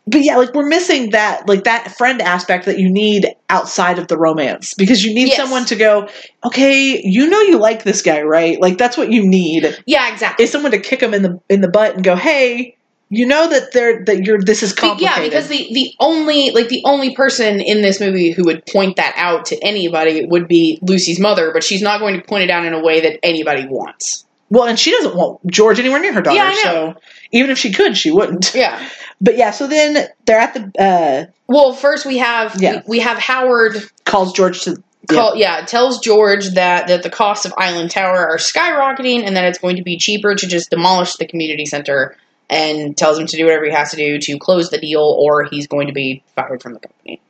Speaker 2: but yeah, like we're missing that like that friend aspect that you need outside of the romance because you need
Speaker 1: Yes.
Speaker 2: someone to go, okay, you know you like this guy, right? Like that's what you need
Speaker 1: yeah, exactly.
Speaker 2: is someone to kick him in the in the butt and go, hey, you know that they're that you're this is
Speaker 1: Be-
Speaker 2: complicated.
Speaker 1: Yeah, because the the only like the only person in this movie who would point that out to anybody would be Lucy's mother, but she's not going to point it out in a way that anybody wants.
Speaker 2: well, and she doesn't want George anywhere near her daughter,
Speaker 1: Yeah, I know.
Speaker 2: so even if she could, she wouldn't.
Speaker 1: Yeah.
Speaker 2: But yeah, so then they're at the uh,
Speaker 1: Well, first we have
Speaker 2: Yeah.
Speaker 1: we, we have Howard
Speaker 2: calls George to
Speaker 1: Call, Yeah, tells George that that the costs of Island Tower are skyrocketing and that it's going to be cheaper to just demolish the community center. And tells him to do whatever he has to do to close the deal, or he's going to be fired from the company.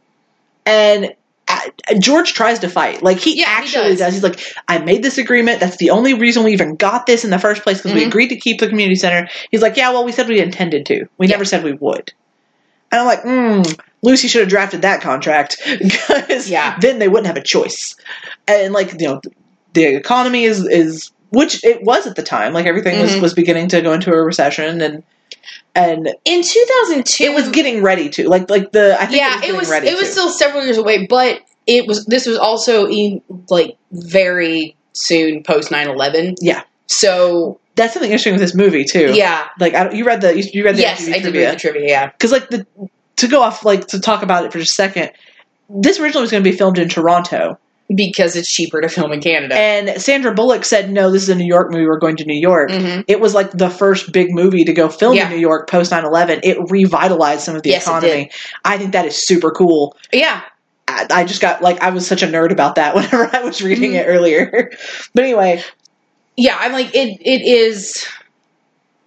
Speaker 2: and uh, George tries to fight. Like he
Speaker 1: Yeah, he
Speaker 2: actually
Speaker 1: does.
Speaker 2: does. He's like, I made this agreement. That's the only reason we even got this in the first place because we
Speaker 1: Mhm.
Speaker 2: agreed to keep the community center. He's like, yeah, well, we said we intended to. We
Speaker 1: Yeah.
Speaker 2: never said we would. And I'm like, mm, Lucy should have drafted that contract (laughs) because
Speaker 1: Yeah.
Speaker 2: then they wouldn't have a choice. And like, you know, the economy is is which it was at the time. Like everything was
Speaker 1: Mhm.
Speaker 2: was beginning to go into a recession and and
Speaker 1: In 2002,
Speaker 2: it was getting ready to like like the I think
Speaker 1: yeah,
Speaker 2: it was, getting ready
Speaker 1: it was
Speaker 2: to.
Speaker 1: still several years away, but it was this was also in, like very soon post 9-11.
Speaker 2: Yeah.
Speaker 1: So
Speaker 2: that's something interesting with this movie too.
Speaker 1: yeah,
Speaker 2: Like I, don't- you read the you, you read the
Speaker 1: yes, I did read the trivia. Yeah,
Speaker 2: because like the to go off like to talk about it for just a second. This originally was going to be filmed in Toronto,
Speaker 1: because it's cheaper to film in Canada.
Speaker 2: and Sandra Bullock said, "No, this is a New York movie. We're going to New York."
Speaker 1: Mhm.
Speaker 2: It was like the first big movie to go film
Speaker 1: Yeah.
Speaker 2: in New York post 9-11. It revitalized some of the
Speaker 1: Yes, it
Speaker 2: economy. I think that is super cool.
Speaker 1: Yeah,
Speaker 2: I, I just got like I was such a nerd about that (laughs) whenever I was reading
Speaker 1: Mm-hmm.
Speaker 2: it earlier. but anyway,
Speaker 1: yeah. I'm like it. It is,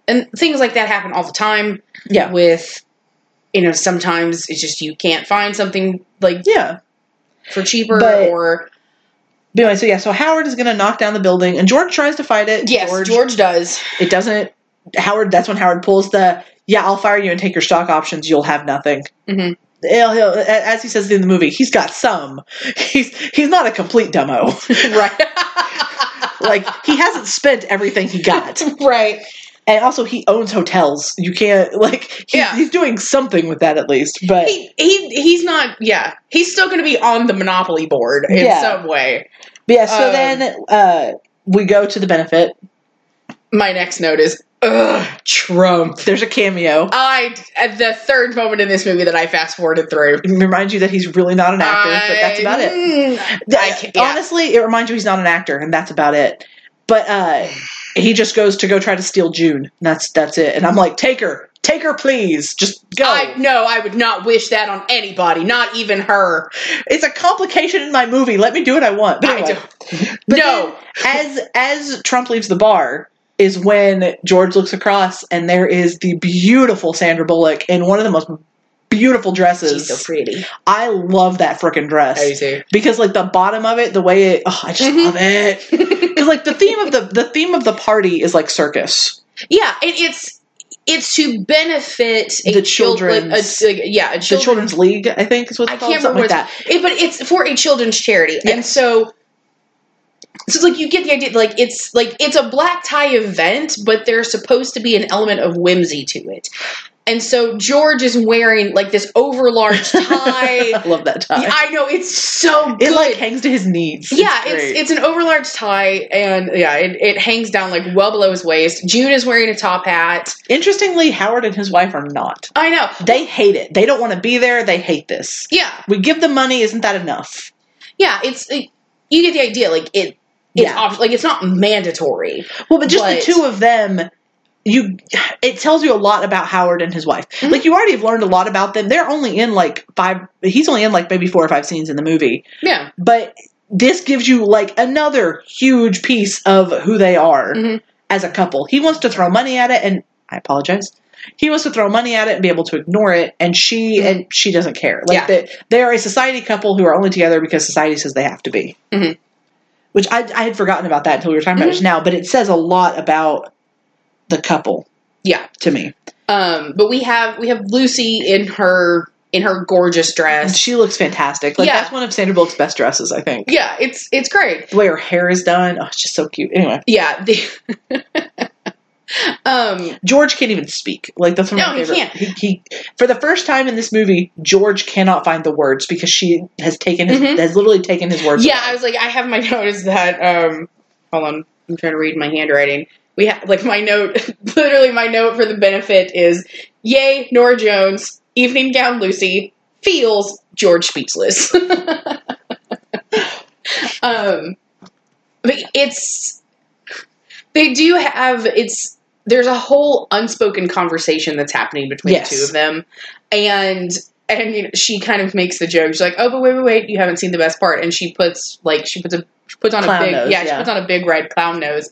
Speaker 1: and things like that happen all the time.
Speaker 2: Yeah.
Speaker 1: with you know sometimes it's just you can't find something like
Speaker 2: yeah.
Speaker 1: for cheaper
Speaker 2: But-
Speaker 1: or
Speaker 2: But anyway, so yeah, so Howard is going to knock down the building, and George tries to fight it.
Speaker 1: yes, George, (laughs) does.
Speaker 2: it doesn't. Howard, that's when Howard pulls the yeah, I'll fire you and take your stock options. You'll have nothing.
Speaker 1: Mhm.
Speaker 2: He'll, he'll, a- as he says in the movie, he's got some. He's he's not a complete demo. (laughs)
Speaker 1: right,
Speaker 2: like he hasn't spent everything
Speaker 1: (laughs)
Speaker 2: he got,
Speaker 1: right.
Speaker 2: and also he owns hotels. You can't like he's,
Speaker 1: Yeah.
Speaker 2: he's doing something with that at least. But
Speaker 1: he, he he's not yeah he's still going to be on the monopoly board in
Speaker 2: Yeah.
Speaker 1: some way
Speaker 2: but yeah, so
Speaker 1: um,
Speaker 2: then uh, we go to the benefit.
Speaker 1: my next note is ugh trump
Speaker 2: There's a cameo.
Speaker 1: i at the third moment in this movie that i fast forwarded through
Speaker 2: It reminds you that he's really not an actor, but that's about it.
Speaker 1: it I can't, yeah.
Speaker 2: Honestly, it reminds you he's not an actor, and that's about it. But uh, he just goes to go try to steal June. and That's that's it. And I'm like, take her, take her, please, just go.
Speaker 1: I no, I would not wish that on anybody, not even her.
Speaker 2: it's a complication in my movie. Let me do what I want. But
Speaker 1: I
Speaker 2: anyway. (laughs)
Speaker 1: don't.
Speaker 2: But
Speaker 1: no,
Speaker 2: as as Trump leaves the bar is when George looks across, and there is the beautiful Sandra Bullock in one of the most beautiful
Speaker 1: she's
Speaker 2: dresses.
Speaker 1: so pretty.
Speaker 2: I love that freaking dress.
Speaker 1: I do too.
Speaker 2: because like the bottom of it, the way it, oh, I just
Speaker 1: Mhm.
Speaker 2: love it. Because like the theme of the the theme of the party is like circus.
Speaker 1: Yeah, and it's it's to benefit a
Speaker 2: The
Speaker 1: child-
Speaker 2: children's-
Speaker 1: a, yeah, a
Speaker 2: The Children's League, I think, is what
Speaker 1: I
Speaker 2: it's called.
Speaker 1: can't
Speaker 2: Something
Speaker 1: remember
Speaker 2: like that.
Speaker 1: It, but it's for a children's charity,
Speaker 2: Yeah.
Speaker 1: and so so it's like you get the idea. Like it's like it's a black tie event, but there's supposed to be an element of whimsy to it. And so George is wearing like this
Speaker 2: (laughs)
Speaker 1: overlarge tie.
Speaker 2: I love that tie.
Speaker 1: I know it's so good.
Speaker 2: it like hangs to his knees.
Speaker 1: yeah,
Speaker 2: great.
Speaker 1: it's it's an overlarge tie, and yeah, it, it hangs down like well below his waist. June is wearing a top hat.
Speaker 2: interestingly Howard and his wife are not.
Speaker 1: I know.
Speaker 2: They hate it. They don't want to be there. They hate this.
Speaker 1: Yeah,
Speaker 2: We give them money. Isn't that enough?
Speaker 1: yeah. It's it, you get the idea. Like it, it's
Speaker 2: Yeah.
Speaker 1: op- like it's not mandatory.
Speaker 2: Well, but just
Speaker 1: But-
Speaker 2: the two of them. You, it tells you a lot about Howard and his wife.
Speaker 1: Mhm.
Speaker 2: Like you already have learned a lot about them. They're only in like five. He's only in like maybe four or five scenes in the movie.
Speaker 1: Yeah,
Speaker 2: but this gives you like another huge piece of who they are
Speaker 1: Mhm.
Speaker 2: as a couple. He wants to throw money at it, and I apologize. He wants to throw money at it and be able to ignore it, and she
Speaker 1: Mhm.
Speaker 2: and she doesn't care. Like
Speaker 1: Yeah.
Speaker 2: that, they are a society couple who are only together because society says they have to be.
Speaker 1: Mhm.
Speaker 2: Which I, I had forgotten about that until we were talking about it
Speaker 1: Mm-hmm.
Speaker 2: just now, but it says a lot about the couple
Speaker 1: yeah.
Speaker 2: to me.
Speaker 1: Um, but we have we have Lucy in her in her gorgeous
Speaker 2: And
Speaker 1: dress.
Speaker 2: she looks fantastic. Like
Speaker 1: Yeah.
Speaker 2: that's one of Sandra Bullock's best dresses, I think.
Speaker 1: Yeah, it's it's great.
Speaker 2: The way her hair is done, oh, it's just so cute. Anyway.
Speaker 1: Yeah. The (laughs) um
Speaker 2: George can't even speak. Like that's one of
Speaker 1: No,
Speaker 2: my
Speaker 1: he
Speaker 2: favorite.
Speaker 1: can't.
Speaker 2: He, he for the first time in this movie, George cannot find the words because she has taken his
Speaker 1: Mhm.
Speaker 2: has literally taken his words.
Speaker 1: yeah,
Speaker 2: away.
Speaker 1: I was like I have my (laughs) note is that um hold on, I'm trying to read my handwriting. We have like my note (laughs) literally my note for the benefit is yay, Nora Jones, evening gown Lucy, feels George speechless. (laughs) um but it's they do have it's there's a whole unspoken conversation that's happening between
Speaker 2: Yes.
Speaker 1: the two of them and and you know, she kind of makes the joke. She's like, "Oh, but wait, wait, wait! You haven't seen the best part." And she puts like she puts a she puts on
Speaker 2: Clown
Speaker 1: a big
Speaker 2: nose,
Speaker 1: yeah,
Speaker 2: yeah.
Speaker 1: she puts on a big red clown nose,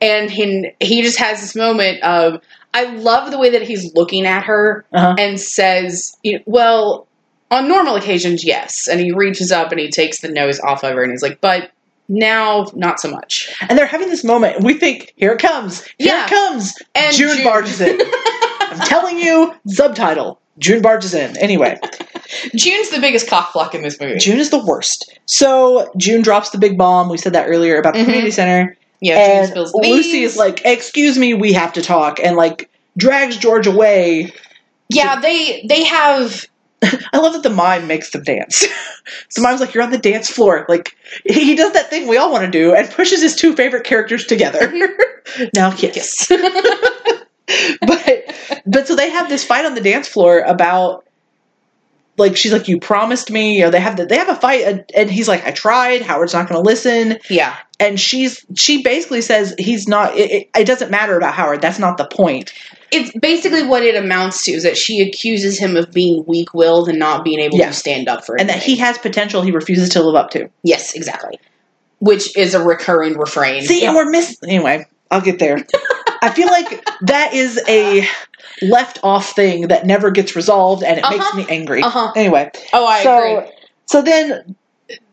Speaker 1: and he he just has this moment of I love the way that he's looking at her
Speaker 2: Uh-huh.
Speaker 1: and says, you know, "Well, on normal occasions, yes." And he reaches up and he takes the nose off of her, and he's like, "But." Now, not so much.
Speaker 2: And they're having this moment. We think, here it comes. Here
Speaker 1: Yeah.
Speaker 2: it comes.
Speaker 1: And
Speaker 2: June,
Speaker 1: June- (laughs)
Speaker 2: barges in. I'm telling you, subtitle. June barges in. Anyway,
Speaker 1: June's the biggest cockblock in this movie.
Speaker 2: June is the worst. So June drops the big bomb. We said that earlier about the
Speaker 1: Mhm.
Speaker 2: community center.
Speaker 1: yeah, June
Speaker 2: and
Speaker 1: spills the
Speaker 2: Lucy
Speaker 1: beans.
Speaker 2: is like, excuse me, we have to talk. And like drags George away.
Speaker 1: yeah, they they have
Speaker 2: I love that the mime makes them dance. (laughs) the mime's like, you're on the dance floor. Like he does that thing we all want to do and pushes his two favorite characters together. (laughs) now kiss.
Speaker 1: yes.
Speaker 2: (laughs) but but so they have this fight on the dance floor about like she's like you promised me you know they have the, they have a fight and, and he's like i tried howard's not going to listen
Speaker 1: (laughs) yeah.
Speaker 2: and she's she basically says he's not it, it, it doesn't matter about howard that's not the point
Speaker 1: it's basically what it amounts to is that she accuses him of being weak willed and not being able
Speaker 2: Yeah.
Speaker 1: to stand up for
Speaker 2: and that he
Speaker 1: anything.
Speaker 2: has potential he refuses to live up to
Speaker 1: Yes, exactly. Which is a recurring refrain.
Speaker 2: see and we're miss anyway i'll
Speaker 1: (laughs)
Speaker 2: get there i feel like that is a left off thing that never gets resolved and it makes
Speaker 1: Uh-huh.
Speaker 2: me angry
Speaker 1: Uh-huh.
Speaker 2: anyway
Speaker 1: Oh, I
Speaker 2: so
Speaker 1: agree.
Speaker 2: so then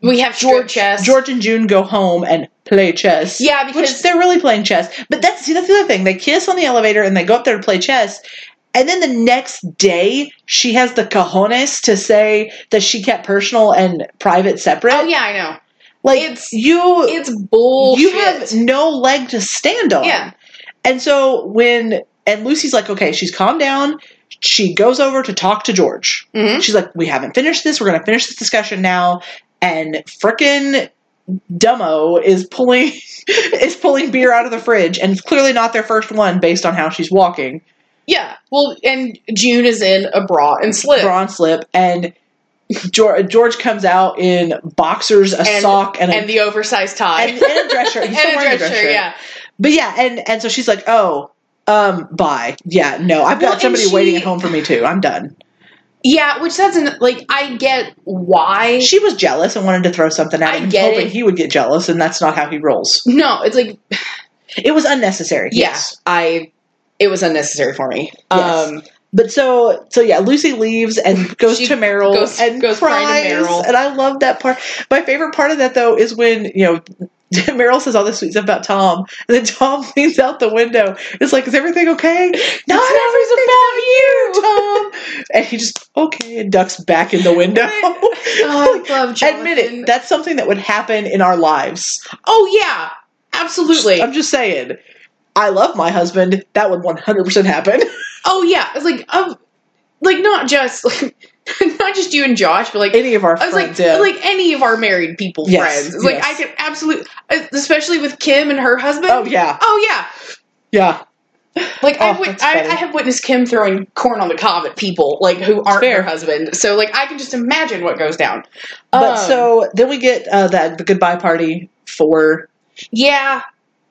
Speaker 1: We have
Speaker 2: George-
Speaker 1: George chess.
Speaker 2: George and June go home and play chess.
Speaker 1: Yeah, because
Speaker 2: Which they're really playing chess. But that's see that's the other thing. They kiss on the elevator and they go up there to play chess. And then the next day, she has the cojones to say that she kept personal and private separate.
Speaker 1: oh yeah, I know.
Speaker 2: like
Speaker 1: it's-
Speaker 2: you,
Speaker 1: It's bullshit.
Speaker 2: you have no leg to stand on.
Speaker 1: yeah,
Speaker 2: And so when and Lucy's like, okay, she's calmed down. She goes over to talk to George.
Speaker 1: hmm
Speaker 2: She's like, we haven't finished this. We're going to finish this discussion now. And frickin' Dumbo is pulling (laughs) is pulling beer out of the fridge, and it's clearly not their first one based on how she's walking.
Speaker 1: yeah. Well, and June is in a bra and slip.
Speaker 2: Bra and slip, and George, George comes out in boxers, a
Speaker 1: And-
Speaker 2: sock, and a,
Speaker 1: and the oversized tie
Speaker 2: and, and a dress shirt.
Speaker 1: (laughs) And
Speaker 2: He's still
Speaker 1: a
Speaker 2: wearing
Speaker 1: dress shirt, yeah.
Speaker 2: But yeah, and and so she's like, oh. Um, bye. Yeah, no, I've got
Speaker 1: Well, and
Speaker 2: somebody
Speaker 1: she-
Speaker 2: waiting at home for me too. I'm done.
Speaker 1: Yeah, which doesn't like I get why
Speaker 2: She was jealous and wanted to throw something at
Speaker 1: I
Speaker 2: him,
Speaker 1: get
Speaker 2: hoping
Speaker 1: it.
Speaker 2: he would get jealous, and that's not how he rolls.
Speaker 1: No, it's like
Speaker 2: It was unnecessary.
Speaker 1: yes, I it was unnecessary for me.
Speaker 2: Yes. (laughs)
Speaker 1: Um
Speaker 2: But so so yeah, Lucy
Speaker 1: (laughs)
Speaker 2: leaves and goes
Speaker 1: She
Speaker 2: to Meryl
Speaker 1: goes-
Speaker 2: and
Speaker 1: goes
Speaker 2: cries.
Speaker 1: crying to Meryl.
Speaker 2: And I love that part. My favorite part of that though is when, you know, (laughs) Meryl says all this sweet stuff about Tom, and then Tom (laughs) leans out the window. It's like, is everything okay? Not everything's about you, Tom. and he just okay and ducks back in the window. (laughs)
Speaker 1: Oh, I (laughs) love Jonathan.
Speaker 2: Admit it, that's something that would happen in our lives.
Speaker 1: oh yeah, absolutely.
Speaker 2: I'm just saying. I love my husband. That would 100% happen. (laughs)
Speaker 1: oh yeah, it's like um, like not just (laughs) like, not just you and Josh, but like
Speaker 2: Any of our
Speaker 1: I was
Speaker 2: friends.
Speaker 1: like
Speaker 2: yeah.
Speaker 1: like any of our married people
Speaker 2: Yes,
Speaker 1: friends. It's like
Speaker 2: yes.
Speaker 1: I could absolutely, especially with Kim and her husband.
Speaker 2: Oh yeah,
Speaker 1: Oh, yeah,
Speaker 2: yeah.
Speaker 1: like
Speaker 2: Oh,
Speaker 1: I've wit-
Speaker 2: that's
Speaker 1: I,
Speaker 2: funny.
Speaker 1: I have witnessed Kim throwing corn on the cob at people like who aren't
Speaker 2: Fair.
Speaker 1: her husband. So like I can just imagine what goes down.
Speaker 2: But
Speaker 1: Um,
Speaker 2: so then we get uh, that the goodbye party for
Speaker 1: yeah,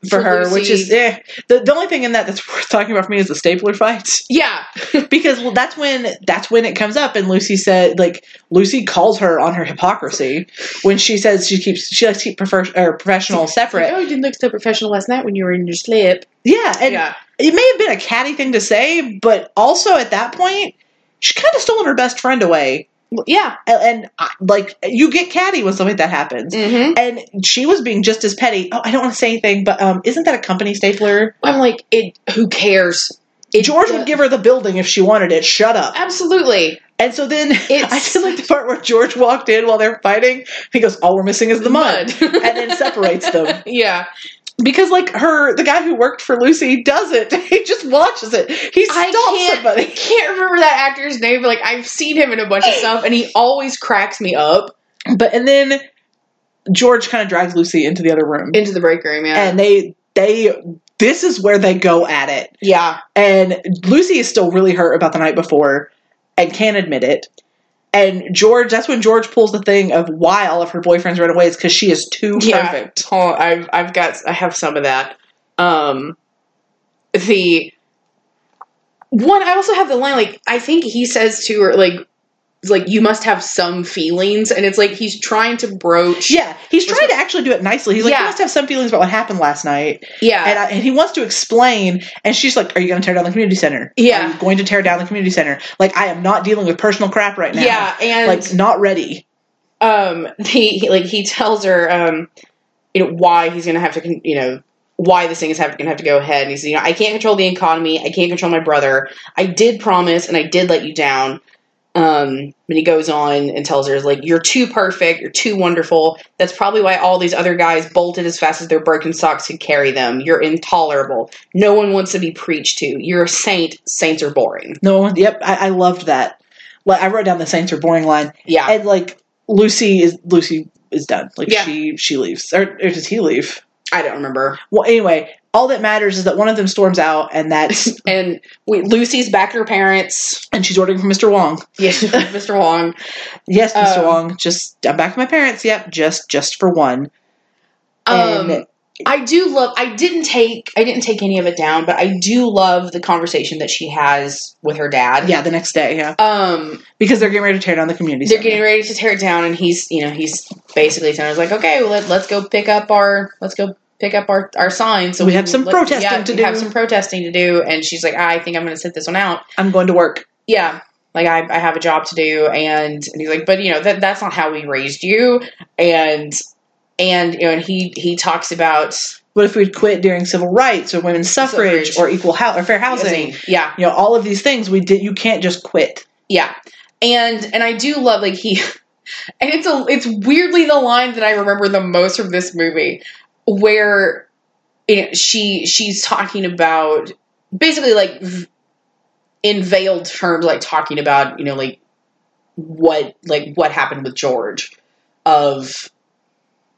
Speaker 2: for
Speaker 1: For
Speaker 2: her,
Speaker 1: Lucy.
Speaker 2: which is eh. the the only thing in that that's (laughs) worth talking about for me is the stapler fight
Speaker 1: (laughs) yeah,
Speaker 2: because well, that's when that's when it comes up and Lucy said like Lucy calls her on her hypocrisy when she says she keeps she likes to keep prefer,
Speaker 1: (laughs)
Speaker 2: or professional
Speaker 1: Like,
Speaker 2: separate.
Speaker 1: oh, you didn't look so professional last night when you were in your slip.
Speaker 2: Yeah, and
Speaker 1: yeah,
Speaker 2: it may have been a catty thing to say, but also at that point she kind of stolen her best friend away,
Speaker 1: yeah.
Speaker 2: and, and I, like you get catty when something like that happens.
Speaker 1: Mm-hmm.
Speaker 2: and she was being just as petty. Oh, I don't want to say anything, but um, isn't that a company stapler?
Speaker 1: I'm like, it. Who cares? It,
Speaker 2: George would give her the building if she wanted it. Shut up.
Speaker 1: absolutely
Speaker 2: And so then (laughs) I
Speaker 1: Uh, It's-
Speaker 2: did like the part where George walked in while they're fighting. He goes, "All we're missing is the mud,"
Speaker 1: (laughs)
Speaker 2: (laughs) and then separates them
Speaker 1: yeah,
Speaker 2: because like her, the guy who worked for Lucy doesn't. (laughs) He just watches it. He
Speaker 1: I
Speaker 2: stops
Speaker 1: can't-
Speaker 2: somebody.
Speaker 1: can't remember that actor's name, but like I've seen him in a bunch of stuff, and he always cracks me up
Speaker 2: But and then George kind of drags Lucy into the other room,
Speaker 1: into the break room. Yeah,
Speaker 2: and they they this is where they go at it.
Speaker 1: yeah,
Speaker 2: And Lucy is still really hurt about the night before and can't admit it. And George, that's when George pulls the thing of why all of her boyfriends ran away is because she is too
Speaker 1: yeah.
Speaker 2: perfect.
Speaker 1: Hold on, I've I've got I have some of that. Um, the one I also have the line like I think he says to her like it's like you must have some feelings, and it's like he's trying to broach.
Speaker 2: Yeah, he's
Speaker 1: Which
Speaker 2: trying to actually do it nicely. He's like,
Speaker 1: Yeah.
Speaker 2: you must have some feelings about what happened last night,
Speaker 1: yeah,
Speaker 2: and, I, and he wants to explain. And she's like, "Are you going to tear down the community center?
Speaker 1: Yeah.
Speaker 2: Are you going to tear down the community center? Like, I am not dealing with personal crap right now.
Speaker 1: yeah, and
Speaker 2: like not ready.
Speaker 1: um he, he like he tells her um you know why he's gonna have to con- you know why this thing is have, gonna have to go ahead and he says you know i can't control the economy i can't control my brother i did promise and i did let you down um and he goes on and tells her like you're too perfect you're too wonderful that's probably why all these other guys bolted as fast as their broken socks could carry them you're intolerable no one wants to be preached to you're a saint saints are boring
Speaker 2: No one. Yep, I, I loved that. Like, I wrote down the Saints are boring line,
Speaker 1: yeah
Speaker 2: and like Lucy is Lucy is done. Like
Speaker 1: Yeah.
Speaker 2: she she leaves, or, or does he leave?
Speaker 1: i don't remember
Speaker 2: Well, anyway, all that matters is that one of them storms out,
Speaker 1: (laughs)
Speaker 2: and that's
Speaker 1: and we lucy's back at her parents
Speaker 2: and she's ordering from Mr. Wong.
Speaker 1: (laughs) Yes, Mr. Wong.
Speaker 2: Yes, Mr.
Speaker 1: Um,
Speaker 2: Wong. Just I'm back to my parents. Yep, just just for one.
Speaker 1: Um,
Speaker 2: And-
Speaker 1: I do love. I didn't take. I didn't take any of it down, but I do love the conversation that she has with her dad.
Speaker 2: Yeah, the next day. Yeah,
Speaker 1: Um,
Speaker 2: because they're getting ready to tear down the community.
Speaker 1: they're
Speaker 2: center.
Speaker 1: getting ready to tear it down, and he's, you know, he's basically telling us like, okay, well, let, let's go pick up our, let's go pick up our our sign. So
Speaker 2: We
Speaker 1: can-
Speaker 2: have some
Speaker 1: let-
Speaker 2: protesting to
Speaker 1: we
Speaker 2: do.
Speaker 1: Have some protesting to do, and she's like, I think I'm going to sit this one out.
Speaker 2: I'm going to work.
Speaker 1: yeah like I, I have a job to do and, and he's like but you know that that's not how we raised you and and you know and he he talks about
Speaker 2: What if we'd quit during civil rights or women's suffrage,
Speaker 1: Suffrage.
Speaker 2: or equal hou- or fair housing?
Speaker 1: yeah
Speaker 2: You know, all of these things we did. You can't just quit.
Speaker 1: yeah and and i do love like he (laughs) and it's a it's weirdly the line that i remember the most from this movie where you know, she she's talking about basically like v- in veiled terms like talking about you know like what like what happened with george of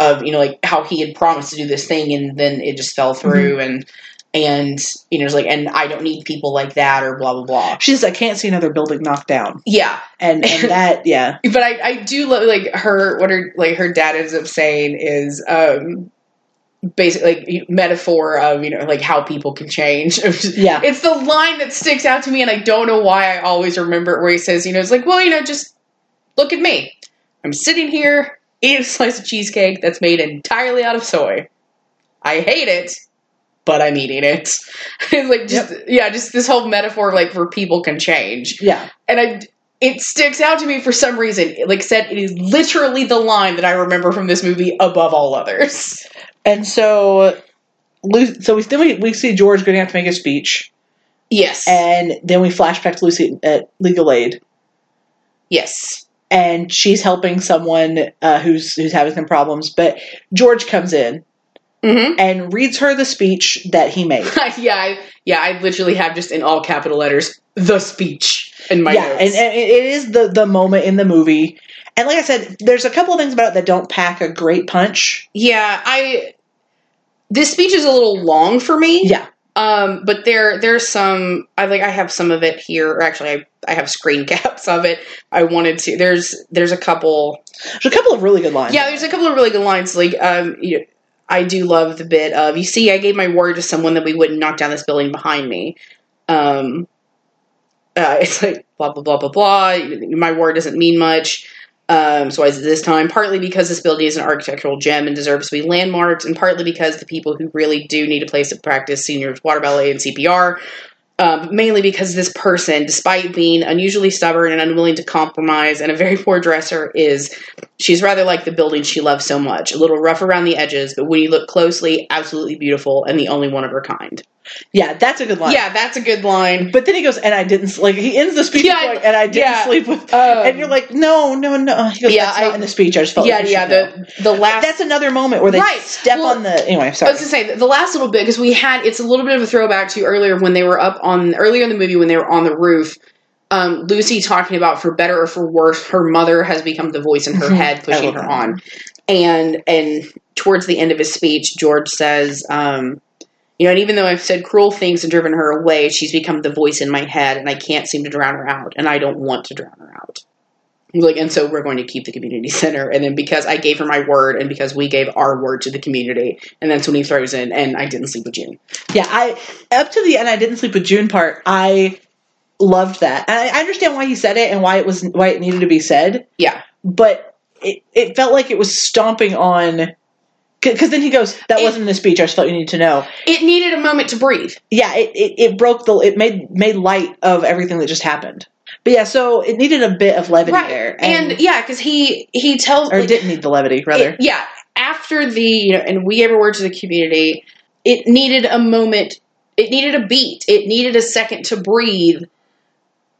Speaker 1: of you know like how he had promised to do this thing and then it just fell through and and you know it's like and i don't need people like that or blah blah blah
Speaker 2: She says, "I can't see another building knocked down,"
Speaker 1: yeah
Speaker 2: and
Speaker 1: (laughs)
Speaker 2: and that yeah,
Speaker 1: but I, I do love like her what her like her dad ends up saying is um basically like you- metaphor of you know like how people can change (laughs)
Speaker 2: Yeah.
Speaker 1: it's the line that sticks out to me and i don't know why i always remember it where he says you know it's like well you know just look at me i'm sitting here eating a slice of cheesecake that's made entirely out of soy i hate it but i'm eating it (laughs) it's like just yeah just this whole metaphor of like where people can change
Speaker 2: yeah.
Speaker 1: and I it sticks out to me for some reason. It, Like I said, it is literally the line that I remember from this movie above all others.
Speaker 2: And so, Lu- so we then we, we see George going to have to make a speech,
Speaker 1: Yes.
Speaker 2: and then we flash back to Lucy at legal aid,
Speaker 1: yes.
Speaker 2: and she's helping someone uh, who's who's having some problems. But George comes in
Speaker 1: Mm-hmm. (laughs)
Speaker 2: and reads her the speech that he made.
Speaker 1: yeah, I, yeah, I literally have just in all capital letters the speech in my
Speaker 2: yeah,
Speaker 1: notes.
Speaker 2: and, eh, and it it is the the moment in the movie. And like I said, there's a couple of things about it that don't pack a great punch.
Speaker 1: yeah, I this speech is a little long for me.
Speaker 2: Yeah,
Speaker 1: Um, but there there's some I like I have some of it here, or actually I, I have screen (laughs) caps of it. I wanted to there's there's a couple
Speaker 2: there's a couple of really good lines.
Speaker 1: Yeah, there's a couple of really good lines. Like, um, you know, I do love the bit of "You see, I gave my word to someone that we wouldn't knock down this building behind me." Um, uh, it's like blah blah blah blah blah. My word doesn't mean much. Um, so I did this time partly because this building is an architectural gem and deserves to be landmarked, and partly because the people who really do need a place to practice seniors water ballet and CPR um, mainly because this person, despite being unusually stubborn and unwilling to compromise and a very poor dresser, is she's rather like the building she loves so much. A little rough around the edges, but when you look closely, absolutely beautiful and the only one of her kind.
Speaker 2: yeah, that's a good line.
Speaker 1: Yeah, that's a good line.
Speaker 2: But then he goes, and I didn't s- like. He ends the speech
Speaker 1: Yeah, I-
Speaker 2: going, and I didn't
Speaker 1: yeah.
Speaker 2: sleep with.
Speaker 1: Um,
Speaker 2: and you're like, no, no, no. He goes,
Speaker 1: Yeah,
Speaker 2: that's not
Speaker 1: I-
Speaker 2: in the speech. I just felt
Speaker 1: yeah,
Speaker 2: like you
Speaker 1: yeah.
Speaker 2: should know."
Speaker 1: The the last
Speaker 2: that's another moment where they
Speaker 1: Right.
Speaker 2: step
Speaker 1: Well,
Speaker 2: on the. Anyway, I'm
Speaker 1: I
Speaker 2: sorry.
Speaker 1: was gonna say the- the last little bit because we had it's a little bit of a throwback to earlier when they were up on earlier in the movie when they were on the roof. Um, Lucy talking about for better or for worse, her mother has become the voice in her
Speaker 2: Mhm.
Speaker 1: head
Speaker 2: I
Speaker 1: pushing
Speaker 2: love
Speaker 1: her
Speaker 2: that.
Speaker 1: on. And and towards the end of his speech, George says, um, "You know, and even though I've said cruel things and driven her away, she's become the voice in my head, and I can't seem to drown her out, and I don't want to drown her out." He's Like, and so we're going to keep the community (laughs) center. And then because I gave her my word and because we gave our word to the community, and that's when he throws in, and I didn't sleep with June.
Speaker 2: yeah, I up to the and I didn't sleep with June part. I loved that. And I I understand why he said it and why it was why it needed to be said,
Speaker 1: Yeah.
Speaker 2: but it, it felt like it was stomping on. Because then he goes, "That
Speaker 1: It-
Speaker 2: wasn't in the speech. I just felt you needed to know."
Speaker 1: It needed a moment to breathe.
Speaker 2: Yeah, it, it, it broke the it made made light of everything that just happened. But yeah, so it needed a bit of levity
Speaker 1: Right.
Speaker 2: there,
Speaker 1: And, yeah, because he he tells
Speaker 2: or
Speaker 1: like,
Speaker 2: didn't need the levity rather.
Speaker 1: it- yeah, after the you know, and we gave a word to the community. It needed a moment. It needed a beat. It needed a second to breathe.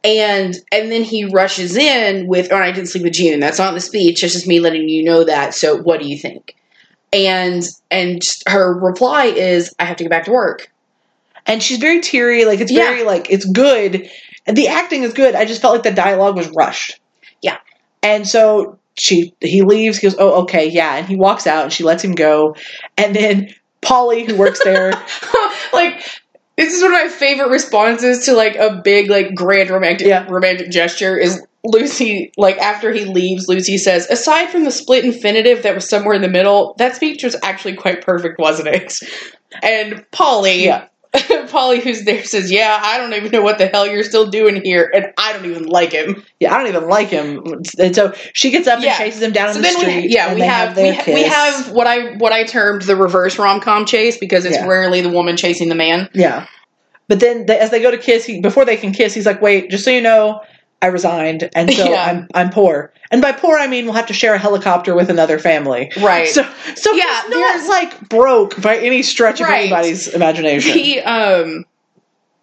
Speaker 1: And and then he rushes in with, "Oh, I didn't sleep with June. That's not in the speech. It's just me letting you know that. So what do you think?" And and just her reply is, "I have to go back to work."
Speaker 2: and she's very teary. Like it's
Speaker 1: Yeah.
Speaker 2: very like it's good. And the acting is good. I just felt like the dialogue was rushed.
Speaker 1: Yeah.
Speaker 2: And so she he leaves. He goes, "Oh, okay, yeah." And he walks out, and she lets him go. And then Polly, who
Speaker 1: (laughs)
Speaker 2: works there,
Speaker 1: like this is one of my favorite responses to like a big like grand romantic
Speaker 2: Yeah.
Speaker 1: romantic gesture is Lucy like after he leaves Lucy says aside from the split infinitive that was somewhere in the middle that speech was actually quite perfect wasn't it and Polly
Speaker 2: Yeah.
Speaker 1: (laughs) Polly who's there says yeah I don't even know what the hell you're still doing here and I don't even like him
Speaker 2: yeah, I don't even like him. And so she gets up
Speaker 1: Yeah.
Speaker 2: and chases him down
Speaker 1: so
Speaker 2: in the
Speaker 1: then
Speaker 2: street.
Speaker 1: we yeah
Speaker 2: and
Speaker 1: we
Speaker 2: they
Speaker 1: have,
Speaker 2: their
Speaker 1: we, ha- we
Speaker 2: kiss.
Speaker 1: have what I what I termed the reverse rom com chase because it's
Speaker 2: Yeah.
Speaker 1: rarely the woman chasing the man
Speaker 2: yeah. But then they, as they go to kiss, he, before they can kiss, he's like, "Wait, just so you know." I resigned, and so
Speaker 1: (laughs) Yeah.
Speaker 2: I'm I'm poor. And by poor, I mean we'll have to share a helicopter with another family.
Speaker 1: right
Speaker 2: So, so
Speaker 1: Yeah,
Speaker 2: he's
Speaker 1: there's-
Speaker 2: not like broke by any stretch of
Speaker 1: Right. (laughs)
Speaker 2: anybody's imagination.
Speaker 1: the um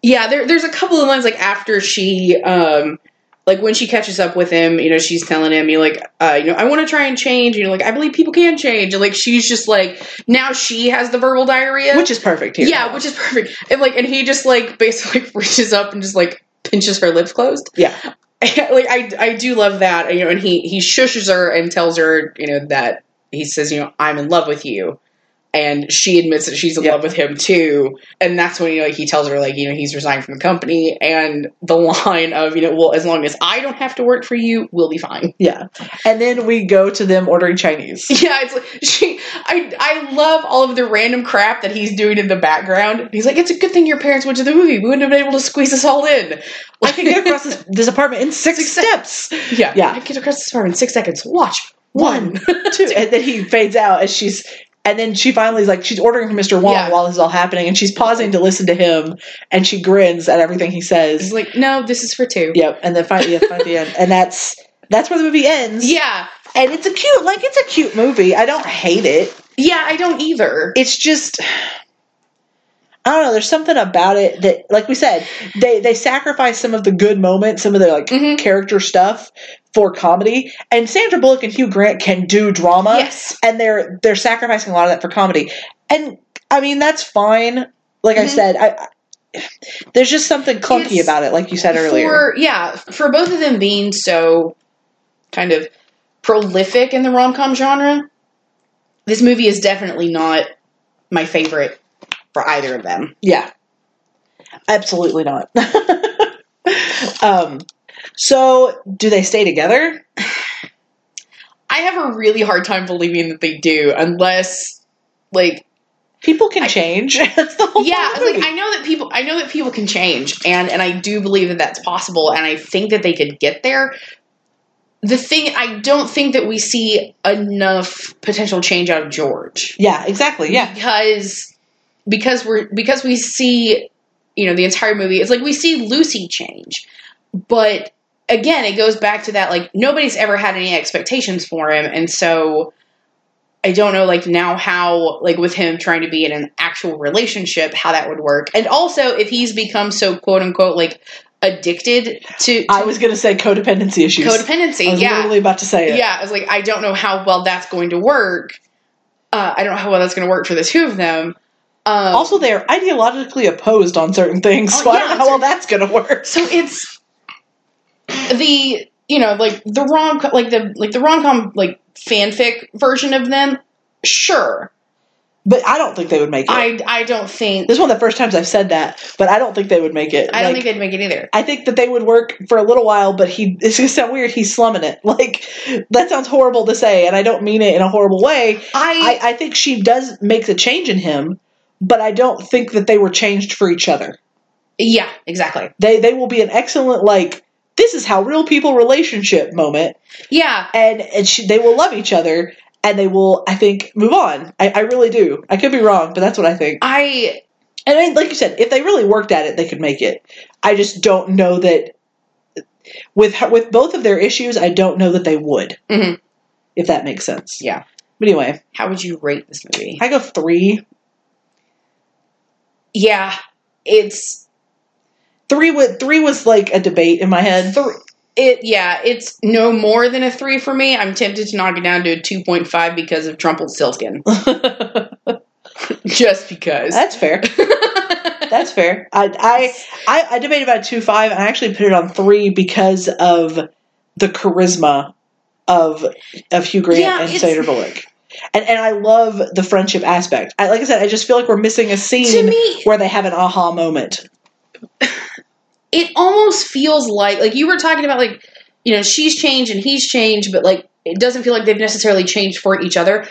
Speaker 1: yeah there, there's a couple of lines like after she um like when she catches up with him you know she's telling him you like uh you know i want to try and change you know like i believe people can change and like she's just like now she has the verbal diarrhea
Speaker 2: Which is perfect here.
Speaker 1: yeah which is perfect and like and he just like basically (laughs) reaches up and just like pinches her lips closed
Speaker 2: Yeah.
Speaker 1: (laughs) like i i do love that you know and he he shushes her and tells her you know that he says you know i'm in love with you and she admits that she's in
Speaker 2: Yeah.
Speaker 1: love with him too and that's when you know he tells her like you know he's resigned from the company and the (laughs) line of you know well as long as i don't have to work for you we'll be fine (laughs)
Speaker 2: Yeah. And then we go to them ordering Chinese.
Speaker 1: yeah it's like she i i love all of the random crap that he's doing in the background he's like it's a good thing your parents went to the movie we wouldn't have been able to squeeze us all in (laughs)
Speaker 2: I can get across this, this apartment in six, steps.
Speaker 1: (laughs) yeah
Speaker 2: Yeah.
Speaker 1: i get across this far in six seconds watch
Speaker 2: One,
Speaker 1: one
Speaker 2: (laughs) two. And then he fades out as she's and then she finally is like she's ordering from Mr. Wong
Speaker 1: Yeah.
Speaker 2: while this is all happening and she's pausing to listen to him and she grins at everything he
Speaker 1: It's
Speaker 2: says.
Speaker 1: like, no, this is for two.
Speaker 2: Yep. And then finally yeah, finally the end. And that's that's where the movie ends.
Speaker 1: Yeah.
Speaker 2: And it's a cute like it's a cute movie. I don't hate it.
Speaker 1: Yeah, I don't either.
Speaker 2: it's just I don't know. There's something about it that, like we said, they they sacrifice some of the good moments, some of their like
Speaker 1: Mhm.
Speaker 2: character stuff for comedy. And Sandra Bullock and Hugh Grant can do drama,
Speaker 1: yes.
Speaker 2: and they're they're sacrificing a lot of that for comedy. And I mean, that's fine. Like I
Speaker 1: Mhm.
Speaker 2: said, I, I there's just something clunky
Speaker 1: It's-
Speaker 2: about it, like you said earlier.
Speaker 1: For yeah, for both of them being so kind of prolific in the rom com genre, this movie is definitely not my favorite for either of them.
Speaker 2: Yeah. Absolutely not. (laughs) um, so, do they stay together?
Speaker 1: I have a really hard time believing that they do, unless like
Speaker 2: People can
Speaker 1: I-
Speaker 2: change. (laughs) That's the whole
Speaker 1: yeah,
Speaker 2: point of the
Speaker 1: like
Speaker 2: movie.
Speaker 1: I know that people I know that people can change and and I do believe that that's possible and I think that they could get there. The thing I don't think that we see enough potential change out of George.
Speaker 2: Yeah, exactly. Yeah.
Speaker 1: Because because we're because we see you know the entire movie it's like we see Lucy change. But again, it goes back to that like nobody's ever had any expectations for him and so I don't know, like now how, like with him trying to be in an actual relationship, how that would work, and also if he's become so quote unquote like addicted to, to
Speaker 2: I was going to say codependency issues. I
Speaker 1: codependency.
Speaker 2: was
Speaker 1: Yeah,
Speaker 2: literally about to say it.
Speaker 1: yeah. I was like, I don't know how well that's going to work. Uh, I don't know how well that's going to work for the two of them. Um,
Speaker 2: Also, they're ideologically opposed on certain things,
Speaker 1: Oh,
Speaker 2: so I
Speaker 1: yeah,
Speaker 2: don't know
Speaker 1: on
Speaker 2: how well
Speaker 1: certain-
Speaker 2: that's going to work.
Speaker 1: so it's the you know like the rom like the like the rom com like fanfic version of them. Sure,
Speaker 2: But I don't think they would make it.
Speaker 1: I I don't think
Speaker 2: this is one of the first times I've said that, but I don't think they would make it.
Speaker 1: I don't
Speaker 2: Like,
Speaker 1: think they'd make it either.
Speaker 2: I think that they would work for a little while, but he, it's going to sound weird, he's slumming it. (laughs) Like, that sounds horrible to say, and I don't mean it in a horrible way. I, I think she does make the change in him, but I don't think that they were changed for each other.
Speaker 1: Yeah, exactly.
Speaker 2: They they will be an excellent like this is how real people relationship moment,
Speaker 1: Yeah,
Speaker 2: and and she, they will love each other, and they will I think move on. I, I really do. I could be wrong, but that's what I think.
Speaker 1: I
Speaker 2: And I, like you said, if they really worked at it, they could make it. I just don't know that with her- with both of their issues, I don't know that they would.
Speaker 1: Mhm.
Speaker 2: If that makes sense.
Speaker 1: Yeah.
Speaker 2: But anyway,
Speaker 1: how would you rate this movie?
Speaker 2: I go three.
Speaker 1: Yeah, it's
Speaker 2: Three would three was like a debate in my head.
Speaker 1: three. It yeah, it's no more than a three for me. I'm tempted to knock it down to a two point five because of Trumpled Silskin. Just because.
Speaker 2: That's fair. (laughs) That's fair. I I I, I debated about two five, and I actually put it on three because of the charisma of of Hugh Grant
Speaker 1: Yeah,
Speaker 2: and
Speaker 1: it's-
Speaker 2: Sandra Bullock, and and I love the friendship aspect. I, like I said, I just feel like we're missing a
Speaker 1: to
Speaker 2: scene
Speaker 1: me,
Speaker 2: where they have an aha moment.
Speaker 1: it almost feels like like you were talking about like you know she's changed and he's changed, but like it doesn't feel like they've necessarily changed for each other.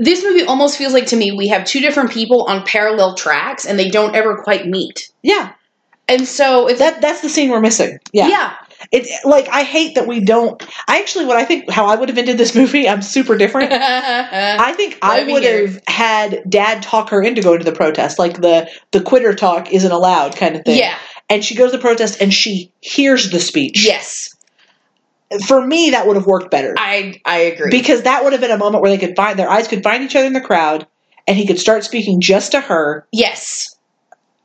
Speaker 1: This movie almost feels like to me we have two different people on parallel tracks and they don't ever quite meet.
Speaker 2: Yeah,
Speaker 1: And so it's
Speaker 2: that that's the scene we're missing. Yeah,
Speaker 1: yeah. (laughs)
Speaker 2: It like I hate that we don't. I actually, what I think how I would have ended this (laughs) movie, I'm super different. I think I
Speaker 1: Let me
Speaker 2: would
Speaker 1: hear.
Speaker 2: have had dad talk her into going to the protest, like the the quitter talk isn't allowed kind of thing.
Speaker 1: yeah.
Speaker 2: And she goes to the protest and she hears the speech.
Speaker 1: Yes.
Speaker 2: For me, that would have worked better
Speaker 1: I I agree.
Speaker 2: because that would have been a moment where they could find their eyes could find each other in the crowd, and he could start speaking just to her.
Speaker 1: yes.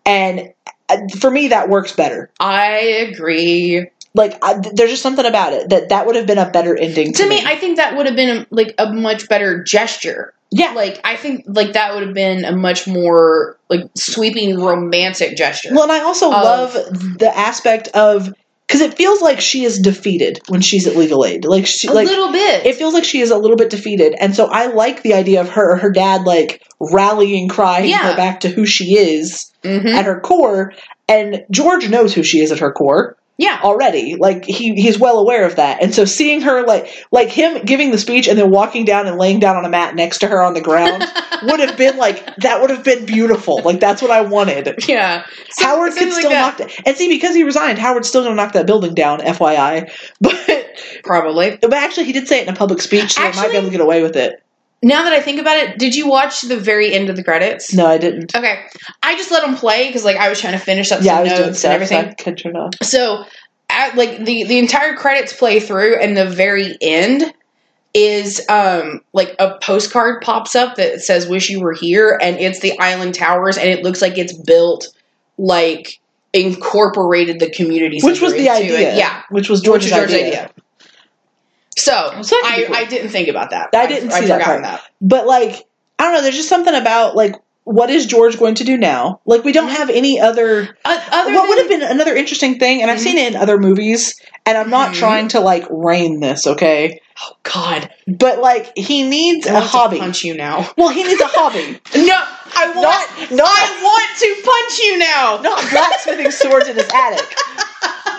Speaker 2: And uh, for me, that works better.
Speaker 1: I agree.
Speaker 2: Like I, th- there's just something about it that that would have been a better ending to,
Speaker 1: To me, I think that would have been a, like a much better gesture
Speaker 2: yeah.
Speaker 1: like I think like that would have been a much more like sweeping romantic gesture.
Speaker 2: Well, and I also
Speaker 1: Of-
Speaker 2: love the aspect of because it feels like she is defeated when she's at legal aid. Like she,
Speaker 1: a
Speaker 2: like
Speaker 1: little bit.
Speaker 2: it feels like she is a little bit defeated, and so I like the idea of her her dad like rallying, crying
Speaker 1: Yeah.
Speaker 2: her back to who she is
Speaker 1: Mhm.
Speaker 2: at her core. And George knows who she is at her core
Speaker 1: Yeah.
Speaker 2: already. Like he he's well aware of that, and so seeing her like like him giving the speech and then walking down and laying down on a mat next to her on
Speaker 1: (laughs)
Speaker 2: the ground would have been like that would have been beautiful. Like that's what
Speaker 1: (laughs)
Speaker 2: I wanted.
Speaker 1: Yeah. So-
Speaker 2: Howard
Speaker 1: something
Speaker 2: could
Speaker 1: like
Speaker 2: still
Speaker 1: that.
Speaker 2: knock that. And see, because he resigned, Howard's still going to knock that building down, FYI. (laughs) But,
Speaker 1: probably.
Speaker 2: but actually, he did say it in a public speech, so I might be
Speaker 1: Actually-
Speaker 2: able to get away with it.
Speaker 1: Now that I think about it, did you watch the very end of the credits?
Speaker 2: No, I didn't.
Speaker 1: Okay. I just let them play because like I was trying to finish up
Speaker 2: Yeah, I
Speaker 1: some
Speaker 2: was doing
Speaker 1: notes and
Speaker 2: stuff. so
Speaker 1: everything.
Speaker 2: I could turn off.
Speaker 1: So, at, like the the entire credits play through, and the very end is um like a postcard pops up that says "Wish you were here," and it's the Island Towers, and it looks like it's built like incorporated the community,
Speaker 2: Which was
Speaker 1: center
Speaker 2: the
Speaker 1: into
Speaker 2: idea.
Speaker 1: It. Yeah,
Speaker 2: Which was
Speaker 1: which
Speaker 2: George's,
Speaker 1: is George's idea.
Speaker 2: idea.
Speaker 1: So,
Speaker 2: So that could be
Speaker 1: I,
Speaker 2: cool.
Speaker 1: I didn't think about that.
Speaker 2: I didn't see that
Speaker 1: forgotten
Speaker 2: But, like, I don't know. There's just something about, like, what is George going to do now? Like, we don't have any other.
Speaker 1: that. O- other
Speaker 2: what
Speaker 1: than-
Speaker 2: would have been another interesting thing, and I've
Speaker 1: Mhm.
Speaker 2: seen it in other movies, and I'm not
Speaker 1: Mhm.
Speaker 2: trying to, like, rein this, okay?
Speaker 1: oh god,
Speaker 2: But, like, he needs
Speaker 1: I
Speaker 2: a
Speaker 1: want to
Speaker 2: hobby.
Speaker 1: punch you now.
Speaker 2: Well, he needs a hobby. (laughs)
Speaker 1: (laughs) No, I want.
Speaker 2: not not
Speaker 1: I want to punch you now.
Speaker 2: not blacksmithing swords in his attic.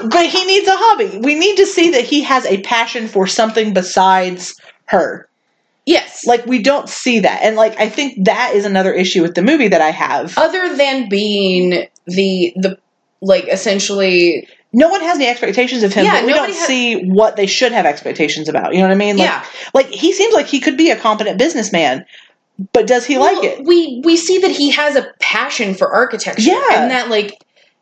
Speaker 2: But he needs a hobby. We need to see that he has a passion for something besides her.
Speaker 1: Yes.
Speaker 2: Like we don't see that. And like I think that is another issue with the movie that I have.
Speaker 1: other than being the the like essentially
Speaker 2: No one has any expectations of him,
Speaker 1: Yeah,
Speaker 2: but we don't
Speaker 1: nobody has-
Speaker 2: see what they should have expectations about. You know what I mean? Like,
Speaker 1: yeah
Speaker 2: like he seems like he could be a competent businessman, but does he like
Speaker 1: Well,
Speaker 2: it?
Speaker 1: we we see that he has a passion for architecture
Speaker 2: Yeah.
Speaker 1: and that like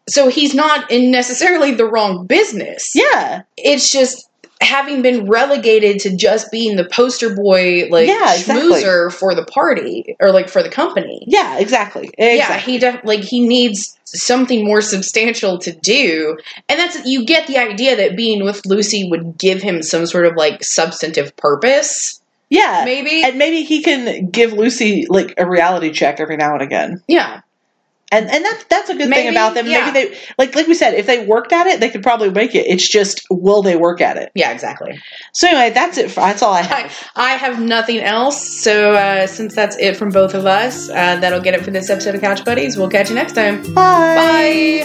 Speaker 1: so he's not in necessarily the wrong business
Speaker 2: Yeah.
Speaker 1: it's just having been relegated to just being the poster boy like
Speaker 2: Yeah, exactly.
Speaker 1: schmoozer for the party or like for the company
Speaker 2: Yeah, exactly.
Speaker 1: yeah
Speaker 2: Exactly.
Speaker 1: he def- like he needs something more substantial to do and that's you get the idea that being with lucy would give him some sort of like substantive purpose
Speaker 2: yeah.
Speaker 1: maybe
Speaker 2: And maybe he can give Lucy like a reality check every now and again.
Speaker 1: yeah
Speaker 2: And and that's that's a good
Speaker 1: Maybe,
Speaker 2: thing about them.
Speaker 1: yeah.
Speaker 2: Maybe they like like we said, if they worked at it, they could probably make it. It's just will they work at it?
Speaker 1: yeah exactly
Speaker 2: So anyway, that's it. For, that's all I
Speaker 1: I,
Speaker 2: have.
Speaker 1: I have nothing else so uh, since that's it from both of us uh, that'll get it for this episode of couch buddies we'll catch you next time Bye.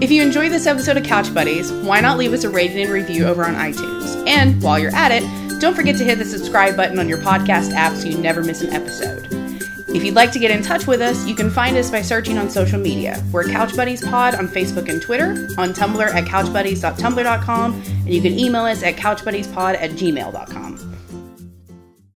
Speaker 1: If you enjoyed this episode of Couch Buddies, why not leave us a rating and review over on iTunes? And while you're at it, don't forget to hit the subscribe button on your podcast app so you never miss an episode. If you'd like to get in touch with us, you can find us by searching on social media. We're Couch Buddies Pod on Facebook and Twitter, on Tumblr at couchbuddies.tumblr.com, and you can email us at couchbuddiespod at gmail.com.